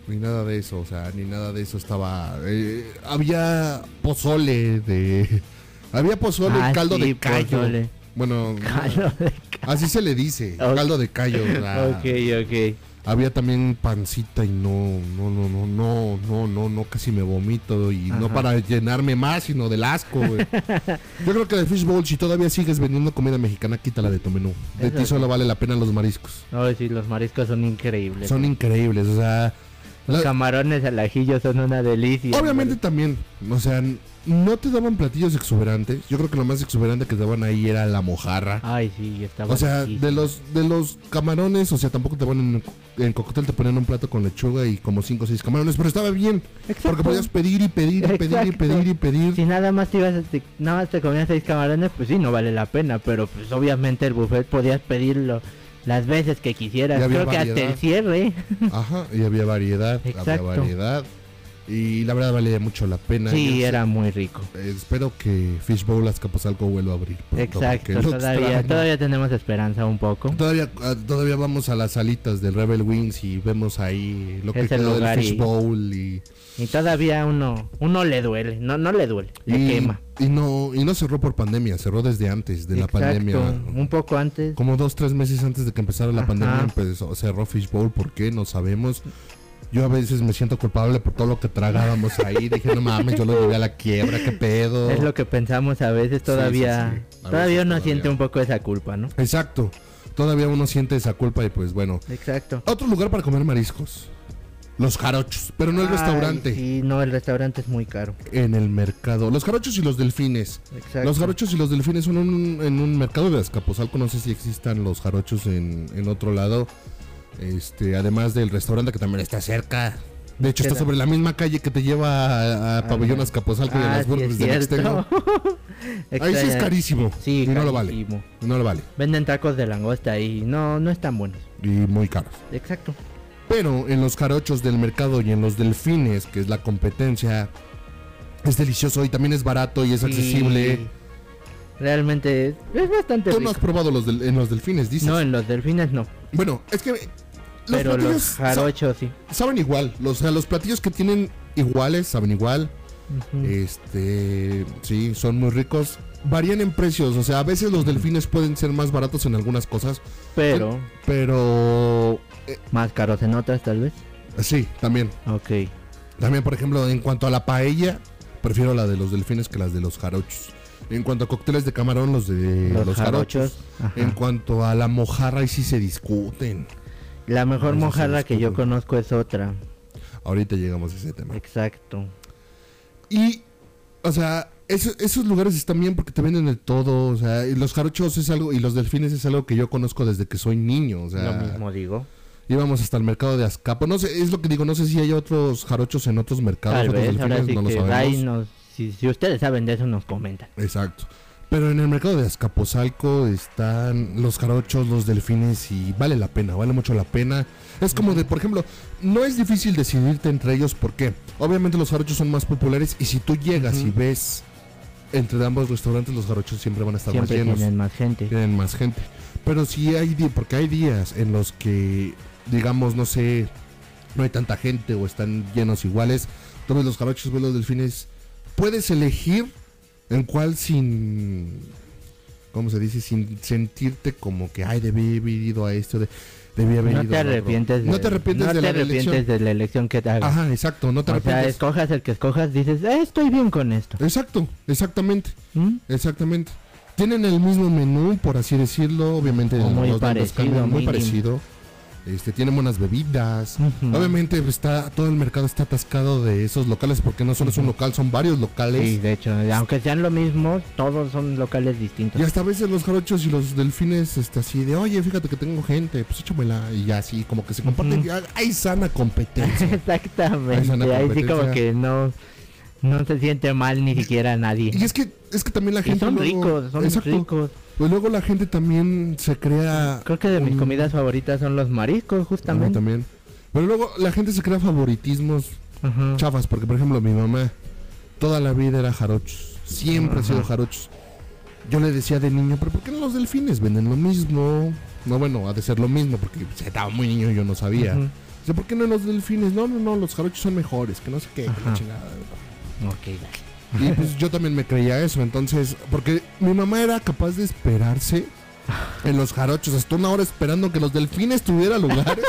ni nada de eso, o sea, ni nada de eso estaba, eh, había pozole de, había pozole,
Ah,
caldo
sí,
de callo,
pozole.
bueno,
Caldo de ca-
Así se le dice,
Ok.
caldo de callo. o sea,
ok,
Había también pancita y no, no, no, no, no, no, no, no, casi me vomito y no
Ajá.
para llenarme más, sino del asco, güey. Yo creo que de Fishbowl, si todavía sigues vendiendo comida mexicana, quítala de tu menú. De
Eso
ti
sí.
solo vale la pena los mariscos.
ok. Ay, sí, los mariscos son increíbles.
Son increíbles, o sea...
los
la-
camarones al ajillo son una delicia.
Obviamente también, o sea, no te daban platillos exuberantes. Yo creo que lo más exuberante que te daban ahí era la mojarra.
Ay, Ah, sí, estaba
O sea,
riquísimo.
de los, de los camarones, o sea, tampoco te ponen en cóctel, te ponen un plato con lechuga y como 5 o 6 camarones, pero estaba bien,
Exacto.
porque podías pedir y pedir y pedir y
Exacto.
pedir y
Si
pedir.
nada más te ibas a- te- nada más te comías seis camarones, pues sí, no vale la pena, pero pues obviamente el buffet podías pedirlo las veces que quisieras,
Y había
creo que hasta
variedad.
el cierre.
Ajá, y había variedad, había
Exacto.
variedad. Y la verdad valía mucho la pena.
sí,
Yo
era muy rico.
sé- Espero que Fishbowl Azcapotzalco vuelva a abrir. pronto, porque
Exacto,
lo
todavía,
extraño.
todavía tenemos esperanza un poco.
Todavía, ah, todavía vamos a las salitas del Rebel Wings y vemos ahí lo que
Ese
quedó del
lugar y-
Fishbowl y...
Y todavía uno, uno le duele, no, no le duele, le quema.
y no, y no cerró por pandemia, cerró desde antes de
Exacto,
la pandemia.
Un poco antes.
Como dos, tres meses antes de que empezara la
Ajá.
pandemia empezó, cerró Fishbowl, ¿por qué? No sabemos. Yo a veces me siento culpable por todo lo que tragábamos ahí. Dije, no mames, yo lo llevé a la quiebra, qué pedo.
Es lo que pensamos a veces todavía.
sí, sí. A
Todavía
veces
uno
todavía.
siente un poco esa culpa, ¿no?
Exacto. Todavía uno siente esa culpa y pues bueno.
Exacto.
Otro lugar para comer mariscos. Los jarochos, pero no el
Ay,
restaurante.
Sí, no, el restaurante es muy caro.
En el mercado. Los jarochos y los delfines.
Exacto.
Los jarochos y los delfines son un- en un mercado de Azcapotzalco. No sé si existan los jarochos en, en otro lado. Este, además del restaurante que también está cerca. De hecho,
¿Qué
está
tal?
sobre la misma calle que te lleva a, a Pabellón Azcapotzalco y a
Ah,
las
sí,
burgers
es
de
cierto.
Nextengo. Ahí sí es
Extraña-
carísimo.
Sí,
y no lo vale.
carísimo.
No lo vale.
Venden tacos de langosta y no, no están buenos.
Y muy caro.
Exacto.
Pero en los jarochos del mercado y en los delfines, que es la competencia, es delicioso y también es barato y es accesible.
Realmente es, es bastante
Tú no
rico.
has probado los del- en los delfines, dices.
No, en los delfines no.
Bueno, es que los
pero
platillos
los
sa-
jarochos sí.
saben igual. Los, o sea, los platillos que tienen iguales saben igual.
Ujú.
Eh, Este, sí, son muy ricos. Varían en precios, o sea, a veces
Mm.
los delfines pueden ser más baratos en algunas cosas,
pero
pero
más caros en otras, tal vez.
sí, también.
Ok.
También, por ejemplo, en cuanto a la paella, prefiero la de los delfines que las de los jarochos. En cuanto a cócteles de camarón, los de los, jarochos.
ajá.
En cuanto a la mojarra, ahí sí se discuten.
La mejor
Eso se
mojarra que yo
discute.
conozco es otra.
Ahorita llegamos a ese tema.
Exacto.
Y, o sea, eso- esos lugares están bien porque te venden de todo. O sea, y los jarochos es algo, y los delfines es algo que yo conozco desde que soy niño. O sea,
Lo mismo digo.
íbamos hasta el mercado de Azcapo. No sé, es lo que digo, no sé si hay otros jarochos en otros mercados,
Tal
otros
vez, ahora sí
no lo
que
sabemos.
ahí nos- si, si ustedes saben de eso, nos comentan.
Exacto. Pero en el mercado de Azcapotzalco están los jarochos, los delfines y vale la pena, vale mucho la pena. Es como de, por ejemplo, no es difícil decidirte entre ellos porque obviamente los jarochos son más populares y si tú llegas
Ujú.
y ves entre ambos restaurantes los jarochos siempre van a estar
Siempre
más llenos,
tienen más gente.
tienen más gente. Pero sí hay días, porque hay días en los que, digamos, no sé, no hay tanta gente o están llenos iguales. Tú ves los jarochos, ves los delfines. Puedes elegir en cuál sin. ¿Cómo se dice? Sin sentirte como que, ay, debí haber ido a esto, de- debí haber ido
No te
al otro".
arrepientes de,
No te arrepientes de
no te
la
arrepientes
elección.
de la elección que te hagas.
Ajá, exacto, no te
o sea,
arrepientes.
escojas el que escojas, dices, "Eh, estoy bien con esto.
Exacto, exactamente.
¿Mm?
Exactamente. Tienen el mismo menú, por así decirlo. Obviamente,
O muy
los nombres
parecido,
cambian, muy
mínimo.
parecido. Este, tienen buenas bebidas.
Ujú.
Obviamente, pues, está, todo el mercado está atascado de esos locales porque no solo es un local, son varios locales.
Sí, de hecho, aunque sean lo mismo, todos son locales distintos.
Y hasta a veces los jarochos y los delfines, este, así de, oye, fíjate que tengo gente, pues échamela. Y ya así, como que se comparten.
Ujú.
Ah, Hay sana competencia. Hay
Exactamente,
sana
ahí sí como
competencia.
que no, no se siente mal ni siquiera nadie.
y es que, es que también la
Y
gente.
son
luego-
ricos, son
Exacto.
ricos.
Pues luego la gente también se crea.
Creo que de mis
un-
comidas favoritas son los mariscos,
Ajá,
justamente.
también. Pero luego la gente se crea favoritismos
Ajá.
chafas, porque por ejemplo mi mamá toda la vida era jarochos, siempre ha sido
Ajá.
jarochos. Yo le decía de niño, pero ¿por qué no los delfines venden lo mismo? No, bueno, ha de ser lo mismo, porque pues, estaba muy niño y yo no sabía.
Ujú.
Dice, ¿por qué no los delfines? No, no, no, los jarochos son mejores, que no sé qué, que la
Ajá.
chingada.
Ok, dale.
Y pues yo también me creía eso, entonces, porque mi mamá era capaz de esperarse en los jarochos, hasta una hora esperando que los delfines tuvieran lugares.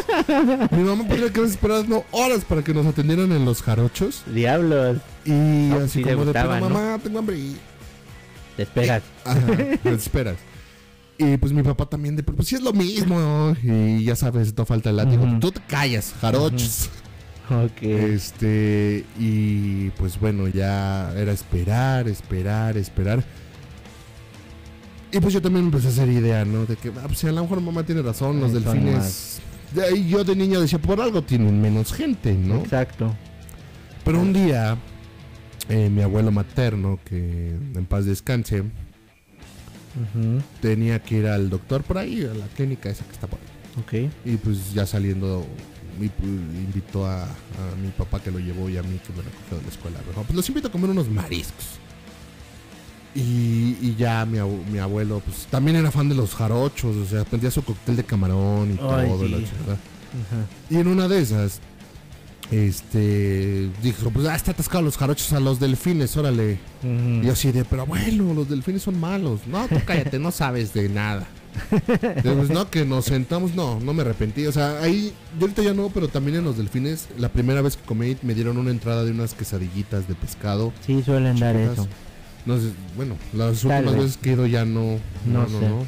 mi mamá podría quedarse esperando horas para que nos atendieran en los jarochos.
Diablos,
Y
No,
así
sí le
como de,
gustaba,
"Pero
¿no?
mamá, tengo hambre. Y,
te esperas.
ajá, te esperas. Y pues mi papá también de, "Pero, pues sí es lo mismo. Y ya sabes, no falta el látigo.
Ujú.
Tú te callas, jarochos.
Ok.
Este, y pues bueno, ya era esperar, esperar, esperar. Y pues yo también me empecé a hacer idea, ¿no? De que, ah, pues a lo mejor mamá tiene razón, los
Ay, son
delfines.
Eh, más.
De ahí yo de niño decía, por algo tienen menos gente, ¿no?
Exacto.
Pero un día, eh, mi abuelo materno, que en paz descanse,
Ujú,
tenía que ir al doctor por ahí, a la clínica esa que está por ahí.
Ok.
Y pues ya saliendo, mi- pu- invitó a, a mi papá que lo llevó y a mí que me recogió de la escuela. Me dijo, pues los invito a comer unos mariscos. Y, y ya mi, abu- mi abuelo, pues también era fan de los jarochos, o sea, vendía su cóctel de camarón y
Ay,
todo.
sí.
la chingada.
Ajá.
Y en una de esas, este, dijo, pues ah, está atascado los jarochos a los delfines, órale.
Ujú.
Y yo así de, pero abuelo, los delfines son malos. No, tú cállate, no sabes de nada. Entonces, pues, no, que nos sentamos, no, no me arrepentí. O sea, ahí, yo ahorita ya no, pero también en los delfines, la primera vez que comí, me dieron una entrada de unas quesadillitas de pescado.
Sí, suelen dar
Chiquitas.
eso.
No sé, bueno, las
Tal
últimas
vez.
veces que he ido ya no, no,
No
no,
sé.
no.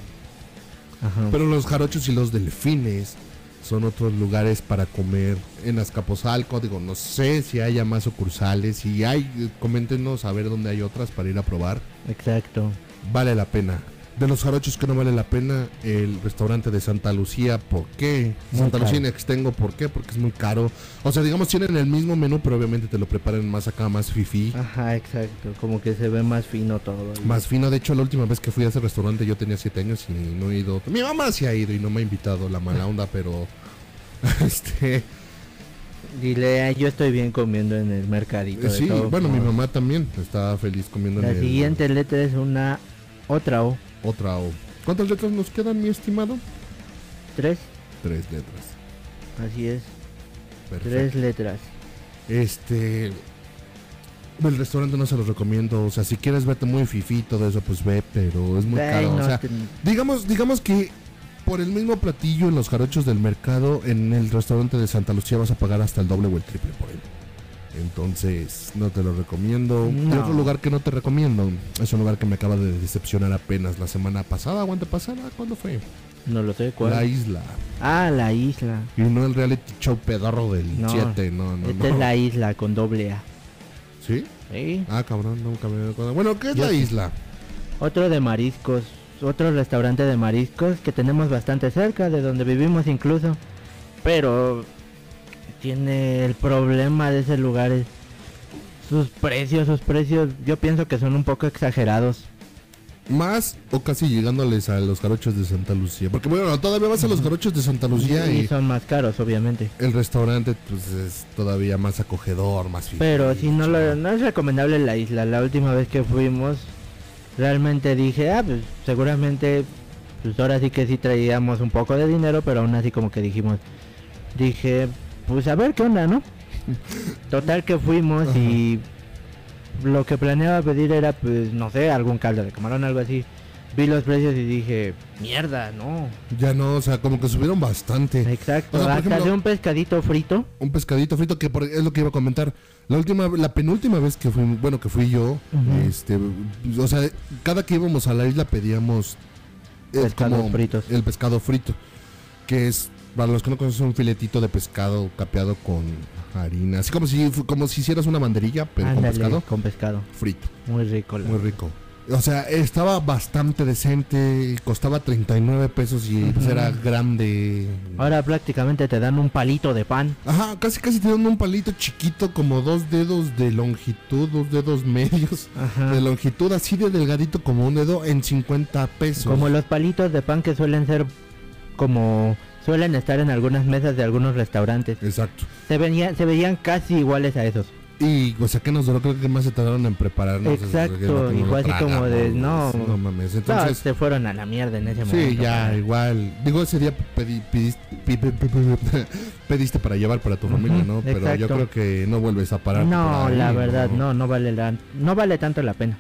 Ajá.
Pero los jarochos y los delfines son otros lugares para comer en Azcapotzalco. Digo, no sé si haya más sucursales. Si hay, eh, coméntenos a ver dónde hay otras para ir a probar.
Exacto.
vale la pena. De los jarochos que no vale la pena, el restaurante de Santa Lucía, ¿por qué?
Muy
Santa Lucía en
caro.
Extengo, ¿por qué? Porque es muy caro. O sea, digamos, tienen el mismo menú, pero obviamente te lo preparan más acá, más fifi,
Ajá, exacto. Como que se ve más fino todo. ahí.
más fino. De hecho, la última vez que fui a ese restaurante yo tenía siete años y no he ido. Mi mamá sí ha ido y no me ha invitado la mala onda, pero este,
Dile, "Ay, yo estoy bien comiendo en el mercadito. de
sí,
todos
bueno, mi
modos".
mamá también estaba feliz comiendo en
Ah. La
el-
siguiente letra es una otra O.
Otra O. ¿Cuántas letras nos quedan, mi estimado?
Tres,
Tres letras.
así es. Tres
Perfecto.
letras.
Este. El restaurante no se los recomiendo. O sea, si quieres verte muy fifito de eso, pues ve, pero es muy
Ay,
caro.
no,
o sea,
te-
digamos, digamos que por el mismo platillo en los jarochos del mercado, en el restaurante de Santa Lucía vas a pagar hasta el doble o el triple por él. Entonces, no te lo recomiendo.
No.
El otro lugar que no te recomiendo es un lugar que me acaba de decepcionar apenas la semana pasada o antepasada. ¿Cuándo fue?
no lo sé cuál.
La isla.
Ah, la isla.
Y no el reality show pedorro del
No.
7. No, no,
Esta
no.
es la isla con doble A.
¿Sí?
Sí.
Ah, cabrón, nunca me había acordado. Bueno, ¿qué es
Yo
la
sí.
isla?
Otro de mariscos, otro restaurante de mariscos que tenemos bastante cerca de donde vivimos incluso. Pero tiene el problema de ese lugar. es Sus precios, sus precios, yo pienso que son un poco exagerados.
Más o casi llegándoles a los jarochos de Santa Lucía. Porque bueno, todavía vas a los jarochos de Santa Lucía
y
y
son más caros, obviamente.
el restaurante pues es todavía más acogedor, más fifi,
Pero si no lo,
chingón.
no es recomendable la isla. La última vez que fuimos, realmente dije, ah, pues seguramente, pues ahora sí que sí traíamos un poco de dinero, pero aún así como que dijimos, dije, pues a ver qué onda, ¿no? Total que fuimos
Ajá.
y lo que planeaba pedir era, pues, no sé, algún caldo de camarón, algo así. Vi los precios y dije, mierda, no.
Ya no, o sea, como que subieron bastante.
Exacto,
O sea, por
hasta
ejemplo-
de un pescadito frito.
un pescadito frito que por- es lo que iba a comentar. La última, la penúltima vez que fui, bueno, que fui yo,
Ujú.
este, o sea, cada que íbamos a la isla pedíamos eh,
Pescados fritos.
el pescado frito, que es para los que no conocen un filetito de pescado capeado con harina, así como si fu- como si hicieras una banderilla pero
Ándale,
con pescado
con pescado.
frito,
Muy rico. la
muy rico. O sea, estaba bastante decente, costaba 39 pesos y pues,
Ujú.
era grande.
Ahora prácticamente te dan un palito de pan.
Ajá, casi casi te dan un palito chiquito, como dos dedos de longitud, dos dedos medios
Ajá.
de longitud, así de delgadito como un dedo en 50 pesos.
Como los palitos de pan que suelen ser como suelen estar en algunas mesas de algunos restaurantes.
Exacto.
Se venían, se veían casi iguales a esos.
Y, o sea, que nos duró, creo que más se tardaron en prepararnos. eso,
Exacto,
que no, que no
y fue
lo
así como de,
tragamos,
no.
No mames,
Todos
entonces.
Ah, se fueron a la mierda en ese momento.
sí, ya,
cara.
igual. Digo, ese día pedí- pediste, pi- pi- pi- pi- pediste para llevar para tu
Ujú,
familia, ¿no? Pero yo
exacto.
creo que no vuelves a parar.
No, la verdad, no, no vale la, no vale tanto la pena.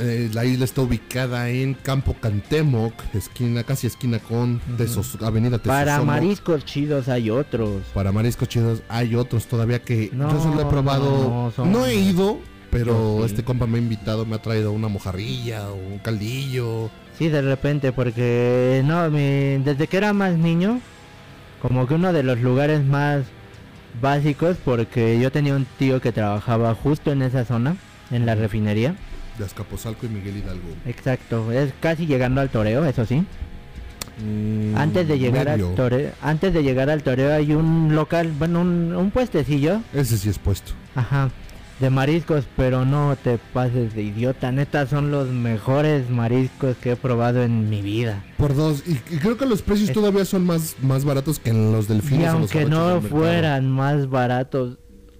Eh, la isla está ubicada en Campo Cantemoc, esquina, casi esquina con Tesos- Avenida Tesosomoc.
Para mariscos chidos hay otros.
Para mariscos chidos hay otros todavía que yo
No,
solo he probado.
no,
No,
no, son-
he ido, pero
Yo sí.
este compa me ha invitado, me ha traído una mojarrilla o un caldillo.
Sí, de repente, porque no, mi- desde que era más niño, como que uno de los lugares más básicos, porque yo tenía un tío que trabajaba justo en esa zona, en la refinería.
De Azcapotzalco y Miguel Hidalgo.
Exacto, es casi llegando al toreo, eso sí. Mm, Antes de llegar al
torre.
toreo, antes de llegar al toreo hay un local, bueno, un, un puestecillo,
Ese sí es puesto.
ajá, de mariscos, pero no te pases de idiota, neta son los mejores mariscos que he probado en mi vida.
Por dos. Y, y creo que los precios
Es-
todavía son más, más baratos que en los delfines.
Y
o los
aunque
jarochos
no
del mercado.
fueran más baratos,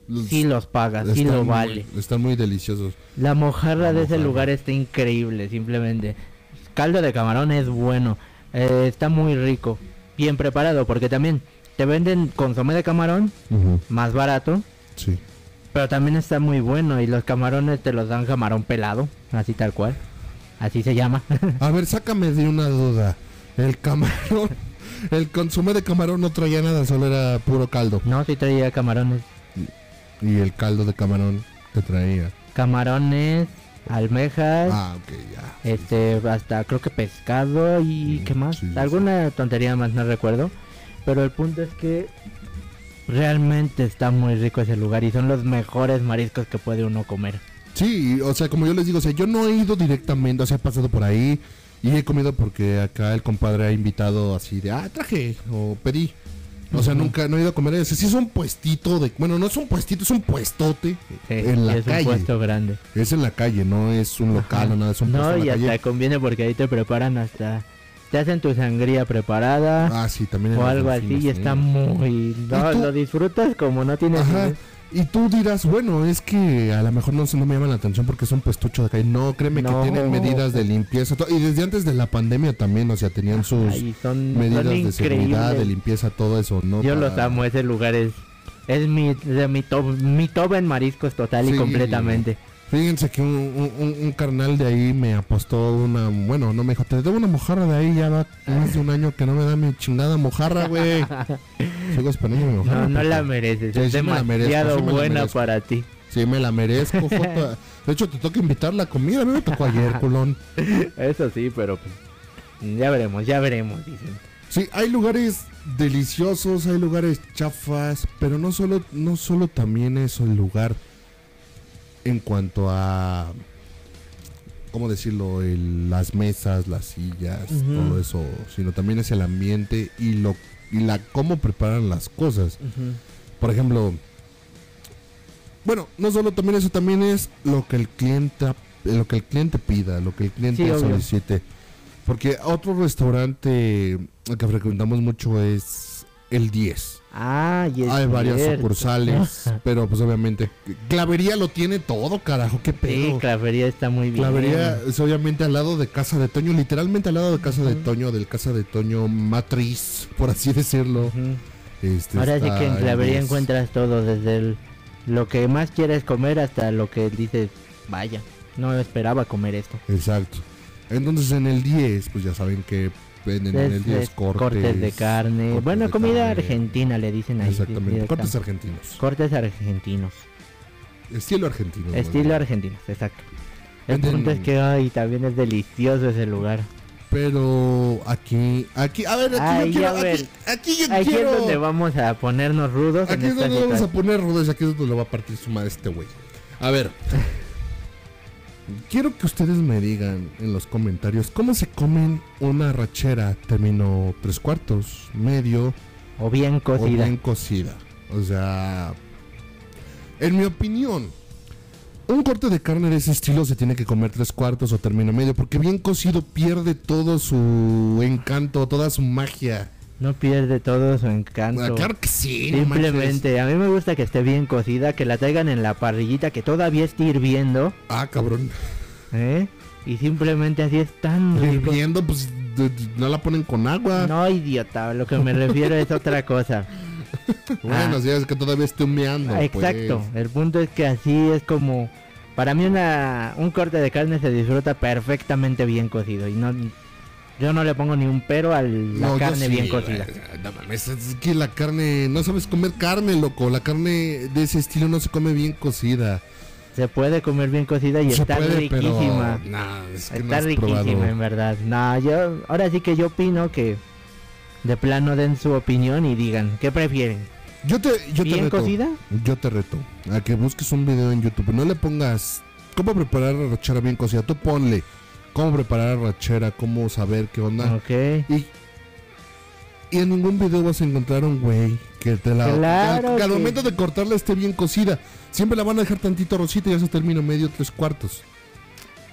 Los-
sí los pagas, sí
están
lo
muy-
vale.
están muy deliciosos.
La mojarra
La
de ese
mojarra.
lugar está increíble, simplemente. Caldo de camarón es bueno, eh, está muy rico, bien preparado, porque también te venden consomé de camarón, más barato,
Sí.
pero también está muy bueno y los camarones te los dan camarón pelado, así tal cual. Así se llama.
A ver, sácame de una duda. El camarón, el consomé de camarón no traía nada, solo era puro caldo.
no, si traía camarones.
Y el caldo de camarón que traía.
Camarones, almejas,
Ah, ok, ya. sí,
este hasta creo que pescado y
Mm,
qué más
sí, sí.
alguna tontería más no recuerdo pero el punto es que realmente está muy rico ese lugar y son los mejores mariscos que puede uno comer
Sí, o sea, como yo les digo, o sea, yo no he ido directamente, o sea, he pasado por ahí y he comido porque acá el compadre ha invitado así de, ah, traje o pedí. O sea, nunca no he ido a comer. O sea, sí es un puestito de. Bueno, no es un puestito, es un puestote.
Sí,
en la
y es
calle.
un puesto grande
Es en la calle, no es un local o nada, es un puesto
no
en
y
la
hasta
calle.
conviene porque ahí te preparan hasta te hacen tu sangría preparada
Ah, sí, también. en
o
los
algo así
delfines,
y
sí.
está muy... No,
tú?
lo disfrutas como no tienes...
Ajá.
idea.
Y tú dirás, bueno, es que a lo mejor no, se- no me llaman la atención porque son puestuchos de acá. No, créeme
No.
que tienen medidas de limpieza. to- Y desde antes de la pandemia también, o sea, tenían sus
Ay, son,
medidas
son
de seguridad, de
increíbles.
limpieza, todo eso, ¿no?
Yo
Para-
los amo, ese lugar es... Es mi, de mi, top, mi top en mariscos total
Sí.
y completamente.
Fíjense que un, un- un- un carnal de ahí me apostó una. Bueno, no me dijo, te debo una mojarra de ahí. Ya va más de un año que no me da mi chingada mojarra, güey. Sigo esperando mi mojarra.
No, no la
porque-
mereces.
pues Sí,
es
sí me la
demasiado
merezco, sí me la
buena
merezco.
para ti.
Sí, me la merezco, Jota. De hecho, te toca invitar la comida. A mí me tocó ayer, culón.
Eso sí, pero pues, ya veremos, ya veremos, dicen.
Sí, hay lugares deliciosos, hay lugares chafas, pero no solo, no solo también es el lugar en cuanto a, ¿cómo decirlo? El- las mesas, las sillas,
Ujú.
todo eso, sino también es el ambiente y lo y la cómo preparan las cosas. Por ejemplo, bueno, no solo también eso, también es lo que el cliente lo que el cliente pida, lo que el cliente
Sí, obvio.
solicite. Porque otro restaurante que frecuentamos mucho es el 10.
Ah, y es
Hay varias
cierto. Ah,
sucursales, pero pues obviamente Clavería lo tiene todo, carajo, qué
Sí,
pedo.
Clavería está muy bien.
Clavería es obviamente al lado de Casa de Toño, literalmente al lado de Casa de
Ujú.
Toño, del Casa de Toño Matriz, por así decirlo.
Ujú.
Este,
Ahora sí
está
que en
el
Clavería
10.
encuentras todo, desde el- lo que más quieres comer hasta lo que dices, vaya, no esperaba comer esto.
Exacto. Entonces en el 10, pues ya saben que venden en el
Es-
10
es
cortes.
de carne.
cortes
bueno,
de
comida
carne.
argentina le dicen ahí.
Exactamente,
directa.
cortes argentinos.
Cortes argentinos.
Estilo argentino. más
Estilo
bien.
argentino, exacto. El
Venden-
punto es que ay, también es delicioso ese lugar.
Pero aquí, aquí, a ver, aquí
Ay,
yo quiero,
a ver.
aquí, aquí yo
Aquí
quiero.
es donde vamos a ponernos rudos.
aquí
en
es
esta
donde vamos a
situación.
poner rodas, aquí es donde lo va a partir su madre este güey. A ver. Quiero que ustedes me digan en los comentarios cómo se comen una rachera término tres cuartos, medio,
O bien cocida.
o bien cocida. O sea, en mi opinión, un corte de carne de ese estilo se tiene que comer tres cuartos o término medio, porque bien cocido pierde todo su encanto, toda su magia.
No pierde todo su
Ah,
encanto.
claro que sí, no manches.
Simplemente, a mí me gusta que esté bien cocida, que la traigan en la parrillita, que todavía esté hirviendo.
Ah, cabrón.
¿eh? Y simplemente así es tan rico.
Hirviendo, pues de- de- no la ponen con agua.
No, idiota, lo que me refiero es otra cosa.
Bueno,
Ah.
si es que todavía esté humeando. pues.
Ah, Exacto, el punto es que así es como... Para mí una, un corte de carne se disfruta perfectamente bien cocido y no... Yo no le pongo ni un pero a la
No, yo
carne
sí,
bien
güey.
cocida.
No mames, es que la carne, no sabes comer carne, loco. La carne de ese estilo no se come bien cocida.
Se puede comer bien cocida y
se
está
puede,
riquísima.
pero nah, es que no
Está
has
riquísima, en
probado.
verdad. No, yo ahora sí que yo opino que de plano den su opinión y digan, ¿qué prefieren?
Yo te, yo te
¿Bien
reto.
cocida?
Yo te reto a que busques un video en YouTube. No le pongas cómo preparar la rachera bien cocida. Tú ponle cómo preparar la rachera, cómo saber qué onda.
Ok.
Y, y en ningún video vas a encontrar un güey que te la.
Claro
que al- que al
que-
momento de cortarla esté bien cocida. Siempre la van a dejar tantito rosita y ya se termina medio tres cuartos.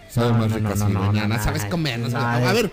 Sabe
No,
más
no,
rica
no,
así,
no, no,
güey. Nah,
no,
nah,
no,
sabes
ay,
comer, no
no,
sabes
a
comer. A
ver.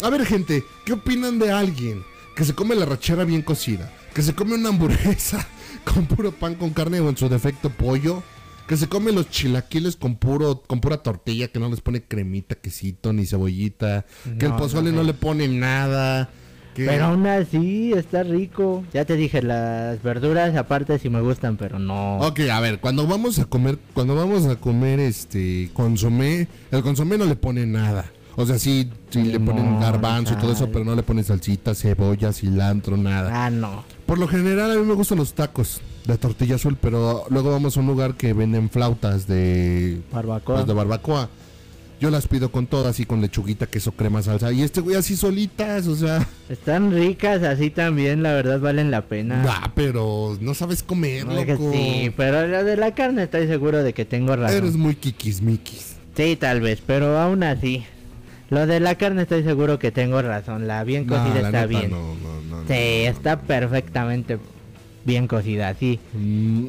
ver, a ver, gente, ¿qué opinan de alguien que se come la rachera bien cocida? Que se come una hamburguesa con puro pan con carne o en su defecto pollo. Que se come los chilaquiles con puro, con pura tortilla, que no les pone cremita, quesito, ni cebollita. Que el
No,
pozole
no,
no
no.
le pone nada. que-
Pero aún así está rico. Ya te dije, las verduras aparte sí me gustan, pero no.
Ok, a ver, cuando vamos a comer, cuando vamos a comer este consomé, el consomé no le pone nada. O sea, sí, sí le ponen
Limón,
garbanzo y todo eso,
sal.
pero no le ponen salsita, cebolla, cilantro, nada.
Ah, no.
Por lo general a mí me gustan los tacos de tortilla azul, pero luego vamos a un lugar que venden flautas de
Barbacoa.
pues, de barbacoa. Yo las pido con todas y con lechuguita, queso, crema, salsa. Y este güey así solitas, o sea,
Están ricas así también, la verdad valen la pena.
ah, pero no sabes comer,
No, que
loco.
sí, pero la de la carne estoy seguro de que tengo razón.
Eres muy kikismikis.
Sí, tal vez, pero aún así. Lo de la carne estoy seguro que tengo razón. La bien
No,
cocida
la neta,
está bien.
no, no, no, no,
Sí, está perfectamente bien cocida, sí.
Mm,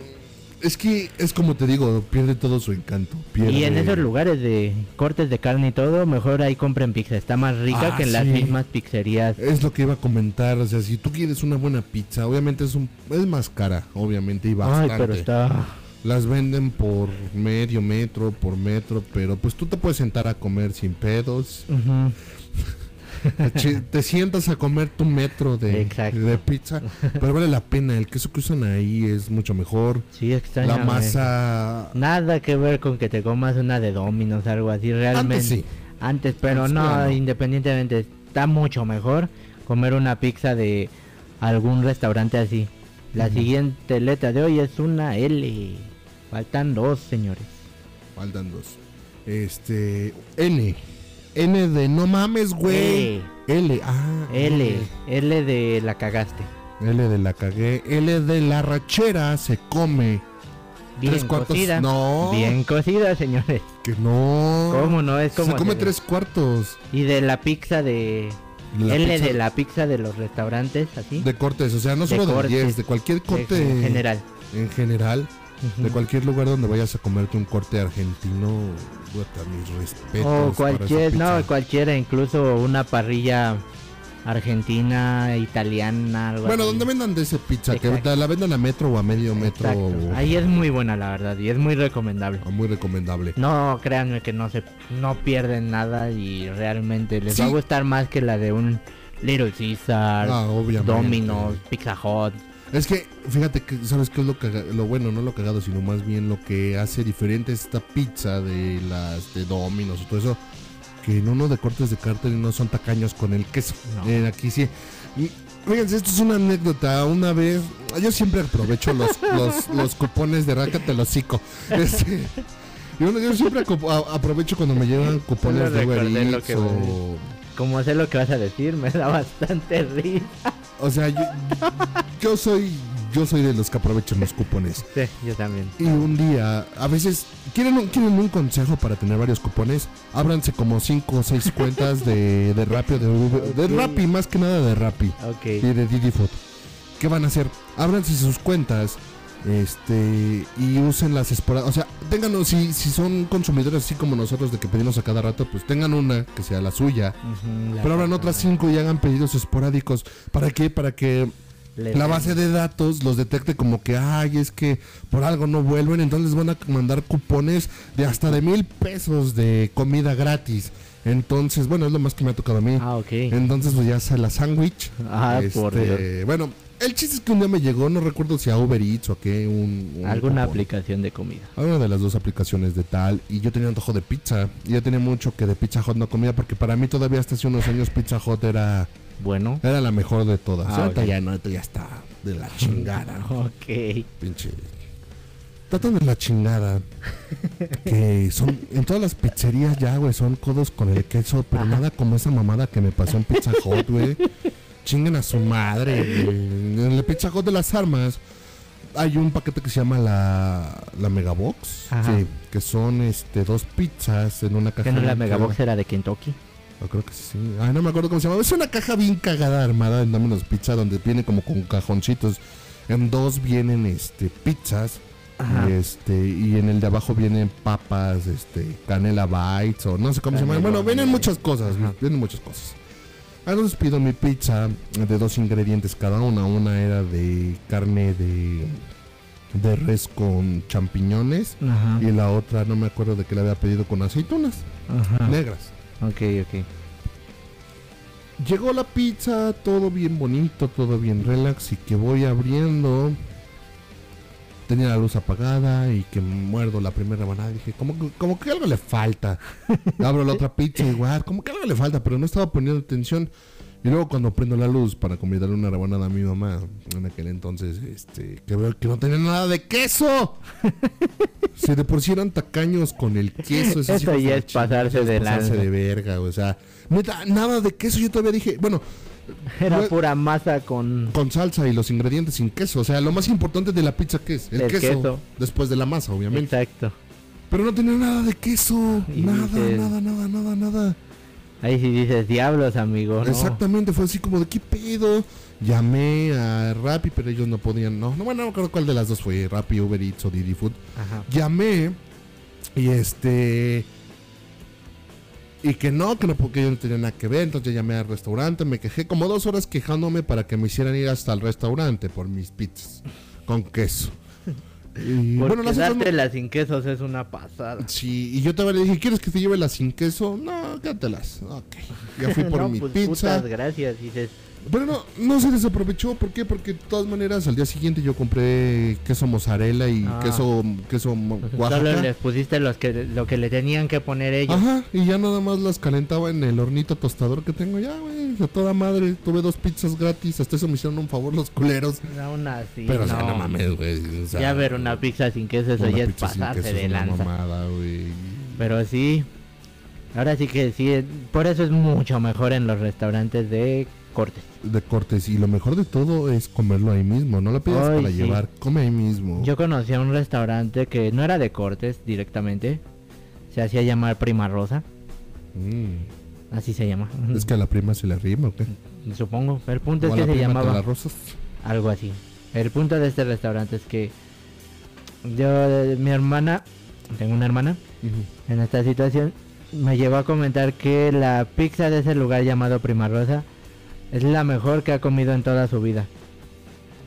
Es que es como te digo, pierde todo su encanto. pierde-
Y en esos lugares de cortes de carne y todo, mejor ahí compren pizza. Está más rica
Ah,
que en las
sí.
mismas pizzerías.
Es lo que iba a comentar, o sea, si tú quieres una buena pizza, obviamente es un es más cara, obviamente, y bastante.
Ay, pero está.
Las venden por medio metro, por metro, pero pues tú te puedes sentar a comer sin pedos.
Ujú.
Te chi- te sientas a comer tu metro de,
Exacto.
de pizza, pero vale la pena. El queso que usan ahí es mucho mejor.
Sí, extraño. eh.
La
güey.
masa.
Nada que ver con que te comas una de Dominos, algo así, realmente.
Antes sí.
Antes, pero
Antes,
no,
claro.
independientemente, está mucho mejor comer una pizza de algún restaurante así. La siguiente letra de hoy es una L. Faltan dos, señores.
Faltan dos. Este. N. N de no mames, güey. L. Ah.
E. L, L de la cagaste.
L de la cagué. L de la rachera se come.
Bien
Tres cuartos.
cocida.
No.
Bien cocida, señores.
Que no.
¿Cómo no? Es como
Se come
se-
tres cuartos.
Y de la pizza de
La
L
pizza
de la pizza de los restaurantes, así.
De cortes, o sea, no
De
solo de
cortes.
10, de cualquier corte.
en general.
En general. De
Ujú.
cualquier lugar donde vayas a comerte un corte argentino, puta, mis respetos. para
O
esa
cualquier,
pizza.
no, cualquiera, incluso una parrilla argentina, italiana, algo
Bueno,
así.
donde vendan de ese pizza, que
Exacto.
la- la vendan a metro o a medio metro.
Exacto.
o-
Ahí es muy buena la verdad y es muy recomendable.
o Ah, Muy recomendable.
No, créanme que no se no pierden nada y realmente les va a
Sí.
gustar más que la de un Little Caesar,
Ah, obviamente.
Domino's, Pizza Hut.
Es que, fíjate, que ¿sabes qué es lo, caga- lo bueno? No lo cagado, sino más bien lo que hace diferente esta pizza de las de Dominos y todo eso. Que en uno de cortes de cártel no son tacaños con el queso.
No.
Eh, aquí sí. Y, fíjense, esto es una anécdota. Una vez, yo siempre aprovecho los, los, los cupones de Rácate el hocico. Este, yo, yo siempre aco- a- aprovecho cuando me llevan cupones
Solo
de Uber
recordé lo
Eats
que-
o...
Como sé lo que vas a decir, me da bastante risa.
O sea, yo, yo soy... Yo soy de los que aprovechan los cupones.
Sí, yo también.
Y un día, a veces, ¿quieren un, quieren un consejo para tener varios cupones? Ábranse como 5 o 6 cuentas de, de Rappi, o de, Uber- de
Ok.
Rappi, más que nada de Rappi y
Ok.
de Didi Food. ¿Qué van a hacer? Ábranse sus cuentas este y usen las esporas. O sea, tengan, si, si son consumidores así como nosotros de que pedimos a cada rato, pues tengan una que sea la suya.
Ujú, la
Pero abran
verdad,
otras 5 y hagan pedidos esporádicos. ¿Para qué? Para que
le
la
dan-
base de datos los detecte como que, ay, es que por algo no vuelven, entonces van a mandar cupones de hasta de mil pesos de comida gratis. Entonces, bueno, es lo más que me ha tocado a mí.
Ah, ok.
Entonces, pues ya sea la sándwich. Este,
Ah, por Dios.
Bueno, el chiste es que un día me llegó, no recuerdo si a Uber Eats o a qué, un, un
Alguna
cupón.
aplicación de comida.
Alguna de las dos aplicaciones de tal, y yo tenía antojo de pizza. Y ya tenía mucho que de Pizza Hot no comía, porque para mí todavía hasta hace unos años Pizza Hot era,
Bueno.
era la mejor de todas.
Ah,
ahorita
ok.
ya no, ahorita ya está de la chingada.
Ok.
Pinche. Tratan de la chingada. Que son. En todas las pizzerías ya, güey, son codos con el queso. Pero nada como esa mamada que me pasó en Pizza Hot, güey. Chinguen a su madre, güey. En la Pizza Hot de las armas. Hay un paquete que se llama la, la Megabox.
Ajá.
sí, que son este dos pizzas en una caja.
Que no la
bien
megabox
cagada.
era de Kentucky.
No, creo que sí. Ay, no me acuerdo cómo se llama. Es una caja bien cagada armada en Domino's Pizza donde viene como con cajoncitos. En dos vienen este pizzas.
Ajá.
Y este, y en el de abajo vienen papas, este, canela bites, o no sé cómo se
Canela
llaman. Bueno, vienen
bites.
muchas cosas,
Ajá.
vienen muchas cosas. Ah, Entonces pido mi pizza de dos ingredientes cada una. Una era de carne de, de res con champiñones.
Ajá.
Y la otra, no me acuerdo de qué la había pedido con aceitunas
Ajá.
negras.
Ok, ok.
Llegó la pizza, todo bien bonito, todo bien relax y que voy abriendo. Tenía la luz apagada y que muerdo la primera manada. Dije, como, que- como que algo le falta. Abro la otra pizza igual, como que algo le falta, pero no estaba poniendo atención. Y luego cuando prendo la luz para convidarle una rebanada a mi mamá, en aquel entonces, este, que veo que no tenía nada de queso. Si de por sí eran tacaños con el queso. esos
Eso
hijos
ya
la
es
chi-
pasarse
eso es
de
pasarse
lanza.
de verga, o sea, neta, nada de queso. Yo todavía dije, bueno,
Era
Bueno.
pura masa con.
con salsa y los ingredientes sin queso. O sea, lo más importante de la pizza que es el,
El
queso,
queso.
Después de la masa, obviamente.
Exacto.
Pero no tenía nada de queso.
Y
nada,
dices-
nada, nada, nada, nada.
Ahí sí dices, diablos, amigo. "Oh, no".
Exactamente, fue así como de qué pedo. Llamé a Rappi, pero ellos no podían, no. No, bueno, no creo cuál de las dos fue, Rappi, Uber Eats o Didi Food.
Ajá.
Llamé y este. Y que no, que no, porque yo no tenía nada que ver. Entonces llamé al restaurante, me quejé como dos horas quejándome para que me hicieran ir hasta el restaurante por mis pizzas con queso. Y,
Porque
bueno, las otras no-
dártela sin quesos es una pasada.
Sí, y yo todavía le dije, ¿quieres que te lleve las sin queso? No, quédatelas. Ok. Ya fui por
No,
mi
pues,
pizza.
Putas gracias, dices.
Pero no, no se desaprovechó, ¿por qué? Porque de todas maneras al día siguiente yo compré queso mozzarella y
Ah.
queso queso mo-
Solo
Oaxaca.
les pusiste los que, lo que le tenían que poner ellos.
Ajá, y ya nada más las calentaba en el hornito tostador que tengo ya, güey. A toda madre, tuve dos pizzas gratis, hasta eso me hicieron un favor los culeros.
Aún así,
Pero,
no.
o sea, no mames, güey. o sea,
ya ver una pizza sin queso, eso
una
ya es
pizza sin queso
pasarse
es
de
una
lanza.
mamada, güey.
Pero sí, ahora sí que sí, eh, por eso es mucho mejor en los restaurantes de cortes.
De cortes, y lo mejor de todo es comerlo ahí mismo, no lo pidas
Ay,
para
sí.
llevar, come ahí mismo.
Yo conocí a un restaurante que no era de cortes directamente, se hacía llamar Prima Rosa,
Mm,
así se llama,
Es que a la prima se le rima, ¿o qué?
supongo. El punto
O
es
a
que
la
se
prima te
llamaba
las rosas.
algo así. El punto de este restaurante es que yo, eh, mi hermana, tengo una hermana, en esta situación, me llevó a comentar que la pizza de ese lugar llamado Prima Rosa es la mejor que ha comido en toda su vida.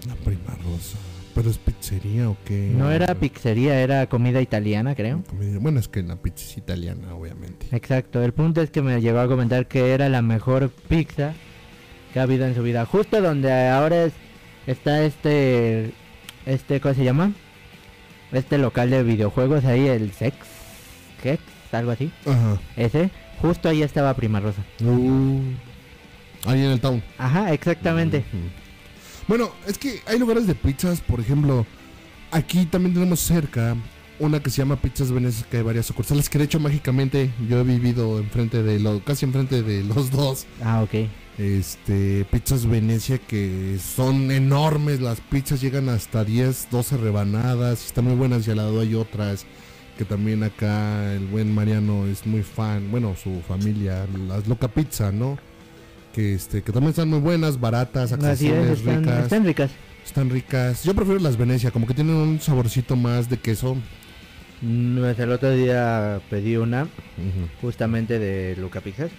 La prima rosa. ¿Pero es pizzería o qué?
No era pizzería, era comida italiana, creo.
Comida- Bueno, es que la pizza es italiana, obviamente.
Exacto, el punto es que me llegó a comentar que era la mejor pizza que ha habido en su vida. Justo donde ahora es- está este, este, ¿cómo se llama? Este local de videojuegos ahí, el Sex, Hex, algo así.
Ajá.
Ese, justo ahí estaba Prima Rosa.
Uh, Ahí en el town.
Ajá, exactamente.
Ujú. Bueno, es que hay lugares de pizzas, por ejemplo, aquí también tenemos cerca una que se llama Pizzas Venecia, que hay varias sucursales, que de hecho mágicamente yo he vivido enfrente de los, casi enfrente de los dos,
Ah, ok.
este, Pizzas Venecia, que son enormes, las pizzas llegan hasta 10, 12 rebanadas, están muy buenas y al lado hay otras, que también acá el buen Mariano es muy fan, bueno, su familia, las Loca Pizza, ¿no? Que, este, que también están muy buenas, baratas,
Así es,
accesibles,
están
ricas.
están ricas.
Están ricas. Yo prefiero las Venecia, como que tienen un saborcito más de queso.
Mm, pues, el otro día pedí una justamente de Luca Pizzas.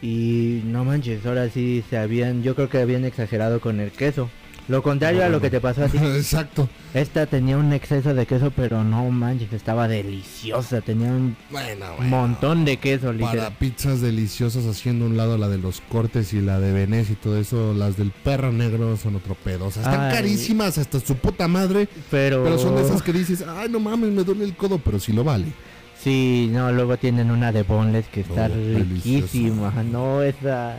Y no manches, ahora sí se habían, yo creo que habían exagerado con el queso. Lo contrario a lo que te pasó a ti.
Exacto.
Esta tenía un exceso de queso, pero no manches, estaba deliciosa. Tenía un
Bueno,
montón de queso,
Para
literal.
pizzas deliciosas, haciendo un lado la de los cortes y la de Venecia y todo eso, las del perro negro son otro pedo. O sea, están
Ay. Oh.
carísimas hasta su puta madre,
Pero,
pero son de esas que dices, ay, no mames, me duele el codo, pero sí lo vale.
Sí, no, luego tienen una de bonles que está
Oh,
riquísima.
deliciosa.
No, esa...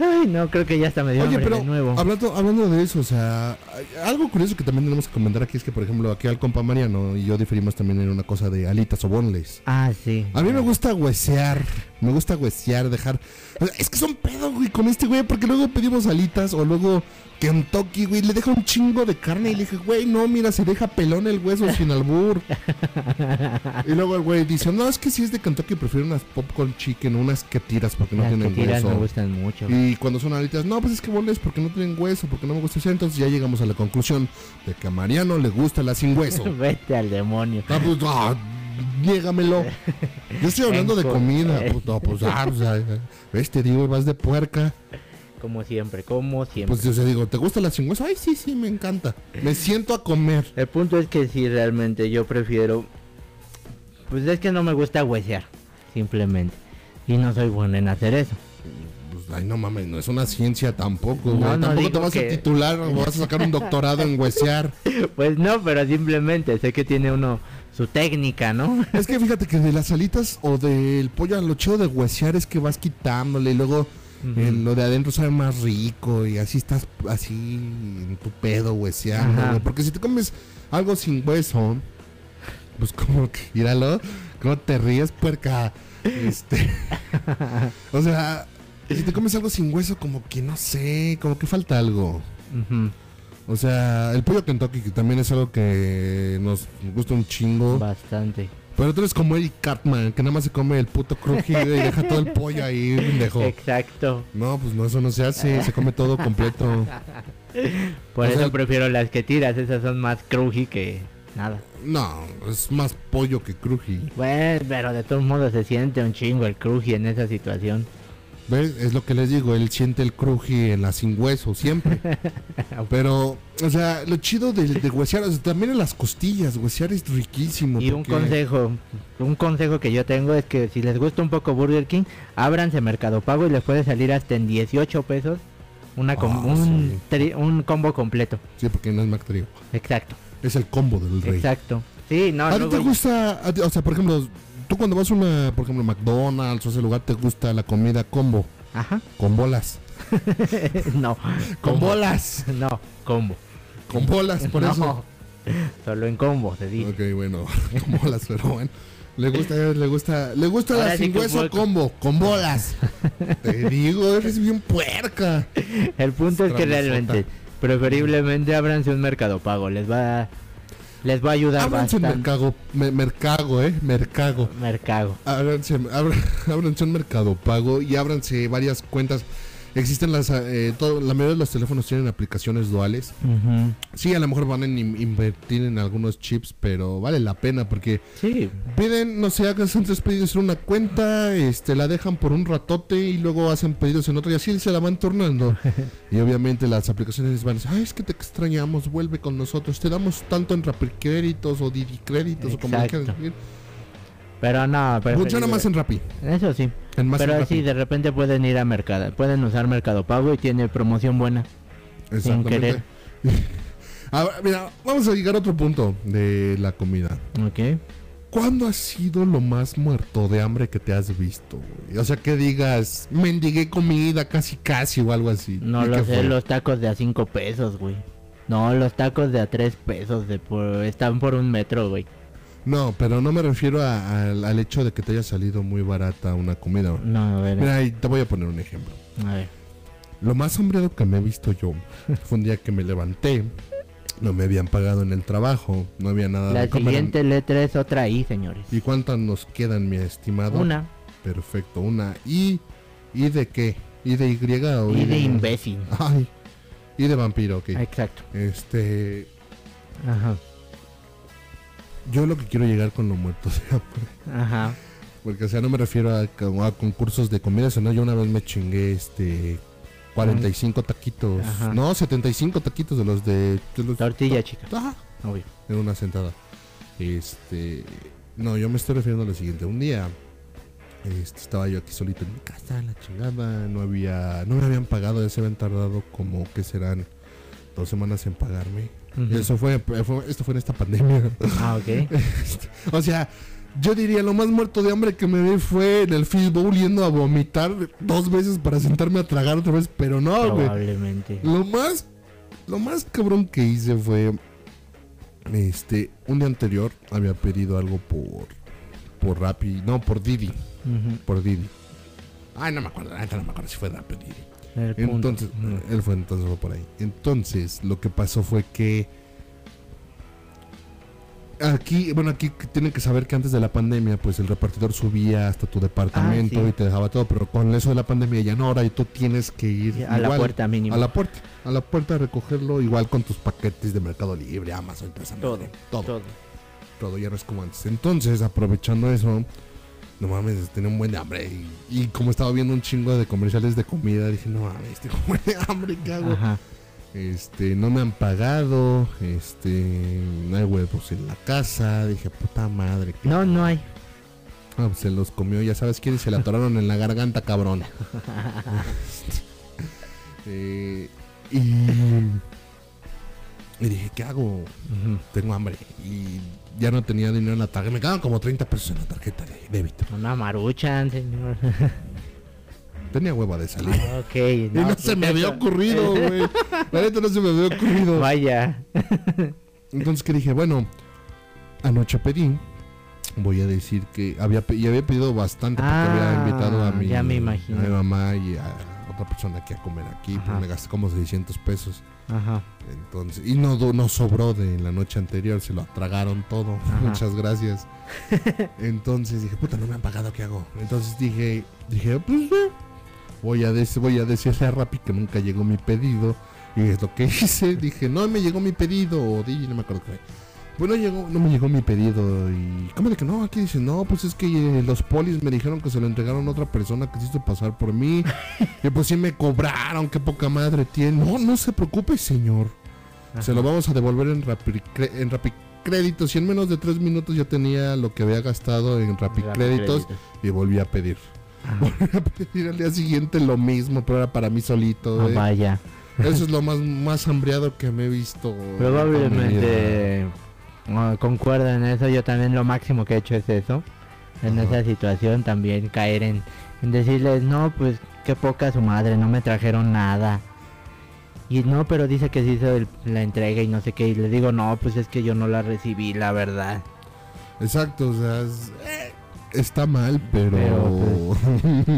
Ay, no, creo que ya hasta me dio
Oye,
hambre
pero
de nuevo.
hablando, hablando de eso, o sea, hay- algo curioso que también tenemos que comentar aquí es que, por ejemplo, aquí al compa Mariano y yo diferimos también en una cosa de alitas o bonles.
Ah, sí.
A mí me gusta huesear, me gusta huesear, dejar... o sea, Es que son pedo, güey, con este güey, porque luego pedimos alitas o luego Kentucky, güey, le deja un chingo de carne y le dije, güey, no, mira, se deja pelón el hueso sin albur. y luego el güey dice, no, es que si es de Kentucky prefiero unas popcorn chicken, unas que tiras porque no
Las
tienen
que tiras me
hueso.
gustan mucho.
Y cuando son alitas, no, pues es que boles porque no tienen hueso, porque no me gusta eso. Entonces ya llegamos a la conclusión de que a Mariano le gusta la sin hueso.
Vete al demonio.
Ah, pues, ah, niégamelo. Yo estoy hablando de
Enco-
comida. Pues, no, pues, ah, o sea, ves, te digo, vas de puerca.
Como siempre, como siempre.
Pues yo te digo, ¿te gusta la sin hueso? Ay, sí, sí, me encanta. Me siento a comer.
El punto es que si realmente yo prefiero... Pues es que no me gusta huesear, simplemente. Y no soy bueno en hacer eso.
Pues, ay, no mames, no es una ciencia tampoco,
No,
güey.
no
tampoco te
digo
vas
que-
a titular o vas a sacar un doctorado en huesear.
Pues no, pero simplemente sé que tiene uno su técnica, ¿no?
Es que fíjate que de las alitas o del pollo, lo chido de huesear es que vas quitándole y luego eh, lo de adentro sabe más rico y así estás así en tu pedo hueseando.
Ajá.
güey. Porque si te comes algo sin hueso, pues como que, míralo, como te ríes, puerca. Este, o sea, si te comes algo sin hueso, como que no sé, como que falta algo.
Ujú,
O sea, el pollo Kentucky, que también es algo que nos gusta un chingo.
Bastante.
Pero tú eres como Eric Cartman, que nada más se come el puto crujido y deja todo el pollo ahí, pendejo.
Exacto.
No, pues no, eso no se hace, se come todo completo.
Por
O
eso
sea-
prefiero las que tiras, esas son más cruji que nada.
No, es más pollo que cruji.
Bueno, pero de todos modos se siente un chingo el cruji en esa situación.
¿Ves? Es lo que les digo, él siente el cruji en la sin hueso siempre. Pero, o sea, lo chido de, de huesear, o sea, también en las costillas, huesear es riquísimo.
Y un
porque-
consejo, un consejo que yo tengo es que si les gusta un poco Burger King, ábranse Mercado Pago y les puede salir hasta en 18 pesos una com-
Ah,
un,
sí.
tri- un combo completo.
Sí, porque no es McTrio.
Exacto,
Es el combo del rey.
exacto. Sí, no,
¿A ti
luego
te
ya-
gusta, a ti- o sea, por ejemplo, tú cuando vas a una, por ejemplo, McDonald's o ese lugar, te gusta la comida combo,
Ajá,
con bolas?
no.
Con
combo-
bolas.
No, combo.
Con bolas, por
no,
eso.
solo en combo se dice.
Ok, bueno, con bolas, pero bueno. Le gusta, le gusta, le gusta
Ahora
la
sí
sin
que un
hueso
hueco.
combo, con bolas. Te digo, eres bien puerca.
El punto es que
Tramazota.
realmente, preferiblemente ábranse un mercado pago, les va a, les va a ayudar
Ábranse un
bastante.
mercado, me- mercago, eh, mercago.
Mercado.
Ábranse, abra- ábranse un mercado pago y ábranse varias cuentas. Existen las, eh, todo- la mayoría de los teléfonos tienen aplicaciones duales.
Ujú.
Sí, a lo mejor van a in- invertir en algunos chips, pero vale la pena porque
Sí,
piden, no sé, hacen tres pedidos en una cuenta, este, la dejan por un ratote y luego hacen pedidos en otra y así se la van tornando. y obviamente las aplicaciones van a decir, ay, es que te extrañamos, vuelve con nosotros, te damos tanto en Rappi Créditos o Didi Créditos o como le quieran
Exacto.
decir.
pero no,
Funciona
preferible-
más en Rappi,
Eso sí,
en más en
pero
Rappi.
sí, de repente pueden ir a mercado, pueden usar Mercado Pago y tiene promoción buena.
Exactamente. A ver, mira, vamos a llegar a otro punto de la comida.
Ok.
¿Cuándo has sido lo más muerto de hambre que te has visto? güey? O sea, que digas, mendigué comida casi casi o algo así.
No
¿Y
lo
qué
sé,
fue?
los tacos de a 5 pesos, güey. No, los tacos de a 3 pesos de por, están por un metro, güey.
No, pero no me refiero a- al- al hecho de que te haya salido muy barata una comida. güey.
No, a ver,
Mira, ahí te voy a poner un ejemplo.
a ver.
Lo más sombreado que me he visto yo fue un día que me levanté, no me habían pagado en el trabajo, no había nada
La
de comer.
siguiente letra es otra I, señores.
Ah, ¿Y cuántas nos quedan, mi estimado?
Una
Perfecto, una. ¿Y, ¿y de qué? ¿Y de Y o
I
I
de imbécil.
Ay. Y de vampiro, ok.
Exacto.
Este.
Ajá.
Yo lo que quiero llegar con lo muerto de hambre.
Ajá.
Porque, o sea, no me refiero a, co- a concursos de comida, sino yo una vez me chingué este. 45 taquitos.
Ajá.
No, 75 taquitos de los de. de los-
Tortilla chica,
Ah,
obvio.
en una sentada. Este. No, yo me estoy refiriendo a lo siguiente. Un día. este, estaba yo aquí solito en mi casa, la chingada. No había. No me habían pagado, ya se habían tardado como que serán dos semanas en pagarme.
Ujú.
Eso fue, fue- esto fue en esta pandemia.
Ah, ok.
o sea, yo diría lo más muerto de hambre que me vi fue en el fish bowl yendo a vomitar dos veces para sentarme a tragar otra vez, pero no, güey.
Probablemente.
Lo más lo más cabrón que hice fue este un día anterior había pedido algo por por Rappi, no, por Didi,
Ujú.
por Didi. Ay, no me acuerdo, la neta no me acuerdo si fue Rappi o Didi.
El punto.
Entonces,
Ujú.
él fue entonces fue por ahí. Entonces, lo que pasó fue que aquí, bueno, aquí que tienen que saber que antes de la pandemia, pues el repartidor subía hasta tu departamento
Ah, sí.
y te dejaba todo, pero con eso de la pandemia ya no, ahora y tú tienes que ir
A la
igual,
puerta mínimo.
a la puerta, a la puerta a recogerlo igual con tus paquetes de Mercado Libre, Amazon, toda esa
Todo,
madre, todo, todo,
Todo.
ya no es como antes. Entonces, aprovechando eso, no mames, tenía un buen de hambre. Y, y como estaba viendo un chingo de comerciales de comida, dije, no mames, tengo un buen de hambre, ¿qué hago?
Ajá.
Este, no me han pagado, este, no hay huevos en la casa. Dije, puta madre, ¿qué
No, no hay.
Ah, pues se los comió, ya sabes quién, y se le atoraron en la garganta, cabrón. Eh, y, y dije, ¿qué hago?
Ujú.
Tengo hambre. Y ya no tenía dinero en la tarjeta. Me quedaban como 30 pesos en la tarjeta de débito.
Una maruchan, señor.
Tenía hueva de salir.
ok.
Y no
Ah, pues
se me había
eso-
ocurrido, güey. La neta no se me había ocurrido.
Vaya.
Entonces que dije, bueno, anoche pedí. Voy a decir que había, pe- y había pedido bastante porque
Ah,
había invitado a mi,
ya me imagino.
a mi mamá y a, otra persona aquí a comer aquí,
Ajá.
pues me gasté como 600 pesos.
Ajá.
Entonces, y no, do- no sobró de la noche anterior, se lo atragaron todo.
Ajá.
Muchas gracias. Entonces dije, puta, no me han pagado, ¿qué hago? Entonces dije, dije, pues eh, voy a, dec- voy a decirle a Rappi que nunca llegó mi pedido. Y es lo que hice, dije, no me llegó mi pedido, o DJ, no me acuerdo qué fue. Bueno, llegó, no me llegó mi pedido y... ¿Cómo de que no? Aquí dice, no, pues es que eh, los polis me dijeron que se lo entregaron a otra persona que se hizo pasar por mí. y pues sí me cobraron, qué poca madre tiene. No, no se preocupe, señor. Se lo vamos a devolver en Rapicre- en Rapicréditos. Y en menos de tres minutos ya tenía lo que había gastado en Rapicréditos y volví a pedir. Volví a pedir al día siguiente lo mismo, pero era para mí solito.
Ah,
eh.
vaya.
Eso es lo más, más hambreado que me he visto. en toda mi vida.
Probablemente ah, concuerdo en eso. Yo también lo máximo que he hecho es eso. En
Ajá.
esa situación también caer en, en decirles, no, pues qué poca su madre, no me trajeron nada. Y no, pero dice que se hizo el- la entrega y no sé qué. Y le digo, no, pues es que yo no la recibí, la verdad.
Exacto, o sea, es- eh, está mal, pero...
Pero,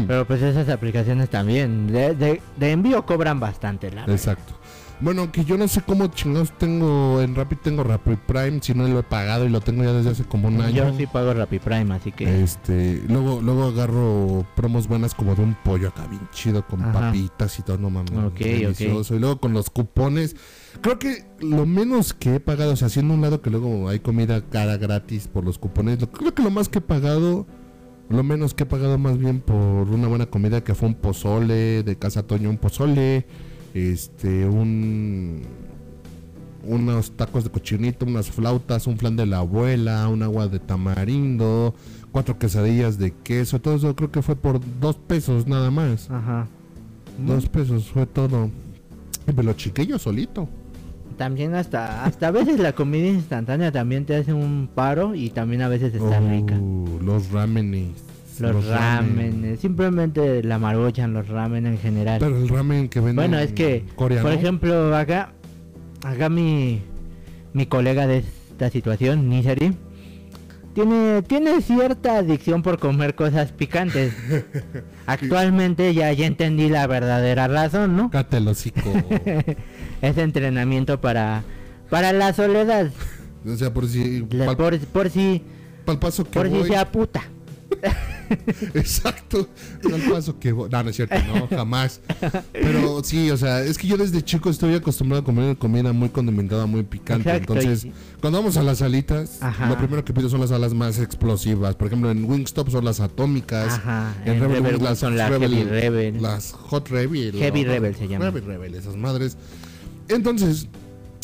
Pero pues esas aplicaciones también. De, de- de envío cobran bastante, la verdad.
Exacto. Bueno, que yo no sé cómo chingados tengo en Rappi, tengo Rappi Prime, si no lo he pagado y lo tengo ya desde hace como un año.
Yo sí pago Rappi Prime, así que...
Este, luego, luego agarro promos buenas como de un pollo acá bien chido con
Ajá.
papitas y todo, no mames.
Ok, ok.
delicioso. Y luego con los cupones. Creo que lo menos que he pagado, o sea, haciendo un lado que luego hay comida cara gratis por los cupones, lo- creo que lo más que he pagado, lo menos que he pagado más bien por una buena comida que fue un pozole, de casa Toño un pozole, este, un unos tacos de cochinito, unas flautas, un flan de la abuela, un agua de tamarindo, cuatro quesadillas de queso, todo eso creo que fue por dos pesos nada más.
Ajá.
Dos pesos fue todo. Y Me lo chiqué yo solito.
También hasta, hasta a veces la comida instantánea también te hace un paro y también a veces está
Uh,
rica.
Los ramenes.
Los,
ramen.
ramenes, simplemente la marochan, los ramen en general.
Pero el ramen que venden
bueno, es que,
coreano.
por ejemplo, acá, acá mi, mi colega de esta situación, Nisari, tiene, tiene cierta adicción por comer cosas picantes. Actualmente ya, ya entendí la verdadera razón, ¿no?
Cállate el hocico.
Es entrenamiento para, para la soledad.
o sea, por si.
La-
Pal,
por, por si
pal paso que
por si
voy.
sea puta.
Exacto. Al paso que voy. No, no es cierto, no, jamás. Pero sí, o sea, es que yo desde chico estoy acostumbrado a comer comida muy condimentada, muy picante.
Exacto,
Entonces,
y-
cuando vamos a las alitas,
Ajá.
lo primero que pido son las alas más explosivas. Por ejemplo, en Wingstop son las atómicas.
Ajá,
En,
en
Rebel,
Rebel
Wings las
son la
Rebel-
Heavy Rebel.
Las Hot Rebel.
Heavy
¿no?
Rebel se llama.
Rebel Rebel, esas madres. Entonces,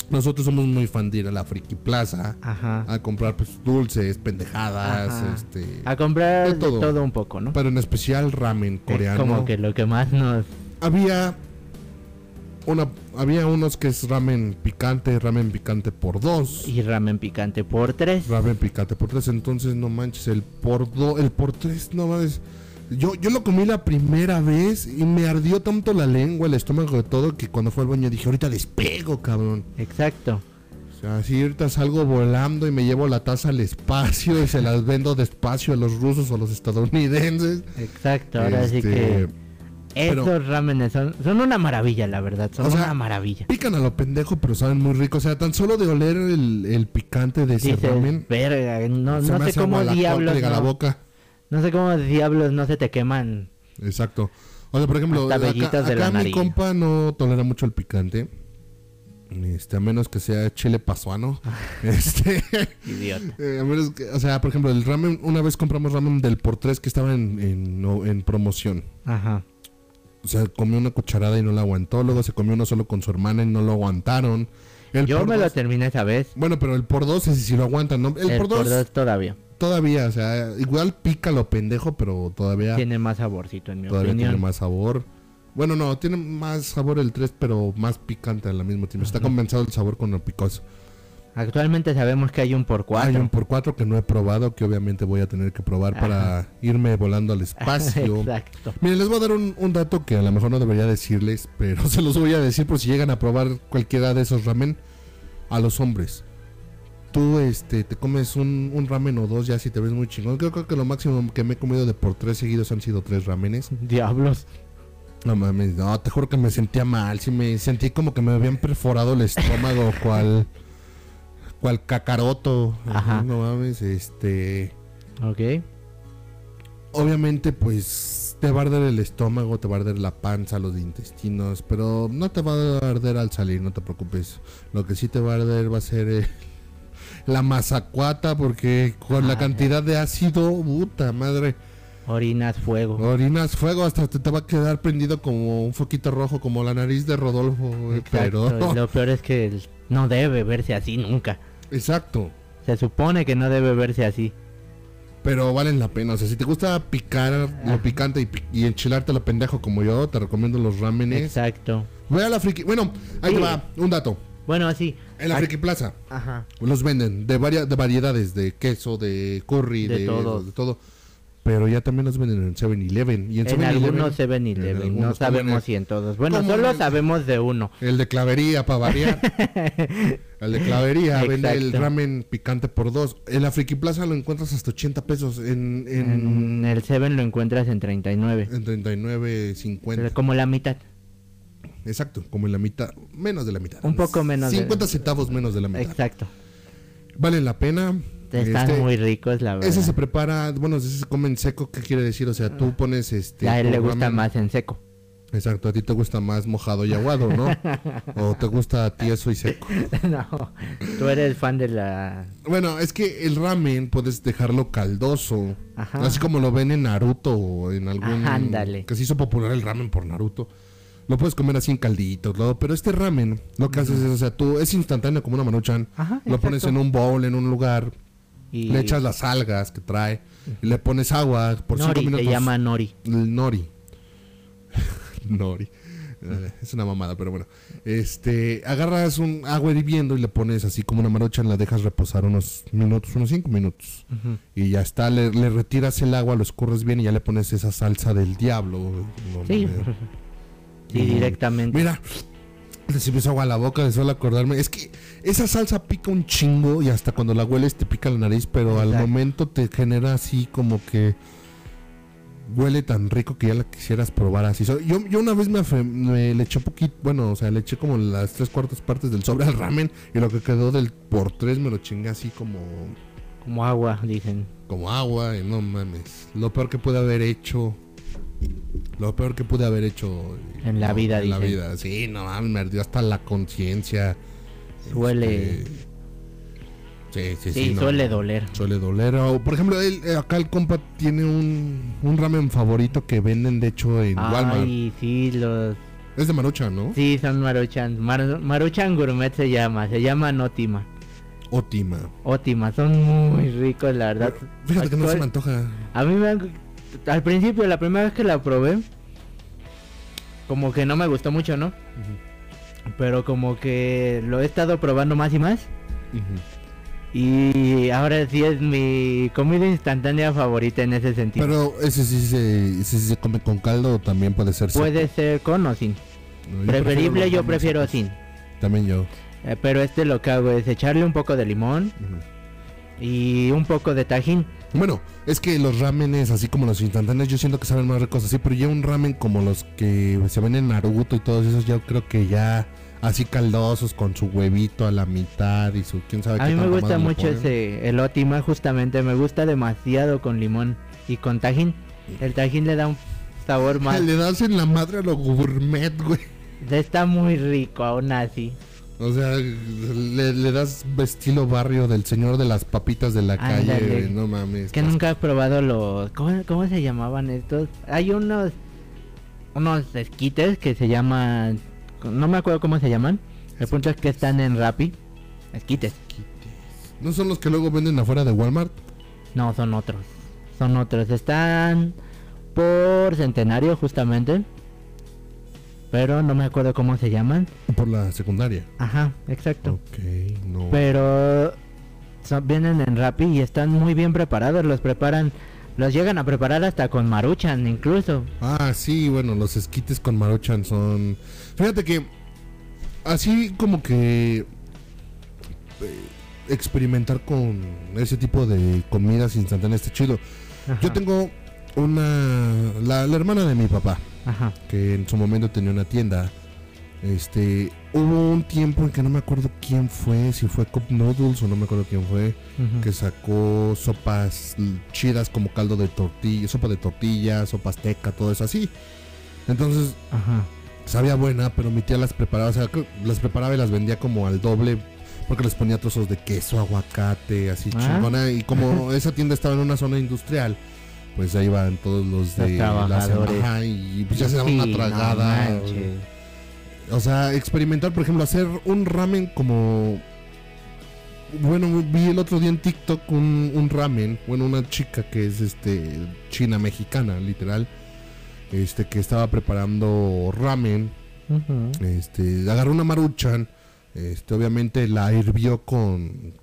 nosotros somos muy fan de ir a la Friki
Ah,
Plaza.
Ajá.
A comprar pues, dulces, pendejadas,
Ajá.
este...
A comprar
de
de
todo.
todo. un poco, ¿no?
Pero en especial ramen
Es
coreano.
Eh, como que lo que más nos...
Había una había unos que es ramen picante, ramen picante por dos,
Y ramen picante por tres.
ramen picante por tres. Entonces no manches, el por dos, el por tres, no mames. Yo, yo lo comí la primera vez y me ardió tanto la lengua, el estómago de todo, que cuando fue al baño dije, ahorita despego, cabrón.
Exacto.
O sea, si ahorita salgo volando y me llevo la taza al espacio y se las vendo despacio a los rusos o a los estadounidenses.
Exacto. Ahora sí
Este,
que...
pero-
Estos ramenes son, son una maravilla, la verdad. Son
O sea,
una maravilla.
Pican a lo pendejo, pero saben muy rico. O sea, tan solo de oler el, el picante de ese
Dices,
ramen.
verga, no,
se
no
me
sé
hace
cómo
agua la
diablos...
córtega a la
no-
boca.
no sé cómo diablos no se te queman.
Exacto. O sea, por ejemplo,
Hasta
acá,
vellitas de la
acá mi
nariz.
compa no tolera mucho el picante. Este, a menos que sea chile pasuano.
Ah.
este,
Idiota.
eh, a menos que- o sea, por ejemplo, el ramen, una vez compramos ramen del por tres que estaba en, en, no- en promoción.
Ajá.
O sea, comió una cucharada y no la aguantó. Luego se comió uno solo con su hermana y no lo aguantaron. El
Yo
por
me lo
dos-
terminé esa vez.
Bueno, pero el por dos es si lo aguantan, ¿no? El, por, dos,
todavía.
todavía, o sea, igual pica lo pendejo, pero todavía,
Tiene más saborcito, en mi
todavía
opinión.
tiene más sabor. Bueno, no, tiene más sabor el 3, pero más picante al mismo tiempo. Está compensado el sabor con lo picoso.
Actualmente sabemos que hay un por
Hay
cuatro.
un por 4 que no he probado, que obviamente voy a tener que probar para irme volando al espacio.
Exacto.
Miren, les voy a dar un, un dato que a lo mejor no debería decirles, pero se los voy a decir por si llegan a probar cualquiera de esos ramen a los hombres. Tú este, te comes un, un ramen o dos ya si te ves muy chingón. Creo, creo que lo máximo que me he comido de por tres seguidos han sido tres ramenes.
Diablos.
No mames, no, te juro que me sentía mal. Sí, me sentí como que me habían perforado el estómago, cual. cual cacaroto.
Ajá.
No mames, este.
Ok.
Obviamente, pues. Te va a arder el estómago, te va a arder la panza, los intestinos, pero no te va a arder al salir, no te preocupes. Lo que sí te va a arder va a ser eh, la mazacuata, porque con la
Ah,
cantidad de ácido, puta madre.
Orinas fuego.
Orinas fuego, hasta te, te va a quedar prendido como un foquito rojo, como la nariz de Rodolfo, güey,
Exacto,
pero...
y Lo peor es que el- no debe verse así nunca.
Exacto,
Se supone que no debe verse así.
pero valen la pena. O sea, si te gusta picar lo
Ajá.
picante y, pi- y enchilarte lo pendejo como yo, te recomiendo los ramenes.
Exacto.
Ve a la friki... Bueno, ahí te
Sí.
va, un dato.
Bueno, así.
En la
ac-
friki plaza
Ajá.
los venden de, varia- de variedades, de queso, de curry, de,
De todo.
de todo. Pero ya también los venden en 7-Eleven. Y en,
En
7-Eleven,
algunos se ven y
en
deben. No
algunos
sabemos
jóvenes.
si en todos. Bueno,
¿Cómo
solo
ven?
sabemos de uno.
El de clavería, para variar. el de clavería, vende el
Exacto.
ramen picante por dos. En la Friki Plaza lo encuentras hasta 80 pesos. En, en,
En el Seven lo encuentras en 39.
en 39, 50.
Pero Como la mitad.
Exacto, como en la mitad. Menos de la mitad.
Un poco menos de-
50 centavos menos de la mitad.
Exacto.
Vale la pena.
Están
Este,
muy ricos, la verdad.
Ese se prepara, bueno, ese se come en seco, ¿qué quiere decir? O sea, tú pones este...
Ah. a él
tu
le gusta
ramen-
más en seco.
Exacto, a ti te gusta más mojado y aguado, ¿no? o te gusta tieso y seco.
no, tú eres fan de la...
Bueno, es que el ramen puedes dejarlo caldoso.
Ajá.
Así como lo ven en Naruto o en algún.
Ajá, ándale.
Que se hizo popular el ramen por Naruto. Lo puedes comer así en caldito, todo. Pero este ramen, lo que haces es, o sea, tú es instantáneo como una manuchan.
Ajá,
lo pones
exacto.
en un bowl, en un lugar.
Y...
Le echas las algas que trae. y le pones agua por
Nori,
cinco
se
minutos.
llama Nori.
El nori. nori. Eh, Es una mamada, pero bueno. Este, agarras un agua hirviendo y le pones así como una maruchan, la dejas reposar unos minutos, unos cinco minutos. Y ya está, le, le retiras el agua, lo escurres bien y ya le pones esa salsa del diablo. No
Sí.
mames.
Sí, directamente.
Mira, recibes agua a la boca de solo acordarme. Es que esa salsa pica un chingo y hasta cuando la hueles te pica la nariz, pero al
Exacto.
momento te genera así como que huele tan rico que ya la quisieras probar así. So- Yo, yo una vez me, afe- me le eché poquito, bueno, o sea, le eché como las tres cuartas partes del sobre al ramen y lo que quedó del por tres me lo chingué así como,
Como agua, dicen.
como agua. y no mames, lo peor que pude haber hecho. Lo peor que pude haber hecho
En la
no,
vida,
En la
dicen.
vida, sí, no mames, me ardió hasta la conciencia.
Suele...
Este, Sí, sí,
sí,
sí. no,
suele
no,
doler.
Suele doler. O, por ejemplo, él, eh, acá el compa tiene un, un ramen favorito que venden, de hecho, en Walmart.
Ay, sí, los...
Es de Marucha, ¿no?
Sí, son Maruchan. Mar- Maruchan Gourmet se llama. Se llama Notima.
Otima.
Ótima, son muy ricos, la verdad.
Fíjate que no se
Actual-
me antoja.
A mí me han- Al principio, la primera vez que la probé, como que no me gustó mucho, ¿no? Pero como que lo he estado probando más y más. Y ahora sí es mi comida instantánea favorita en ese sentido.
Pero ese sí se, ese sí se come con caldo o también puede ser. seco.
Puede ser con o sin.
No, yo prefiero
Preferible
los
yo
ramen
prefiero
secos.
sin.
También yo.
Eh, pero este lo que hago es echarle un poco de limón
Ujú.
y un poco de tajín.
Bueno, es que los ramenes, así como los instantáneos, yo siento que saben más ricos así, pero ya un ramen como los que se ven en Naruto y todos esos, yo creo que ya así caldosos, con su huevito a la mitad y su quién sabe
A mí me
tanta
gusta
madre le
mucho
ponen.
ese, el Otima justamente, me gusta demasiado con limón y con tajín. El tajín le da un sabor más,
Le das en la madre a lo gourmet, güey.
está muy rico aún así.
O sea, le, le das estilo barrio del señor de las papitas de la calle,
Ándale.
güey, no mames.
Es que
qué
nunca he probado los, ¿cómo, cómo se llamaban estos? Hay unos, unos esquites que se llaman, no me acuerdo cómo se llaman, el punto es que están en Rappi, esquites,
asco. ¿No son los que luego venden afuera de Walmart?
no son otros, son otros, están por centenario justamente, pero no me acuerdo cómo se llaman.
Por la secundaria.
Ajá, exacto.
Ok, no.
Pero son- vienen en Rappi y están muy bien preparados. Los preparan, los llegan a preparar hasta con maruchan incluso.
Ah, sí, bueno, los esquites con Maruchan son. Fíjate que. Así como que. eh, experimentar con ese tipo de comidas instantáneas está chido.
Ajá.
Yo tengo una. La, la hermana de mi papá.
Ajá.
que en su momento tenía una tienda. Este, hubo un tiempo en que no me acuerdo quién fue, si fue Cup Noodles o no me acuerdo quién fue,
ujú.
que sacó sopas mm, chidas como caldo de tortilla, sopa de tortilla, sopa azteca, todo eso así. Entonces,
Ajá.
sabía buena, pero mi tía las preparaba, o sea, creo- las preparaba y las vendía como al doble, porque les ponía trozos de queso, aguacate, así
Ah.
chingona. Y como esa tienda estaba en una zona industrial, pues ahí van todos los de
Los trabajadores.
Las, ajá, y pues ya se daba una
Sí, no
tragada.
manches.
o sea, experimentar, por ejemplo, hacer un ramen como. Bueno, vi el otro día en TikTok un, un ramen, bueno, una chica que es este china mexicana, literal, este que estaba preparando ramen
Ujú.
este, agarró una maruchan, este, obviamente la hirvió con,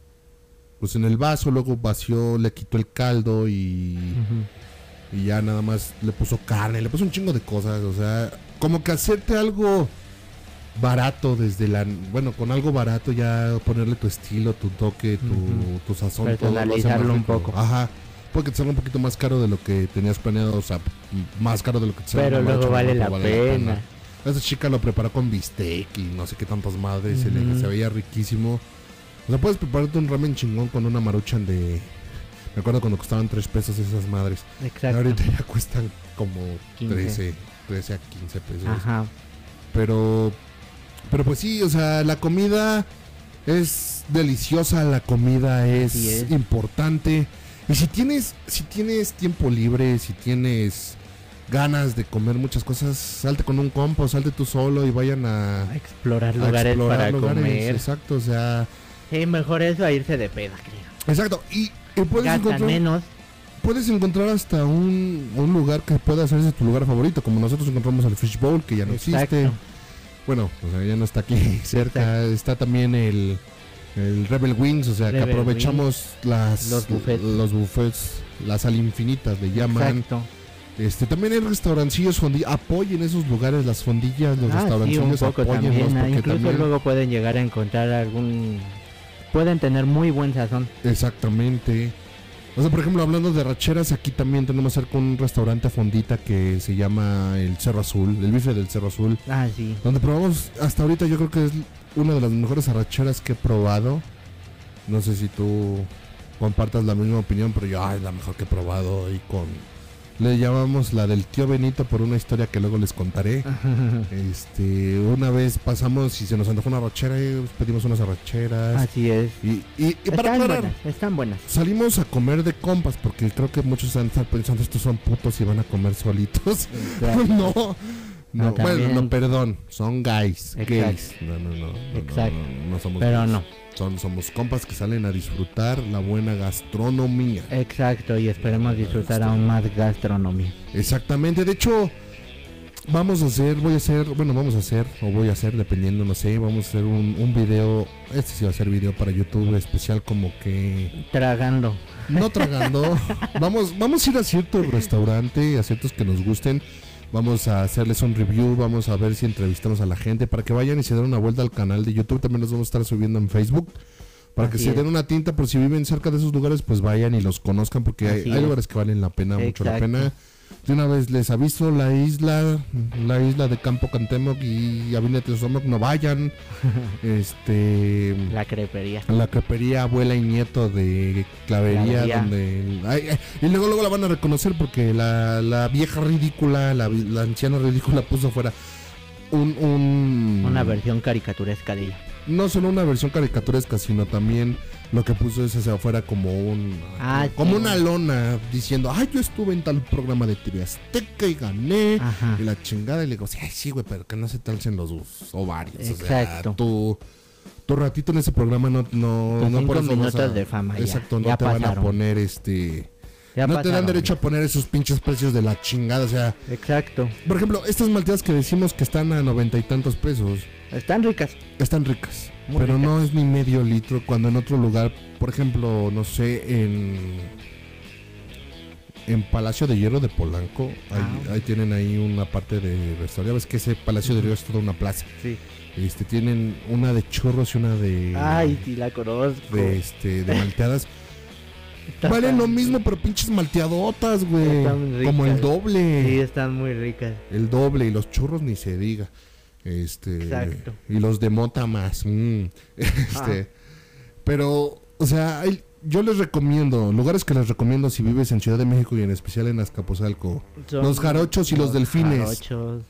pues en el vaso, luego vació, le quitó el caldo y,
Ujú.
y ya nada más le puso carne, le puso un chingo de cosas, o sea, como que hacerte algo barato desde la, bueno, con algo barato ya ponerle tu estilo, tu toque, tu,
Ujú.
tu sazón, todo lo hace más
Personalizarlo un
rico.
poco.
Ajá. Porque te sale un poquito más caro de lo que tenías planeado, o sea, más caro de lo que te sale
Pero
una
luego
maruchan,
vale
luego
la pena.
esa chica lo preparó con bistec y no sé qué tantas madres. se le-
Ujú.
Se veía riquísimo. O sea, puedes prepararte un ramen chingón con una maruchan de. Me acuerdo cuando costaban 3 pesos esas madres.
Exacto.
Ahorita ya cuestan como
15.
13, 13 a 15 pesos.
Ajá.
Pero. Pero pues sí, o sea, la comida es deliciosa, la comida es,
Así es.
importante. Y si tienes, si tienes tiempo libre, si tienes ganas de comer muchas cosas, salte con un compo, salte tú solo y vayan a,
A explorar
a
lugares
explorar
para
lugares.
comer.
Exacto, o sea,
Sí, mejor eso a irse de peda, creo.
exacto. Y, y puedes,
Gastan
encontrar,
menos.
puedes encontrar hasta un, un lugar que pueda hacerse tu lugar favorito, como nosotros encontramos el Fish Bowl, que ya no existe.
Exacto.
Bueno, o sea, ya no está aquí cerca. Está también el, el Rebel Wings, o sea, que
Rebel
aprovechamos las
Los buffets.
los buffets, las al infinitas le llaman.
Exacto. Ah,
Este, también hay restaurancillos, fondi- apoyen esos lugares, las fondillas, los
Ah, sí, un
restaurancillos,
poco
apóyenlos,
también. ah,
porque
Incluso
también-
luego pueden llegar a encontrar algún... Pueden tener muy buen sazón.
Exactamente. O sea, por ejemplo, hablando de racheras, aquí también tenemos cerca un restaurante fondita que se llama el Cerro Azul, el bife del Cerro Azul,
Ah, sí.
donde probamos hasta ahorita yo creo que es una de las mejores arracheras que he probado. No sé si tú compartas la misma opinión, pero yo, ay, la mejor que he probado y con... Le llamamos la del tío Benito por una historia que luego les contaré.
Ah.
Este, una vez pasamos y se nos antojó una arrachera, eh, pedimos unas arracheras.
Así es.
Y, y- y para
Están
aclarar,
buenas, están buenas.
Salimos a comer de compas porque creo que muchos han estar pensando estos son putos y van a comer solitos. no. No,
Ah,
bueno,
también.
no, perdón, son guys,
Exacto.
gays. No, no, no, no, no,
Exacto.
no, no somos
Pero
gays.
no.
Son, somos compas que salen a disfrutar la buena gastronomía.
Eh. Exacto, y esperemos disfrutar aún más gastronomía.
Exactamente, de hecho, vamos a hacer, voy a hacer, bueno, vamos a hacer, o voy a hacer, dependiendo, no sé, vamos a hacer un, un video, este sí va a ser video para YouTube especial como que...
Tragando.
No tragando. vamos, vamos a ir a cierto restaurante, a ciertos que nos gusten. Vamos a hacerles un review, vamos a ver si entrevistamos a la gente para que vayan y se den una vuelta al canal de YouTube. También los vamos a estar subiendo en Facebook. Para que
Así
se
es.
den una tinta por si viven cerca de esos lugares, pues vayan y los conozcan porque hay,
Así
hay
es.
lugares que valen la pena, mucho la
Exacto.
pena. De una vez les aviso, la isla, la isla de Campo Cantemoc y Abinete Somoc no vayan. este
La crepería.
la crepería abuela y nieto de clavería,
Clavería.
donde... el- ay, ay, y luego luego la van a reconocer porque la, la vieja ridícula, la, vi- la anciana ridícula puso fuera un... un-
Una versión caricaturesca de ella.
No solo una versión caricaturesca, sino también lo que puso es hacia afuera como un...
Ah,
como
sí.
una lona diciendo, ay, yo estuve en tal programa de TV Azteca y gané.
Ajá.
Y la chingada, y le digo, sí, ay, sí, güey, pero que no se talcen los ov- ovarios. O sea,
Exacto.
tu, tu ratito en ese programa no, no,
Tus
no
cinco
por eso vas
minutos de fama, ya,
Exacto, no
ya
te van a
pasaron.
poner este.
Ya
no te
pasaron,
dan derecho a poner esos pinches precios de la chingada. O sea,
ya. Exacto.
por ejemplo, estas malteadas que decimos que están a noventa y tantos pesos,
Están ricas.
están ricas.
Muy
pero
ricas.
no es ni medio litro cuando en otro lugar, por ejemplo, no sé, en. En Palacio de Hierro de Polanco, ahí,
Ah.
ahí tienen ahí una parte de restaurante. Ves que ese Palacio de Hierro es toda una plaza.
Sí.
Este, tienen una de churros y una de.
Ay, sí la conozco.
de, este, de malteadas. Valen lo mismo, pero pinches malteadotas, güey.
Están ricas.
Como el doble.
Sí, están muy ricas.
El doble y los churros ni se diga. Este.
Exacto.
Y los de mota más. mm. Este. Pero, o sea, hay- yo les recomiendo, lugares que les recomiendo si vives en Ciudad de México y en especial en Azcapotzalco.
Son
los jarochos y los, delfines
jarochos,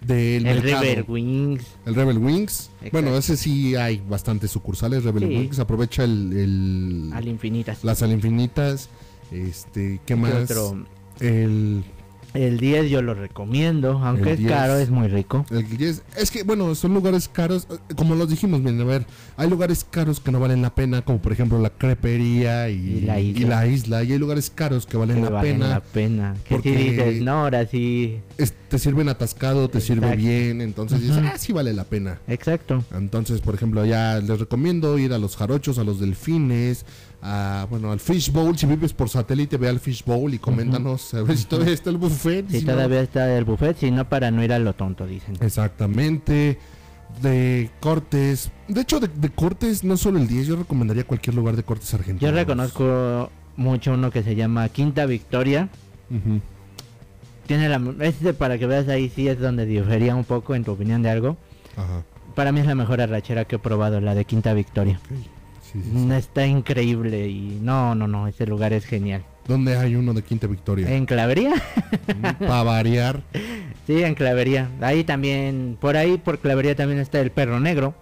del
el
mercado.
River Wings.
El Rebel Wings.
Exacto.
Bueno, ese sí hay bastantes sucursales. Rebel
Sí.
Wings aprovecha el, el-
Al infinitas.
las alinfinitas. Este, ¿qué
¿Qué
más?
otro?
El,
El 10 yo lo recomiendo, aunque
El
es caro,
10.
es muy rico.
el Guillés. Es que, bueno, son lugares caros. eh, Como los dijimos, miren, a ver, hay lugares caros que no valen la pena, como por ejemplo la crepería y,
Y la isla.
y, isla, y hay lugares caros que valen
que
la
valen
pena.
la pena. Que
porque-
si dices, no, ahora sí.
Es- te sirven atascado, te sirve
Exacto.
bien. Entonces dices,
Ujú.
ah, sí vale la pena.
Exacto.
Entonces, por ejemplo, ya les recomiendo ir a los jarochos, a los delfines, a, bueno, al Fish Bowl. Si vives por satélite, ve al Fish Bowl y coméntanos a ver si todavía está el buffet.
Si
si no.
todavía está el buffet, si no, para no ir a lo tonto, dicen.
Exactamente. De cortes. De hecho, de, de cortes, no solo el 10, yo recomendaría cualquier lugar de cortes argentino.
Yo reconozco mucho uno que se llama Quinta Victoria. Tiene la. Este, para que veas ahí, sí es donde difería un poco en tu opinión de algo.
Ajá.
Para mí es la mejor arrachera que he probado, la de Quinta Victoria. Mm.
ok. Sí, sí, sí.
Está increíble y no, no, no, ese lugar es genial.
¿Dónde hay uno de Quinta Victoria?
¿En Clavería?
Para variar.
Sí, en Clavería. Ahí también, por ahí por Clavería también está el perro negro.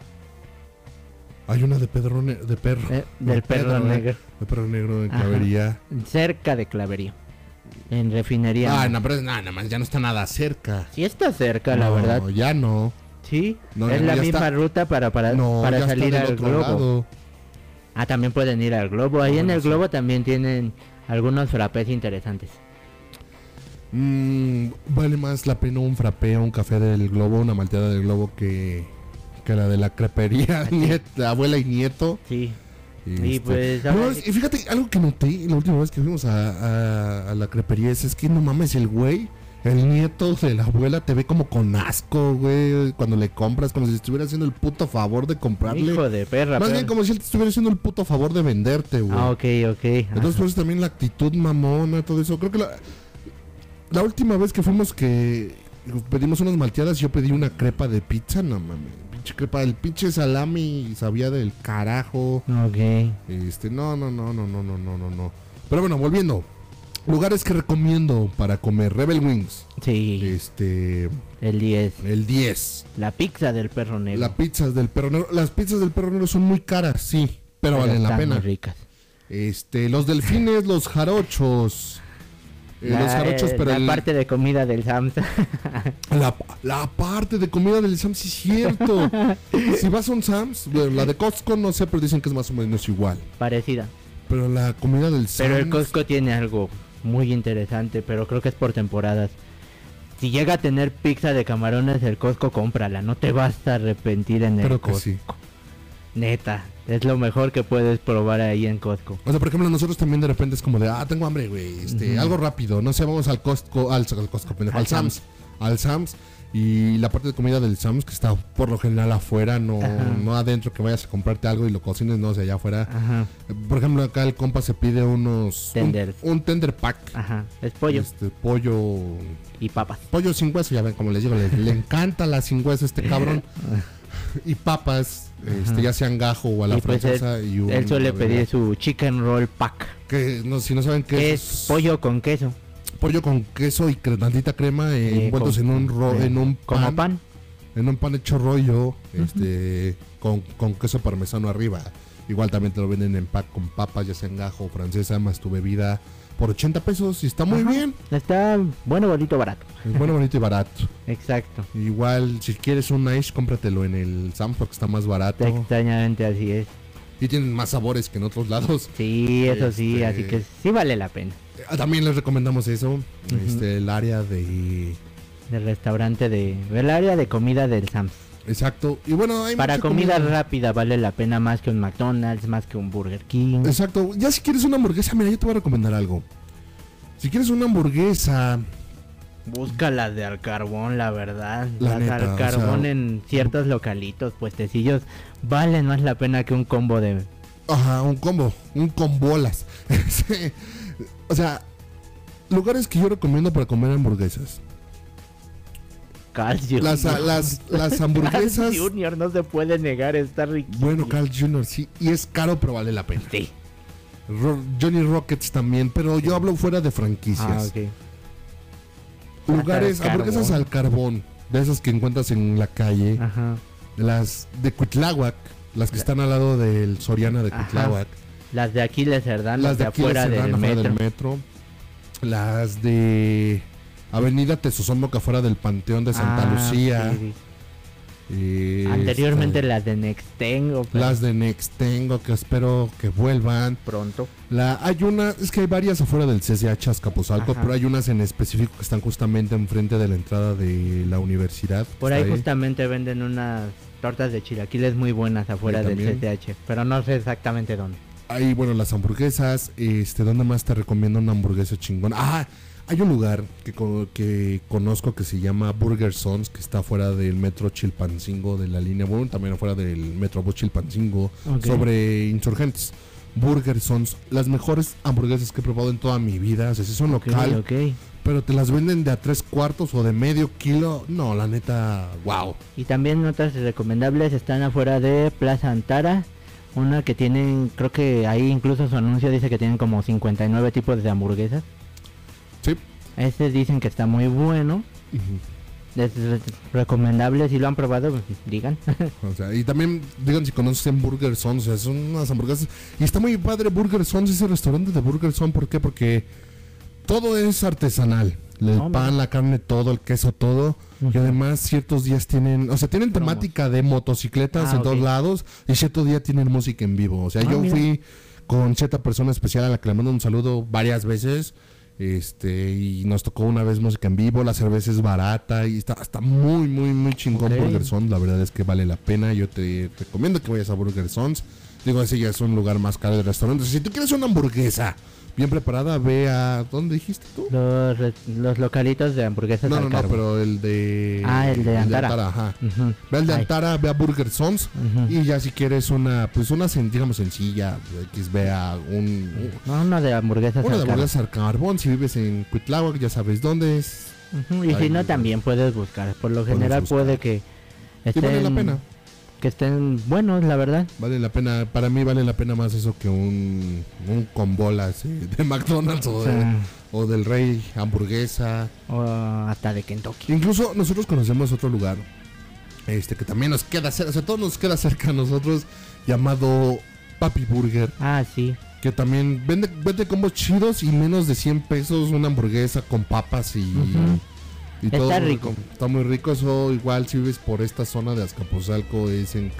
Hay una de, Pedro Ne- de perro.
eh, del perro
Pedro, eh.
negro.
De perro negro en
Ajá.
Clavería.
Cerca de Clavería. En refinería.
Ah, no, pero no, nada más, ya no está nada cerca.
Sí está cerca, la
No,
verdad.
Ya no.
Sí.
No,
es
ya-
la
ya
misma
está-
ruta para, para,
No,
para
ya está
salir
del
al
otro
globo.
lado.
Ah, también pueden ir al globo. Ahí
Ah,
en
bueno,
el
sí.
globo también tienen algunos frappés interesantes.
Mm, vale más la pena un frappé, un café del globo, una malteada del globo que, que la de la crepería, niet- abuela y nieto.
Sí.
Este,
pues,
no,
ahora
es-
sí.
y fíjate, algo que noté la última vez que fuimos a, a- a la crepería es, es que no mames, el güey, el nieto de la abuela te ve como con asco, güey, cuando le compras, como si estuviera haciendo el puto favor de comprarle.
Hijo de perra.
Más
pero-
bien como si él te estuviera haciendo el puto favor de venderte, güey.
Ah, ok, ok.
Entonces,
ajá.
por eso también la actitud mamona, todo eso. Creo que la, la última vez que fuimos que pedimos unas malteadas, yo pedí una crepa de pizza, no mames. Pinche crepa, el pinche salami sabía del carajo.
Ah, Ok.
Este, no, no, no, no, no, no, no, no, no. Pero bueno, volviendo. Lugares que recomiendo para comer. Rebel Wings.
Sí,
Este,
el 10.
el 10.
La pizza del perro negro.
La pizza del perro negro. Las pizzas del perro negro son muy caras, sí. Pero, valen la
están
pena.
muy ricas.
Este, los delfines, los jarochos. Eh,
la,
los jarochos,
eh,
pero
la
el-
parte de comida del Samsa.
la, la parte de comida del Sams sí es cierto. si vas a un Sams, bueno, la de Costco no sé, pero dicen que es más o menos igual.
parecida.
Pero la comida del Sams.
Pero el Costco tiene algo muy interesante, pero creo que es por temporadas. Si llega a tener pizza de camarones, el Costco cómprala. No te vas a arrepentir en el
Creo que
Costco.
sí.
Neta, es lo mejor que puedes probar ahí en Costco.
O sea, por ejemplo, nosotros también de repente es como de, ah, tengo hambre, güey. Este, algo rápido. No sé, vamos al Costco, al, al Costco, pendejo,
Al
al Sams. Al Sams. Y la parte de comida del Sams que está por lo general afuera, no,
Ajá.
no adentro que vayas a comprarte algo y lo cocines, no, o sea, allá afuera.
Ajá,
Por ejemplo, acá el compa se pide unos. un-
Tenders.
Un, tender pack.
ajá. Es Ah, pollo
Este, pollo.
y papas.
Pollo sin hueso, ya ven, como les digo, le, le encanta la sin hueso a este cabrón. y papas, este, ya sean gajo o a la
Y pues
francesa. y un-
Él suele
una bebida.
pedir su chicken roll pack,
Que, no, si no saben qué
que
es,
es pollo con queso.
pollo con queso y cre- tantita crema eh,
Eh,
envueltos
con-
en un ro-
eh,
en un
Como
pan,
pan.
en un pan hecho rollo, este con, con queso parmesano arriba. Igual también te lo venden en pack con papas, ya sea en gajo, francesa, más tu bebida por 80 pesos y está muy
Ajá.
bien.
Está bueno, bonito, barato.
Es bueno, bonito y barato.
Exacto.
Igual si quieres un ice, cómpratelo en el Sam's porque está más barato
Extrañamente así es.
y tienen más sabores que en otros lados.
Sí, eso sí, así
Este-
que sí vale la pena.
Eh, También les recomendamos eso, este el área de
Del restaurante de. El área de comida del Sam's.
Exacto. Y bueno, hay
Para
mucha
comida rápida vale la pena más que un McDonald's, más que un Burger King.
Exacto. Ya si quieres una hamburguesa, mira, yo te voy a recomendar algo. Si quieres una hamburguesa,
Busca las de al carbón, la verdad.
La
las
neta, o
al carbón
sea,
en ciertos localitos, puestecillos, valen más la pena que un combo de
Ajá, un combo, un con bolas. Sí. O sea, lugares que yo recomiendo para comer hamburguesas.
Carl Jr.
Las, a- las, las hamburguesas.
Carl Jr. no se puede negar, está riquísimo.
Bueno, Carl Jr. sí, y es caro, pero vale la pena.
Sí.
Ro- Johnny Rockets también, pero yo hablo fuera de
Ah,
franquicias.
ok.
Lugares,
Hasta el
hamburguesas
carbón.
al carbón, de esas que encuentras en la calle,
Ajá.
las de Cuitláhuac, las que están al lado del Soriana de
Ajá.
Cuitláhuac,
Las de Aquiles Cerdán,
las
las de,
de aquí de
afuera
Serrano,
del
afuera
metro.
del metro, las de Avenida Tesosomoca, afuera del Panteón de Santa
Ah,
Lucía.
sí, sí.
eh,
Anteriormente
esta-
las de Nextengo. pero
las de Nextengo, que espero que vuelvan.
pronto.
La, hay una, es que hay varias afuera del CCH Azcapotzalco,
Ajá.
pero hay unas en específico que están justamente enfrente de la entrada de la universidad.
Por
Está
ahí justamente venden unas tortas de chilaquiles muy buenas afuera
Ahí
del
también.
CTH, pero no sé exactamente dónde.
Ahí, bueno, las hamburguesas. Este, ¿dónde más te recomiendo una hamburguesa chingona? Ah, hay un lugar que, co- que conozco que se llama Burger Sons, que está afuera del metro Chilpancingo de la línea, bueno, también afuera del metrobús Chilpancingo,
Ok.
sobre insurgentes. Burger Sons, las mejores hamburguesas que he probado en toda mi vida. O sea, si son
Ok,
local,
ok.
pero te las venden de a tres cuartos o de medio kilo. No, la neta, wow.
Y también otras recomendables están afuera de Plaza Antara. Una que tienen, creo que ahí incluso su anuncio dice que tienen como 59 tipos de hamburguesas.
Sí.
Este dicen que está muy bueno. Es re- recomendable, si lo han probado, pues, digan.
O sea, y también digan si conocen Burger Sons, o sea, son unas hamburguesas. Y está muy padre Burger Sons, ese restaurante de Burger Sons, ¿por qué? Porque todo es artesanal. El
No,
pan,
mira.
la carne, todo, el queso, todo. Y
Ujú.
además ciertos días tienen, o sea, tienen
Promos.
temática de motocicletas
Ah,
en todos
ok.
lados y cierto día tienen música en vivo. O sea,
Ah,
yo
mira.
fui con cierta persona especial a la que le mando un saludo varias veces. Este, y nos tocó una vez música en vivo, la cerveza es barata y está, está muy, muy, muy chingón
Ok.
Burger Sons, la verdad es que vale la pena, yo te recomiendo que vayas a Burger Sons, digo, ese ya es un lugar más caro de restaurantes, si tú quieres una hamburguesa bien preparada, ve a, ¿dónde dijiste tú?
Los, re- los localitos de hamburguesas
No,
al
no, no,
carbón.
pero el de...
Ah, el de Antara.
ajá.
Ujú.
Ve al de
Ay.
Antara, ve a Burger Sons
Ujú.
y ya si quieres una, pues una, sen- digamos, sencilla, X, ve a un...
No, no, de hamburguesas
Una de
al carbón.
hamburguesas al carbón, si vives en Cuitláhuac, ya sabes dónde es.
Ujú, Y
Ahí
si no,
mismo.
también puedes buscar. Por lo
Puedes
general
buscar.
puede que
Y
estén,
vale la pena.
que estén buenos, la verdad.
Vale la pena, para mí vale la pena más eso que un, un con bolas eh, de McDonald's o,
O
de-
sea,
o del Rey hamburguesa.
o hasta de Kentucky.
Incluso nosotros conocemos otro lugar este que también nos queda cerca, o sea, todo nos queda cerca a nosotros, llamado Papi Burger,
Ah, sí.
que también vende, vende combos chidos y menos de 100 pesos una hamburguesa con papas y...
Ujú.
y
Está
muy
rico.
Está muy rico. Eso igual si vives por esta zona de Azcapotzalco es en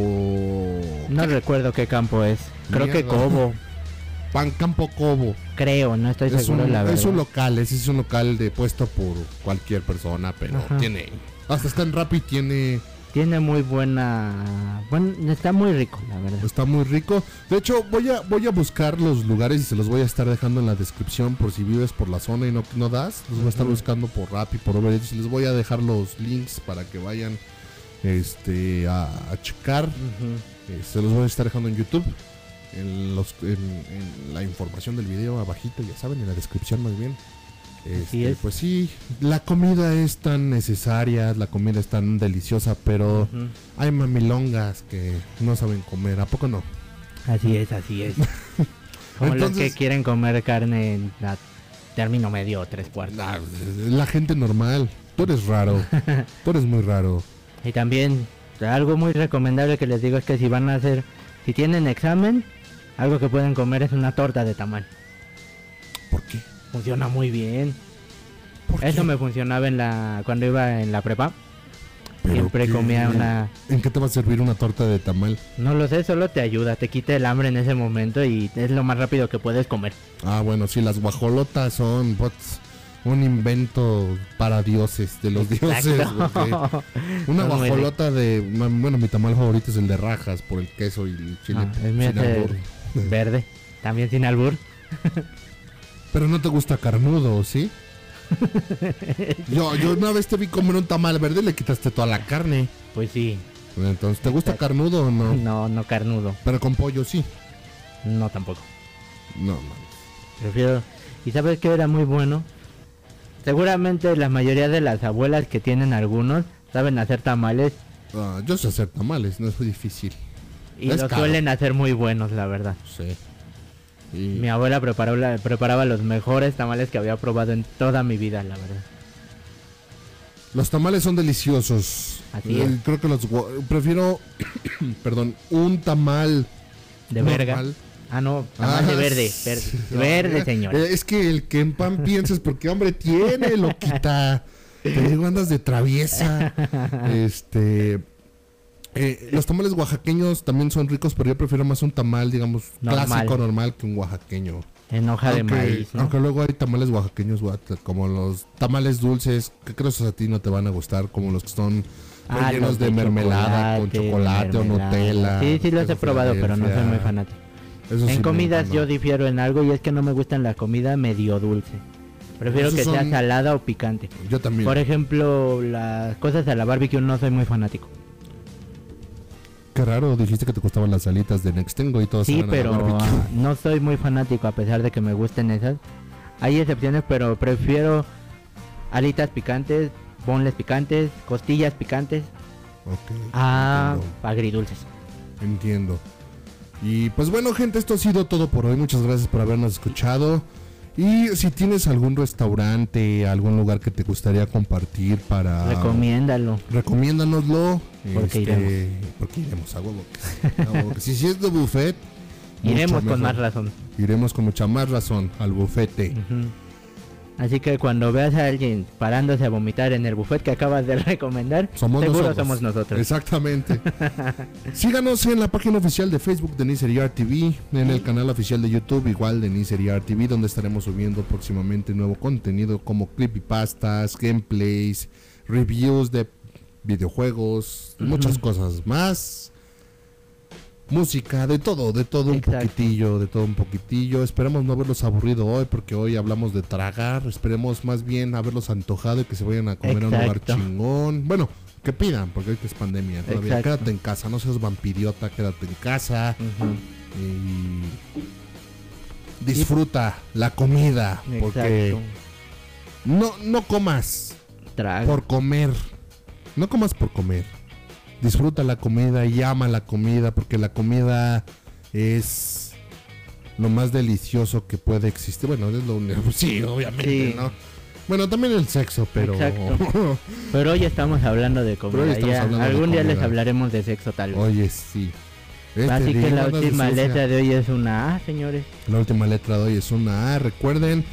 campo...
No recuerdo qué campo es. Creo que
Mierda.
Cobo.
Pan Campo Cobo.
Creo, no estoy
es
seguro,
un,
la verdad.
es un local, ese es un local de puesto por cualquier persona, pero
Ajá.
tiene. Hasta está en Rappi, tiene.
Tiene muy buena... Bueno, está muy rico, la verdad.
Está muy rico. De hecho, voy a, voy a buscar los lugares y se los voy a estar dejando en la descripción por si vives por la zona y no, no das. Los voy a estar
Ujú.
buscando por Rappi, por Uber Eats, y les voy a dejar los links para que vayan este, a, a checar.
Ujú.
Eh, se los voy a estar dejando en YouTube. En, los, en, en la información del video abajito, ya saben, en la descripción más bien.
Así
Este,
es.
Pues sí, la comida es tan necesaria, la comida es tan deliciosa, pero
Ujú.
hay mamilongas que no saben comer, ¿a poco no?
Así es, así es. Como los
Entonces-
que quieren comer carne en la- término medio o tres cuartos.
Nah, La gente normal, tú eres raro, tú eres muy raro.
Y también algo muy recomendable que les digo es que si van a hacer, si tienen examen, algo que pueden comer es una torta de tamal.
¿Por qué?
Funciona muy bien.
¿Por
Eso
qué?
me funcionaba en la cuando iba en la prepa.
¿Pero
Siempre
qué?
comía una,
¿En qué te va a servir una torta de tamal?
no lo sé, solo te ayuda, te quita el hambre en ese momento y es lo más rápido que puedes comer.
Ah, bueno, sí, las guajolotas son bots, un invento para dioses, de los dioses. porque
Exacto.
Una
Son muy
guajolota de. Bueno, mi tamal favorito es el de rajas por el queso y el chile.
Ah, el mío
sin
es el
albur.
verde, también sin albur.
Pero no te gusta carnudo, ¿sí? yo, yo una vez te vi comer un tamal verde y le quitaste toda la carne.
Pues sí,
Entonces, ¿te gusta carnudo o no?
no, no carnudo.
Pero con pollo sí.
No tampoco.
No, mames.
Prefiero. ¿Y sabes qué era muy bueno? Seguramente la mayoría de las abuelas que tienen algunos saben hacer tamales
Ah, yo sé hacer tamales, no es muy difícil.
y
Es
los
caro.
suelen hacer muy buenos, la verdad.
Sí. Y-
Mi abuela preparó la- preparaba los mejores tamales que había probado en toda mi vida, la verdad.
Los tamales son deliciosos.
Así
Eh,
es.
Creo que los gua- prefiero, perdón, un tamal
De
normal.
verga. Ah, no, tamal de
Ah,
verde.
sí.
Verde,
No,
verde
eh,
señor.
eh, Es que el que en pan pienses porque hambre tiene, loquita. Te digo, andas de traviesa. Este. eh, los tamales oaxaqueños también son ricos, pero yo prefiero más un tamal, digamos,
Normal.
clásico, normal, que un oaxaqueño.
En hoja de maíz, ¿no?
aunque luego hay tamales oaqueños, what, como los tamales dulces, que creo que a ti no te van a gustar, como los que son
Ah,
rellenos
los
de, mermelada, con
de
chocolate o
mermelada.
Nutella.
Sí, sí, los he
queso
probado, pero no soy muy
Filadelfia.
fanático.
Eso sí,
en
no,
comidas
no.
yo difiero en algo y es que no me gustan la comida medio dulce. Prefiero
Esos
que sea
son-
salada o picante.
Yo también.
Por ejemplo, las cosas a la barbecue no soy muy fanático.
Qué raro, dijiste que te gustaban las alitas de Nextengo y todo
Sí, pero ah, no soy muy fanático a pesar de que me gusten esas. Hay excepciones, pero prefiero alitas picantes, bonles picantes, costillas picantes Ah. a agridulces.
Entiendo. Y pues bueno, gente, esto ha sido todo por hoy. Muchas gracias por habernos escuchado. Y si tienes algún restaurante, algún lugar que te gustaría compartir para...
Recomiéndalo.
Recomiéndanoslo. Este,
Porque iremos.
Porque iremos, a huevo que sí, a huevo que sí. si es de buffet... mucho
Iremos
mejor.
con más razón.
Iremos con mucha más razón al bufete.
Ujú. Así que cuando veas a alguien parándose a vomitar en el buffet que acabas de recomendar,
Somos
seguro
nosotros.
somos nosotros.
Exactamente. Síganos en la página oficial de Facebook de Niceryar TV, en el canal oficial de YouTube igual de Niceryar TV, donde estaremos subiendo próximamente nuevo contenido como creepypastas, gameplays, reviews de videojuegos, muchas cosas más. Música, de todo, de todo un
Exacto.
poquitillo, de todo un poquitillo. Esperemos no haberlos aburrido hoy porque hoy hablamos de tragar. Esperemos más bien haberlos antojado y que se vayan a comer a un lugar
Exacto.
chingón. Bueno, que pidan, porque hoy que es pandemia todavía.
Exacto.
Quédate en casa, no seas vampiriota, quédate en casa
Ujú.
y disfruta la comida, porque
Exacto.
no, no comas
Traga.
por comer, no comas por comer. Disfruta la comida y ama la comida, porque la comida es lo más delicioso que puede existir. Bueno, es lo único, sí, obviamente,
Sí.
¿no? Bueno, también el sexo, pero...
Exacto. Pero hoy estamos hablando de
Pero hoy
comida.
estamos
ya.
hablando de
Algún día les
comida.
hablaremos de sexo tal vez.
Oye, sí. Este
Así que
día
la
andas de
última
sucia.
letra de hoy es una A, señores.
La última letra de hoy es una A. Recuerden,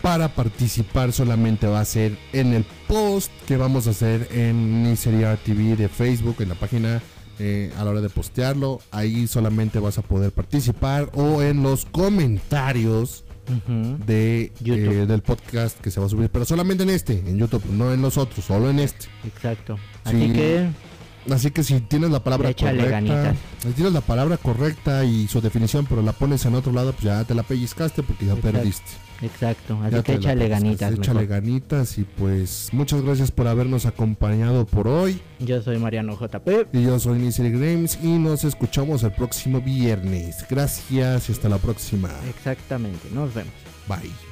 para participar solamente va a ser en el post que vamos a hacer en Niceria TV de Facebook, en la página. eh, a la hora de postearlo, ahí solamente vas a poder participar o en los comentarios
Ujú.
de,
YouTube.
eh, del podcast que se va a subir, pero solamente en este, en YouTube, no en los otros, solo en este.
Exacto.
Sí.
Así que
Así que si tienes la palabra
Échale
correcta,
ganitas.
si tienes la palabra correcta y su definición, pero la pones en otro lado, pues ya te la pellizcaste porque ya
Exacto.
perdiste.
Exacto, así
Ya
que
te la
échale
pellizcaste,
ganitas.
Échale
mejor.
ganitas y pues muchas gracias por habernos acompañado por hoy.
Yo soy Mariano JP.
Y yo soy Nisiri Grimes y nos escuchamos el próximo viernes. Gracias y hasta la próxima.
Exactamente, nos vemos.
Bye.